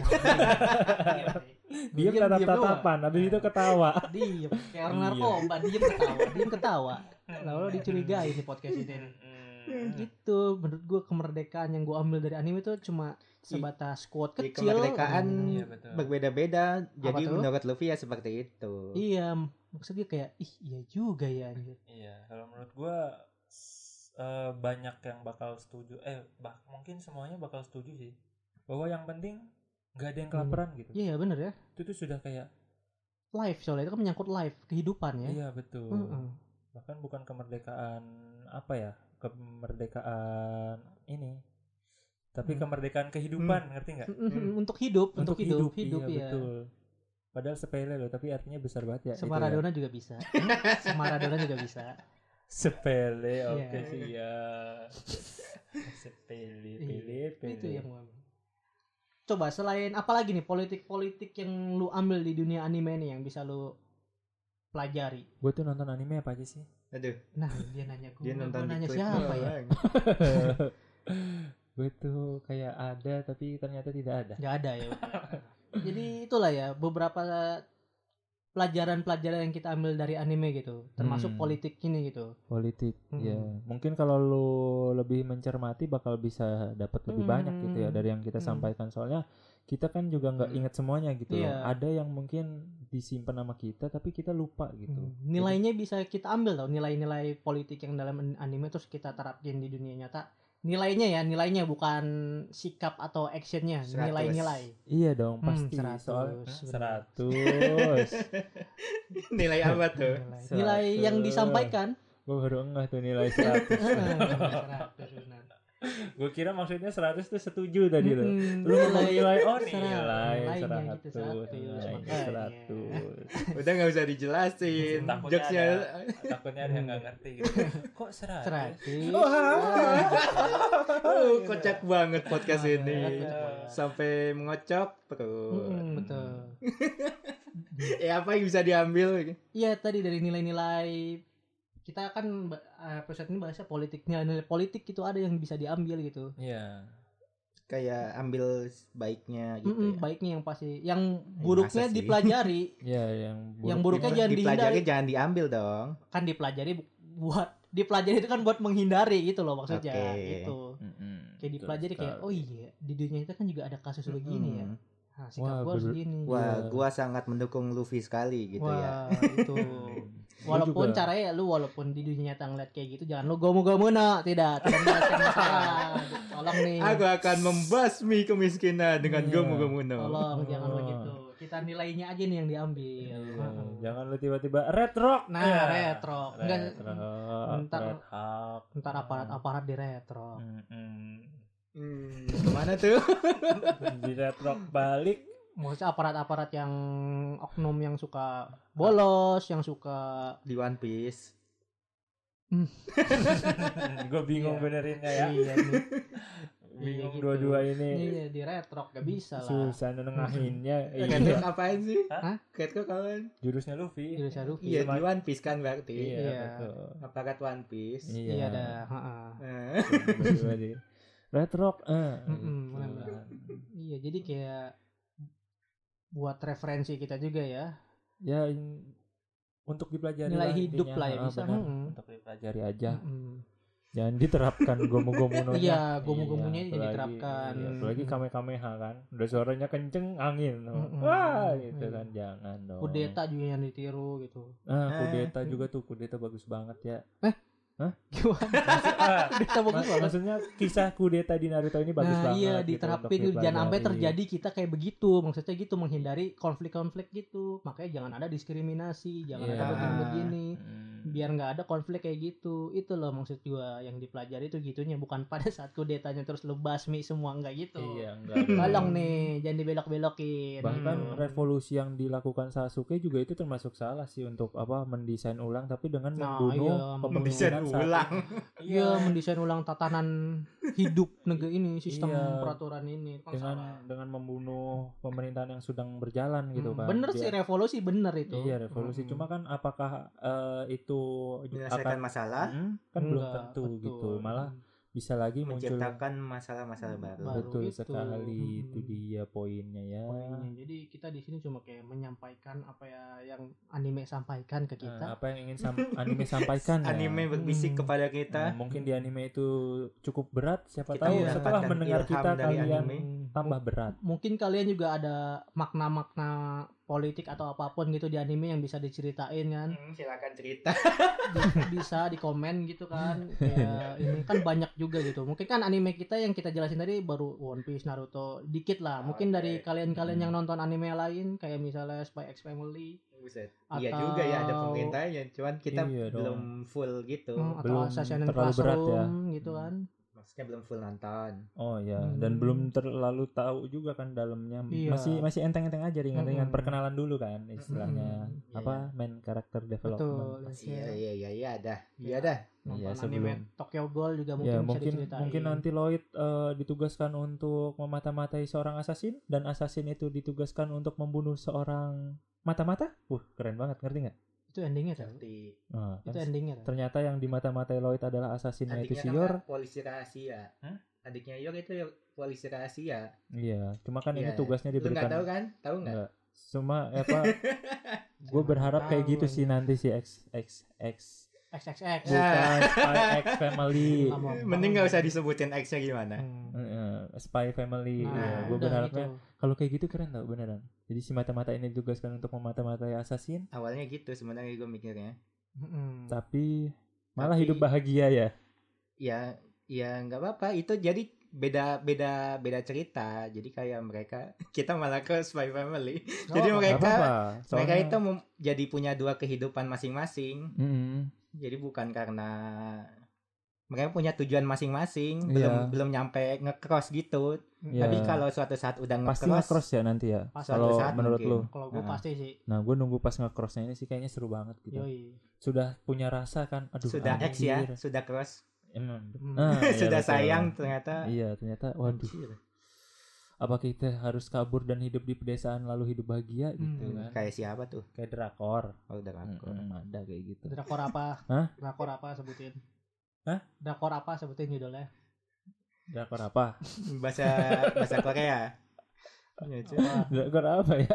Speaker 1: Iya, iya.
Speaker 2: Diam
Speaker 1: Diam,
Speaker 2: tatap
Speaker 1: diam doang. Nah.
Speaker 2: tatapan, habis itu ketawa.
Speaker 1: diem kayak orang
Speaker 2: Iya.
Speaker 1: narkoba diem ketawa diem ketawa Nah, lalu dicurigai di podcast
Speaker 2: Hmm,
Speaker 1: ini nih. gitu menurut gue kemerdekaan yang gue ambil dari anime itu cuma sebatas quote
Speaker 2: iya,
Speaker 3: di
Speaker 1: kecil
Speaker 3: kemerdekaan
Speaker 1: Hmm.
Speaker 2: betul.
Speaker 3: berbeda-beda jadi
Speaker 1: tuh?
Speaker 3: menurut Luffy ya seperti itu
Speaker 1: iya maksudnya kayak ih iya juga ya anjir.
Speaker 2: Iya, kalau menurut gua s- eh, banyak yang bakal setuju eh bah, mungkin semuanya bakal setuju sih. Bahwa yang penting nggak ada yang kelaparan gitu.
Speaker 1: iya ya bener ya
Speaker 2: Itu tuh sudah kayak
Speaker 1: live soalnya itu kan menyangkut live kehidupan ya
Speaker 2: iya betul.
Speaker 1: Mm-mm.
Speaker 2: Bahkan bukan kemerdekaan apa ya? Kemerdekaan ini. Tapi
Speaker 1: Hmm.
Speaker 2: kemerdekaan kehidupan, ngerti nggak?
Speaker 1: Mm-mm, untuk hidup untuk, hidup hidup,
Speaker 2: Hmm. iya,
Speaker 1: ya
Speaker 2: betul. Padahal sepele loh, tapi artinya besar banget ya. itu ya.
Speaker 1: Semaradona juga
Speaker 2: [LAUGHS]
Speaker 1: bisa Semaradona juga bisa
Speaker 2: Sepele, oke
Speaker 1: Iya.
Speaker 2: sih ya.
Speaker 1: [LAUGHS]
Speaker 2: sepele,
Speaker 1: Iya,
Speaker 2: pele, pele.
Speaker 1: itu yang gua ambil. coba selain apalagi nih politik-politik yang lu ambil di dunia anime nih yang bisa lu pelajari
Speaker 2: Gue tuh nonton anime apa aja [LAUGHS] sih?
Speaker 3: aduh [LAUGHS]
Speaker 1: nah dia nanya gue
Speaker 3: dia nonton di
Speaker 1: nanya
Speaker 3: klip
Speaker 1: siapa ya
Speaker 3: doang.
Speaker 2: gue tuh kayak ada
Speaker 3: [LAUGHS]
Speaker 2: tapi ternyata tidak ada.
Speaker 1: nggak ada ya udah. jadi itulah ya beberapa pelajaran-pelajaran yang kita ambil dari anime gitu, termasuk
Speaker 2: Hmm.
Speaker 1: politik ini gitu.
Speaker 2: politik
Speaker 1: Mm-mm.
Speaker 2: ya mungkin kalau lu lebih mencermati bakal bisa dapat lebih banyak gitu ya
Speaker 1: Mm.
Speaker 2: dari yang kita
Speaker 1: Mm.
Speaker 2: sampaikan soalnya kita kan juga nggak
Speaker 3: Mm.
Speaker 2: ingat semuanya gitu loh.
Speaker 1: Iya.
Speaker 2: ada yang mungkin disimpan sama kita tapi kita lupa gitu
Speaker 1: Hmm, Nilainya bisa kita ambil tau nilai-nilai politik yang dalam an- anime terus kita terapin di dunia nyata. Nilainya ya, nilainya bukan sikap atau actionnya,
Speaker 3: 100.
Speaker 1: nilai-nilai.
Speaker 2: iya dong
Speaker 1: Hmm,
Speaker 2: pasti
Speaker 1: 100
Speaker 2: soal
Speaker 1: benar.
Speaker 2: [LAUGHS] seratus
Speaker 3: [LAUGHS] Nilai apa
Speaker 2: [LAUGHS]
Speaker 3: tuh?
Speaker 1: Nilai. Nilai yang
Speaker 2: Seratus.
Speaker 1: disampaikan.
Speaker 2: gue baru ngeh tuh nilai seratus [LAUGHS]
Speaker 1: Seratus, benar.
Speaker 2: gue kira maksudnya seratus tuh setuju tadi loh
Speaker 1: Mm-mm,
Speaker 2: lu ngomong
Speaker 1: Hmm. nilai- gitu,
Speaker 2: nilai oh
Speaker 1: seratus.
Speaker 2: nilai
Speaker 1: Nilainya gitu,
Speaker 2: seratus nilainya
Speaker 1: makanya.
Speaker 2: seratus
Speaker 3: Udah nggak usah dijelasin.
Speaker 4: Takutnya
Speaker 3: Jokesnya
Speaker 4: takutnya
Speaker 1: Hmm.
Speaker 4: ada yang nggak ngerti gitu
Speaker 1: [LAUGHS]
Speaker 4: kok [LAUGHS] seratus
Speaker 1: Seratus.
Speaker 3: Wah, Oh, kocak banget podcast
Speaker 1: Iya.
Speaker 3: ini.
Speaker 1: Kocak
Speaker 4: banget.
Speaker 3: Sampai mengocok terus.
Speaker 1: Mm-mm, Hmm, betul.
Speaker 3: Eh apa yang bisa diambil?
Speaker 1: Iya tadi dari nilai-nilai kita kan ba- eh, episode ini bahasa politik nilai-nilai politik itu ada yang bisa diambil gitu.
Speaker 4: iya
Speaker 3: Kayak ambil baiknya gitu
Speaker 1: Mm-mm,
Speaker 3: ya.
Speaker 1: baiknya yang pasti yang buruknya
Speaker 3: masa sih?
Speaker 1: dipelajari [LAUGHS]
Speaker 2: ya yang buruk
Speaker 1: Yang buruknya
Speaker 2: juga.
Speaker 1: jangan
Speaker 3: Dipelajari
Speaker 1: dihindari.
Speaker 3: jangan diambil dong.
Speaker 1: kan dipelajari bu- buat dipelajari itu kan buat menghindari gitu loh maksudnya
Speaker 3: Oke.
Speaker 1: gitu
Speaker 4: Mm-mm,
Speaker 1: kayak
Speaker 4: betul
Speaker 1: dipelajari kayak
Speaker 4: sekali.
Speaker 1: oh iya di dunia itu kan juga ada kasus begini ya
Speaker 3: Mm.
Speaker 1: nah, sikap
Speaker 2: Wah,
Speaker 1: gua harus
Speaker 2: bener.
Speaker 1: gini
Speaker 3: Wah,
Speaker 2: Iya.
Speaker 3: gua sangat mendukung Luffy sekali gitu
Speaker 1: Wah,
Speaker 3: ya.
Speaker 1: itu
Speaker 4: Hmm.
Speaker 1: walaupun
Speaker 2: juga.
Speaker 1: caranya lu walaupun di dunia nyata ngeliat kayak gitu jangan lu gomu-gomu no tidak tidak menjelaskan masalah tolong nih
Speaker 3: Aku akan membasmi kemiskinan dengan
Speaker 2: Iya.
Speaker 3: gomu gomuno.
Speaker 1: tolong jangan
Speaker 2: Oh.
Speaker 1: begitu kita nilainya aja nih yang
Speaker 2: Iya,
Speaker 1: diambil
Speaker 2: jangan lu tiba-tiba red rock
Speaker 1: nah
Speaker 2: Ya.
Speaker 1: retro
Speaker 2: red
Speaker 1: enggak
Speaker 2: rock
Speaker 1: Ntar-
Speaker 2: red hawk
Speaker 1: ntar aparat-aparat di retro
Speaker 2: Mm.
Speaker 1: [LAUGHS]
Speaker 4: Mm-mm.
Speaker 3: Hmm, kemana tuh?
Speaker 2: di red rock balik
Speaker 1: maksudnya aparat-aparat yang oknum yang suka bolos, yang suka
Speaker 3: Di One Piece.
Speaker 2: gue Hmm, bingung
Speaker 1: Iya.
Speaker 2: benerinnya ya
Speaker 1: iya nih,
Speaker 2: bingung
Speaker 1: gitu.
Speaker 2: dua-dua ini [LAUGHS]
Speaker 1: iya di retrok gak bisa lah.
Speaker 2: susah
Speaker 1: [LAUGHS]
Speaker 2: nenengahinnya
Speaker 3: Red
Speaker 2: iya
Speaker 3: Rock apain sih?
Speaker 1: Hah?
Speaker 3: Red Rock kawan?
Speaker 2: jurusnya Luffy
Speaker 1: Jurus Luffy.
Speaker 3: Iya, di One Piece kan berarti.
Speaker 2: iya
Speaker 1: Iya.
Speaker 2: betul
Speaker 3: Aparat One Piece.
Speaker 2: iya
Speaker 1: Iya dah, heeh.
Speaker 3: Nah,
Speaker 2: Berdua di red rock eh
Speaker 1: Mm-mm,
Speaker 2: gitu
Speaker 1: benar.
Speaker 2: kan.
Speaker 1: Iya, jadi kayak buat referensi kita juga ya.
Speaker 2: ya in- untuk dipelajari
Speaker 1: Nilai
Speaker 2: lah
Speaker 1: hidup
Speaker 2: intinya.
Speaker 1: lah ya
Speaker 2: Ah,
Speaker 1: bisa.
Speaker 2: benar.
Speaker 1: heeh.
Speaker 2: untuk dipelajari aja
Speaker 1: Mm-mm.
Speaker 2: jangan diterapkan gomu-gomunonya
Speaker 1: [LAUGHS] Iya, gomu-gomunya jadi
Speaker 2: apalagi-
Speaker 1: diterapkan.
Speaker 2: iya, apalagi kamehameha kan udah suaranya kenceng angin
Speaker 1: Mm-mm.
Speaker 2: wah gitu
Speaker 1: Iya.
Speaker 2: kan jangan dong
Speaker 1: Kudeta juga yang ditiru gitu.
Speaker 2: ah, kudeta
Speaker 3: Eh.
Speaker 2: juga tuh kudeta bagus banget ya
Speaker 1: Eh, Gimana?
Speaker 2: [LAUGHS] Maksud-
Speaker 1: [LAUGHS]
Speaker 2: ah,
Speaker 1: Kudeta bagus
Speaker 2: mak-
Speaker 1: banget.
Speaker 2: maksudnya kisah kudeta di Naruto ini bagus
Speaker 1: nah,
Speaker 2: banget
Speaker 1: iya
Speaker 2: gitu
Speaker 1: diterapin
Speaker 2: untuk
Speaker 1: tuh jangan sampai
Speaker 2: dipelajari.
Speaker 1: terjadi kita kayak begitu maksudnya gitu menghindari konflik-konflik gitu makanya jangan ada diskriminasi jangan ada
Speaker 2: Iya.
Speaker 1: begini-begini
Speaker 2: Hmm.
Speaker 4: Mm.
Speaker 1: biar nggak ada konflik kayak gitu itu loh maksud gua yang dipelajari itu gitunya bukan [LAUGHS] pada saat kudetanya terus lu basmi semua nggak gitu
Speaker 2: iya enggak dong.
Speaker 1: tolong nih jangan dibelok-belokin
Speaker 2: bahkan
Speaker 1: Hmm.
Speaker 2: revolusi yang dilakukan Sasuke juga itu termasuk salah sih untuk apa mendesain ulang tapi dengan
Speaker 1: Nah, iya,
Speaker 2: membunuh
Speaker 1: membunuh.
Speaker 3: Mendesain
Speaker 2: kemungkinan saat-
Speaker 3: ulang.
Speaker 1: iya mendesain ulang tatanan hidup negeri ini sistem
Speaker 2: Iya.
Speaker 1: peraturan ini Kan
Speaker 2: dengan
Speaker 1: salah.
Speaker 2: dengan membunuh pemerintahan yang sedang berjalan gitu
Speaker 1: Hmm,
Speaker 2: kan.
Speaker 1: bener
Speaker 2: Dia-
Speaker 1: sih revolusi bener itu
Speaker 2: Iya
Speaker 1: Hmm.
Speaker 2: revolusi. Cuma kan apakah eh, itu
Speaker 3: Menyelesaikan masalah,
Speaker 2: Hmm, kan belum
Speaker 1: Enggak,
Speaker 2: tentu
Speaker 1: betul.
Speaker 2: gitu. Malah bisa lagi muncul Hmm,
Speaker 3: menciptakan masalah-masalah baru.
Speaker 1: Baru.
Speaker 2: betul
Speaker 1: itu.
Speaker 2: sekali
Speaker 1: Hmm.
Speaker 2: itu dia poinnya ya.
Speaker 1: poinnya. Jadi kita di sini cuma kayak menyampaikan apa ya yang anime sampaikan ke
Speaker 2: Eh,
Speaker 1: kita.
Speaker 2: apa yang ingin sam- anime
Speaker 3: [LAUGHS]
Speaker 2: sampaikan ya.
Speaker 3: Anime berbisik
Speaker 1: Hmm.
Speaker 3: kepada
Speaker 2: Nah,
Speaker 3: kita.
Speaker 2: mungkin di anime itu cukup berat siapa
Speaker 3: Kita
Speaker 2: tahu
Speaker 1: mendapatkan
Speaker 2: setelah mendengar
Speaker 3: ilham
Speaker 2: kita
Speaker 3: dari
Speaker 2: kalian
Speaker 3: anime.
Speaker 2: tambah berat
Speaker 1: Mungkin kalian juga ada makna-makna politik atau apapun gitu di anime yang bisa diceritain kan.
Speaker 3: Hmm, silakan cerita.
Speaker 1: Di- bisa di komen gitu
Speaker 2: [LAUGHS]
Speaker 1: kan. Kayak ini kan banyak juga gitu. Mungkin kan anime kita yang kita jelasin tadi baru One Piece, Naruto, dikit lah. Mungkin
Speaker 3: Oke.
Speaker 1: dari kalian-kalian
Speaker 2: Hmm.
Speaker 1: yang nonton anime lain kayak misalnya Spy X Family
Speaker 3: [LAUGHS] Buset. Iya
Speaker 1: Atau-
Speaker 3: juga ya ada pemerintahnya, cuman kita
Speaker 2: Iya dong.
Speaker 3: belum full gitu.
Speaker 1: hmm, atau
Speaker 2: Belum
Speaker 1: Assassin's
Speaker 2: terlalu berat ya.
Speaker 1: Classroom gitu kan.
Speaker 3: Maksudnya belum full nonton.
Speaker 2: oh ya
Speaker 1: Hmm.
Speaker 2: dan belum terlalu tahu juga kan dalamnya
Speaker 1: Iya. Hmm.
Speaker 2: masih masih enteng-enteng aja ringan-ringan
Speaker 1: Mm-mm.
Speaker 2: perkenalan dulu kan istilahnya
Speaker 1: Mm-mm.
Speaker 3: Iya,
Speaker 2: apa main karakter
Speaker 1: Hmm. Betul.
Speaker 2: development
Speaker 3: Iya
Speaker 1: ya.
Speaker 3: iya iya iya ada. Iya
Speaker 1: Iya.
Speaker 3: ada.
Speaker 1: Nonton
Speaker 2: Iya,
Speaker 1: anime
Speaker 2: sebelum-
Speaker 1: Tokyo Ghoul juga mungkin
Speaker 2: ya
Speaker 1: bisa
Speaker 2: mungkin
Speaker 1: diceritain.
Speaker 2: mungkin nanti Lloyd eh, ditugaskan untuk memata-matai seorang assassin dan assassin itu ditugaskan untuk membunuh seorang mata-mata uh keren banget ngerti nggak
Speaker 1: itu endingnya tuh.
Speaker 3: Seperti
Speaker 2: Ah,
Speaker 1: Itu
Speaker 2: kan.
Speaker 1: endingnya tuh.
Speaker 2: ternyata yang dimata-matai Lloyd adalah assassinnya itu
Speaker 3: adiknya
Speaker 2: si
Speaker 3: kan
Speaker 2: Yor
Speaker 3: polisi rahasia.
Speaker 4: Hah?
Speaker 3: Adiknya Yor itu Yor polisi rahasia.
Speaker 2: Iya, cuma kan ini
Speaker 3: Iya.
Speaker 2: tugasnya
Speaker 3: Lu nggak
Speaker 2: diberikan.
Speaker 3: [LAUGHS] tahu kan? Tahu nggak?
Speaker 2: Nggak. Cuma apa Gue berharap kayak gitu sih nanti si X X X
Speaker 1: XXX.
Speaker 3: [LAUGHS] Ya.
Speaker 2: bukan Spy X Family.
Speaker 1: Lama.
Speaker 3: Mending nggak usah disebutin X-nya gimana.
Speaker 1: Hmm.
Speaker 2: Eh, Spy Family.
Speaker 1: Nah,
Speaker 2: ya, gue
Speaker 1: udah
Speaker 2: berharapnya
Speaker 1: gitu.
Speaker 2: kalau kayak gitu keren tau beneran. Jadi si mata-mata ini ditugaskan untuk memata-matai assassin,
Speaker 3: Awalnya gitu sebenarnya gue mikirnya.
Speaker 1: Mm-mm.
Speaker 2: tapi malah
Speaker 3: Tapi-
Speaker 2: hidup bahagia ya.
Speaker 3: Ya, ya nggak apa-apa. Itu jadi beda beda beda cerita. Jadi kayak mereka [LAUGHS] kita malah ke Spy Family. Jadi
Speaker 1: Oh,
Speaker 2: Gak
Speaker 3: mereka
Speaker 2: apa-apa.
Speaker 3: mereka
Speaker 2: Soalnya-
Speaker 3: itu mem- jadi punya dua kehidupan masing-masing.
Speaker 2: Mm-mm.
Speaker 3: Jadi bukan karena mereka punya tujuan
Speaker 2: Iya.
Speaker 3: masing-masing, belum belum nyampe nge-cross gitu.
Speaker 2: Ya,
Speaker 3: Tapi kalau suatu saat udah
Speaker 2: pasti
Speaker 3: nge-cross,
Speaker 2: nge-cross ya nanti ya.
Speaker 1: Pas
Speaker 2: Kalau
Speaker 3: suatu saat
Speaker 2: menurut
Speaker 3: mungkin.
Speaker 2: lu.
Speaker 1: Kalau gue
Speaker 3: Nah.
Speaker 1: pasti sih.
Speaker 2: Nah, gue nunggu pas nge-crossnya ini sih kayaknya seru banget gitu.
Speaker 1: Yoi.
Speaker 2: Sudah punya rasa kan, aduh.
Speaker 3: sudah X ya,
Speaker 2: anjir.
Speaker 3: sudah cross,
Speaker 2: Emang.
Speaker 1: Hmm.
Speaker 2: Ah,
Speaker 3: [LAUGHS]
Speaker 2: iya,
Speaker 3: sudah
Speaker 2: betul.
Speaker 3: sayang ternyata.
Speaker 2: Iya, ternyata waduh.
Speaker 3: Anjir.
Speaker 2: Apa kita harus kabur dan hidup di pedesaan lalu hidup bahagia gitu
Speaker 1: Hmm.
Speaker 2: kan?
Speaker 3: Kayak siapa tuh?
Speaker 2: Kayak drakor.
Speaker 3: Oh, udah aku.
Speaker 2: Mm, ada kayak gitu.
Speaker 1: Drakor apa?
Speaker 2: Hah?
Speaker 1: Drakor apa sebutin?
Speaker 2: Hah?
Speaker 1: Drakor apa sebutin judulnya?
Speaker 2: Drakor
Speaker 3: [LAUGHS]
Speaker 2: apa?
Speaker 3: Bahasa bahasa
Speaker 2: [LAUGHS]
Speaker 3: Korea. Ya, cuy. [LAUGHS]
Speaker 2: Drakor apa ya?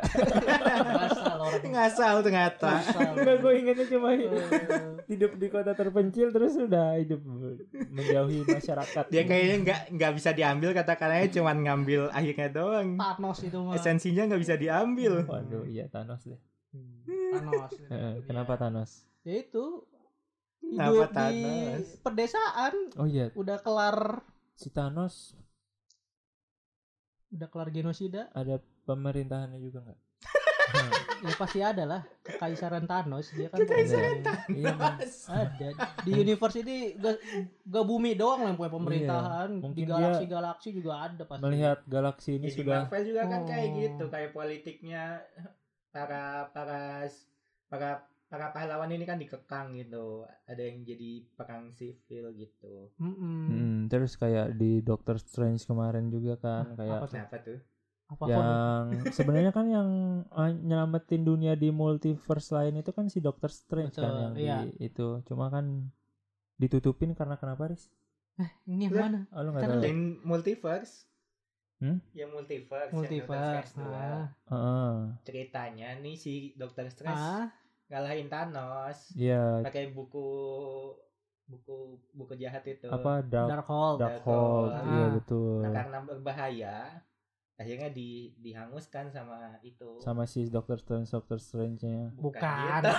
Speaker 1: Rasa lor.
Speaker 3: Ngasal ternyata.
Speaker 2: Enggak gue ingatnya cuma
Speaker 1: Eh,
Speaker 2: hidup di kota terpencil terus udah hidup menjauhi masyarakat.
Speaker 3: Dia kayaknya nggak nggak bisa diambil kata-katanya cuman ngambil akhirnya doang.
Speaker 1: Thanos itu mah.
Speaker 3: Esensinya nggak bisa diambil.
Speaker 2: Waduh, iya Thanos deh.
Speaker 1: Thanos.
Speaker 3: Iya.
Speaker 2: Eh, Kenapa Thanos?
Speaker 1: Ya itu.
Speaker 3: Kenapa
Speaker 1: Hidup
Speaker 3: Thanos?
Speaker 1: di pedesaan
Speaker 2: Oh iya,
Speaker 1: udah kelar
Speaker 2: si Thanos
Speaker 1: udah kelar genosida
Speaker 2: ada pemerintahannya juga
Speaker 3: [LAUGHS]
Speaker 2: nggak?
Speaker 1: ya pasti ada lah kekaisaran Thanos dia kan
Speaker 2: Kekaisaran
Speaker 1: pemerintah.
Speaker 2: iya, Bang.
Speaker 1: ada di universe ini gak, gak bumi doang lah yang punya pemerintahan di
Speaker 2: Iya. Mungkin dia
Speaker 1: galaksi-galaksi juga ada pasti
Speaker 2: melihat galaksi ini
Speaker 3: Ya, di
Speaker 2: sudah
Speaker 3: Marvel juga kan kayak
Speaker 1: Oh.
Speaker 3: gitu kayak politiknya para para para para pahlawan ini kan dikekang gitu ada yang jadi perang sipil gitu
Speaker 1: Mm-mm.
Speaker 2: Hmm, terus kayak di Doctor Strange kemarin juga kan kayak
Speaker 1: Hmm, Apa tuh?
Speaker 3: kenapa Nah, tuh
Speaker 1: apa
Speaker 2: Ya.
Speaker 1: kon- [LAUGHS]
Speaker 2: yang sebenarnya kan yang eh, nyelamatin dunia di multiverse lain itu kan si Doctor Strange
Speaker 1: Betul,
Speaker 2: kan yang di-
Speaker 1: iya.
Speaker 2: itu cuma kan ditutupin karena kenapa Riz?
Speaker 1: Eh, ini Kan yang mana
Speaker 2: Oh, lu nggak
Speaker 1: Karena
Speaker 2: tahu. ya?
Speaker 3: yang multiverse
Speaker 2: Hmm?
Speaker 3: yang multiverse yang Doctor
Speaker 1: multiverse
Speaker 3: Strange dua.
Speaker 1: ah
Speaker 2: Heeh.
Speaker 3: ceritanya nih si Doctor
Speaker 1: ah
Speaker 3: Strange ngalahin Thanos
Speaker 2: Iya,
Speaker 3: pakai buku buku buku jahat itu
Speaker 2: apa dark
Speaker 1: Darkhold
Speaker 2: dark
Speaker 3: Darkhold.
Speaker 2: iya
Speaker 1: Ah.
Speaker 2: betul.
Speaker 3: Nah, karena berbahaya akhirnya di dihanguskan sama itu
Speaker 2: Sama si Doctor Strange Doctor Strange-nya.
Speaker 1: bukan
Speaker 3: gitu.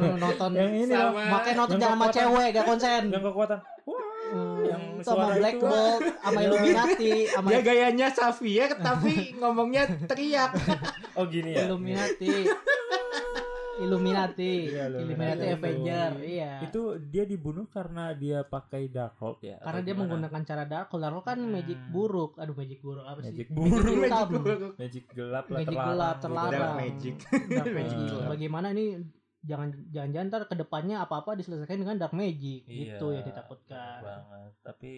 Speaker 1: [LAUGHS] Lu nonton
Speaker 2: Yang ini
Speaker 3: Sama-
Speaker 1: makanya nonton
Speaker 2: Yang
Speaker 1: jangan Hmm, sama
Speaker 2: kekuatan.
Speaker 1: cewek gak konsen
Speaker 2: yang kekuatan.
Speaker 1: Hmm,
Speaker 2: yang
Speaker 1: itu sama
Speaker 2: suara
Speaker 1: Black
Speaker 2: itu. Iya,
Speaker 1: Bolt sama Illuminati
Speaker 3: [LAUGHS]
Speaker 1: sama
Speaker 3: Dia Ya, gayanya Xavier tapi ngomongnya teriak.
Speaker 2: Oh gini ya.
Speaker 1: Illuminati [LAUGHS] Illuminati
Speaker 2: Iya,
Speaker 1: Illuminati
Speaker 2: Illuminati.
Speaker 1: Avenger iya
Speaker 2: Itu dia dibunuh karena dia pakai Darkhold ya.
Speaker 1: karena
Speaker 2: atau
Speaker 1: dia
Speaker 2: gimana?
Speaker 1: menggunakan cara Darkhold Darkhold kan
Speaker 2: Hmm.
Speaker 1: magic buruk aduh magic buruk apa sih
Speaker 2: Magic buruk.
Speaker 1: hitam.
Speaker 3: Magic buruk.
Speaker 2: magic gelap lah
Speaker 1: Magic
Speaker 2: terlarang
Speaker 1: gelap,
Speaker 2: gitu.
Speaker 1: terlarang.
Speaker 3: Dark magic.
Speaker 1: Dark
Speaker 2: [LAUGHS]
Speaker 3: Magic
Speaker 1: magic.
Speaker 2: gelap.
Speaker 1: bagaimana ini jangan jangan jangan ntar kedepannya apa apa diselesaikan dengan dark magic
Speaker 2: Iya.
Speaker 1: gitu yang
Speaker 4: bener
Speaker 1: ditakutkan
Speaker 4: banget tapi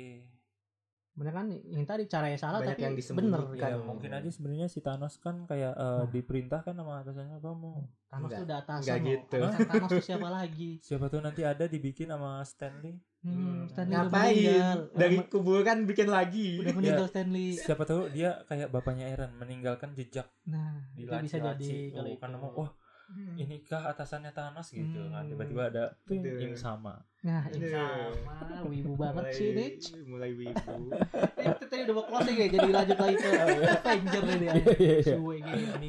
Speaker 1: bener kan yang tadi caranya salah
Speaker 3: Banyak
Speaker 1: tapi
Speaker 3: yang
Speaker 1: bener
Speaker 3: disembunyikan.
Speaker 1: kan
Speaker 4: ya mungkin aja
Speaker 2: Jadi sebenarnya si Thanos kan kayak eh,
Speaker 1: Nah.
Speaker 2: diperintah kan sama atasannya kamu.
Speaker 1: Thanos
Speaker 3: Enggak.
Speaker 1: tuh udah atas
Speaker 3: Enggak gitu.
Speaker 1: Thanos tuh siapa
Speaker 3: [LAUGHS]
Speaker 1: lagi
Speaker 2: Siapa tahu nanti ada dibikin sama Stanley.
Speaker 1: hmm, Stanley udah meninggal
Speaker 3: Ngapain? Dari kuburan bikin lagi.
Speaker 1: udah meninggal Stanley
Speaker 2: Siapa tahu dia kayak bapaknya Eren meninggalkan jejak
Speaker 1: nah
Speaker 4: di
Speaker 1: itu bisa jadi Hmm. kalau
Speaker 2: karena
Speaker 1: itu.
Speaker 2: mau wah inikah atasannya Thanos gitu kan
Speaker 1: Hmm.
Speaker 2: tiba-tiba ada
Speaker 3: Aduh.
Speaker 2: yang sama.
Speaker 1: Nah, ini
Speaker 3: Aduh.
Speaker 1: sama wibu banget sih ini.
Speaker 3: Mulai wibu.
Speaker 1: Itu tadi udah mau closing ya, jadi lanjut
Speaker 3: [LAUGHS]
Speaker 1: lagi
Speaker 3: Oh,
Speaker 1: ke Avenger ini ya.
Speaker 2: Iya, [LAUGHS] iya, iya.
Speaker 1: Suwe gini.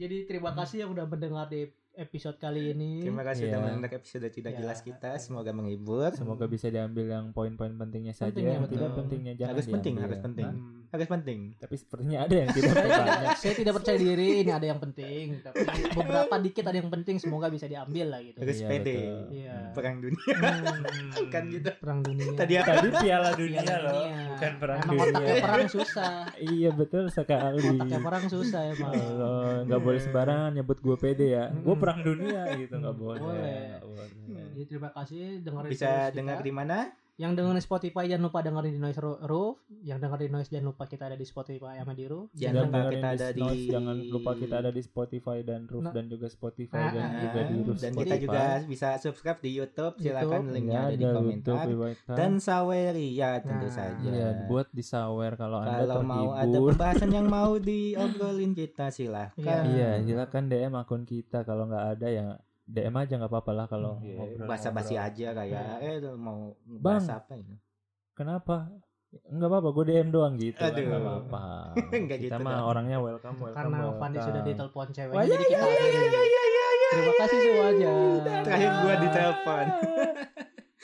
Speaker 1: Jadi terima kasih yang udah mendengar di episode kali ini.
Speaker 3: Terima kasih
Speaker 2: Iya.
Speaker 3: udah mendengar episode tidak
Speaker 1: Ya.
Speaker 3: jelas kita. Semoga menghibur.
Speaker 2: Semoga bisa diambil yang poin-poin pentingnya saja,
Speaker 1: Pentingnya,
Speaker 2: yang tidak
Speaker 1: betul.
Speaker 2: pentingnya jangan
Speaker 3: Harus penting,
Speaker 2: diambil.
Speaker 3: harus penting.
Speaker 2: Hah?
Speaker 1: Hmm.
Speaker 3: Harus penting.
Speaker 2: Tapi sepertinya ada yang
Speaker 3: [LAUGHS]
Speaker 2: tidak penting.
Speaker 1: [LAUGHS] Saya tidak percaya diri, ini ada yang penting, tapi beberapa dikit ada yang penting, semoga bisa diambil lah
Speaker 3: [LAUGHS]
Speaker 1: gitu.
Speaker 3: Harus
Speaker 2: Iya,
Speaker 3: pede.
Speaker 2: betul.
Speaker 1: Iya.
Speaker 3: Perang dunia [LAUGHS]
Speaker 1: Hmm.
Speaker 3: kan gitu.
Speaker 1: Perang dunia.
Speaker 3: Tadi apa?
Speaker 2: Tadi Piala Dunia
Speaker 1: Piala
Speaker 2: loh,
Speaker 1: dunia.
Speaker 2: bukan perang
Speaker 1: Emang otaknya
Speaker 2: dunia.
Speaker 1: perang susah.
Speaker 2: Iya betul sekali.
Speaker 1: Otaknya perang susah ya, emang.
Speaker 2: Iya, Allah,
Speaker 3: Iya.
Speaker 2: nggak boleh sembarangan nyebut gue pede ya.
Speaker 3: Hmm.
Speaker 2: Gue
Speaker 1: Mm.
Speaker 2: perang dunia gitu nggak boleh.
Speaker 1: Boleh.
Speaker 2: nggak boleh.
Speaker 1: Jadi terima kasih dengerin
Speaker 3: Bisa
Speaker 1: terus
Speaker 3: dengar
Speaker 1: kita.
Speaker 3: di mana?
Speaker 1: Yang dengerin Spotify jangan lupa dengerin di Noise Ru- Roof. Yang dengerin Noise jangan lupa kita ada di Spotify sama di Roof.
Speaker 3: Jangan lupa
Speaker 2: dengerin
Speaker 3: kita ada di
Speaker 2: Noise, jangan lupa kita ada di Spotify dan Roof
Speaker 1: Nah.
Speaker 2: dan juga Spotify dan
Speaker 1: Ah,
Speaker 2: juga di Roof
Speaker 3: Nah, dan
Speaker 2: Spotify.
Speaker 3: kita juga bisa subscribe di YouTube silakan
Speaker 1: YouTube.
Speaker 2: Ya,
Speaker 3: linknya ada di
Speaker 2: ada
Speaker 3: komentar
Speaker 2: YouTube, Iwata.
Speaker 3: dan Saweria tentu
Speaker 1: Nah.
Speaker 3: saja
Speaker 2: ya, buat disawer kalau anda
Speaker 3: kalau mau ada
Speaker 2: terhibur.
Speaker 3: pembahasan yang
Speaker 2: [LAUGHS]
Speaker 3: mau diobrolin
Speaker 1: Iya.
Speaker 3: kita silahkan
Speaker 2: Iya, silakan DM akun kita kalau nggak ada ya DM aja nggak apa-apa lah kalau
Speaker 4: Iya.
Speaker 2: ngobrol.
Speaker 3: basa-basi aja kayak eh lu mau
Speaker 2: Iya. Bang.
Speaker 3: bahas apa ini
Speaker 2: Kenapa? Nggak apa-apa, gue DM doang gitu. kan,
Speaker 3: Aduh.
Speaker 2: Nggak apa-apa.
Speaker 3: [LAUGHS] Nggak
Speaker 2: kita
Speaker 3: gitu
Speaker 2: mah
Speaker 3: dong.
Speaker 2: orangnya welcome, welcome.
Speaker 1: Karena Fandi
Speaker 2: welcome.
Speaker 1: sudah ditelepon cewek.
Speaker 2: Wah, iya, iya.
Speaker 1: Jadi kita akhiri. Terima kasih semuanya.
Speaker 3: Terakhir gua ditelepon.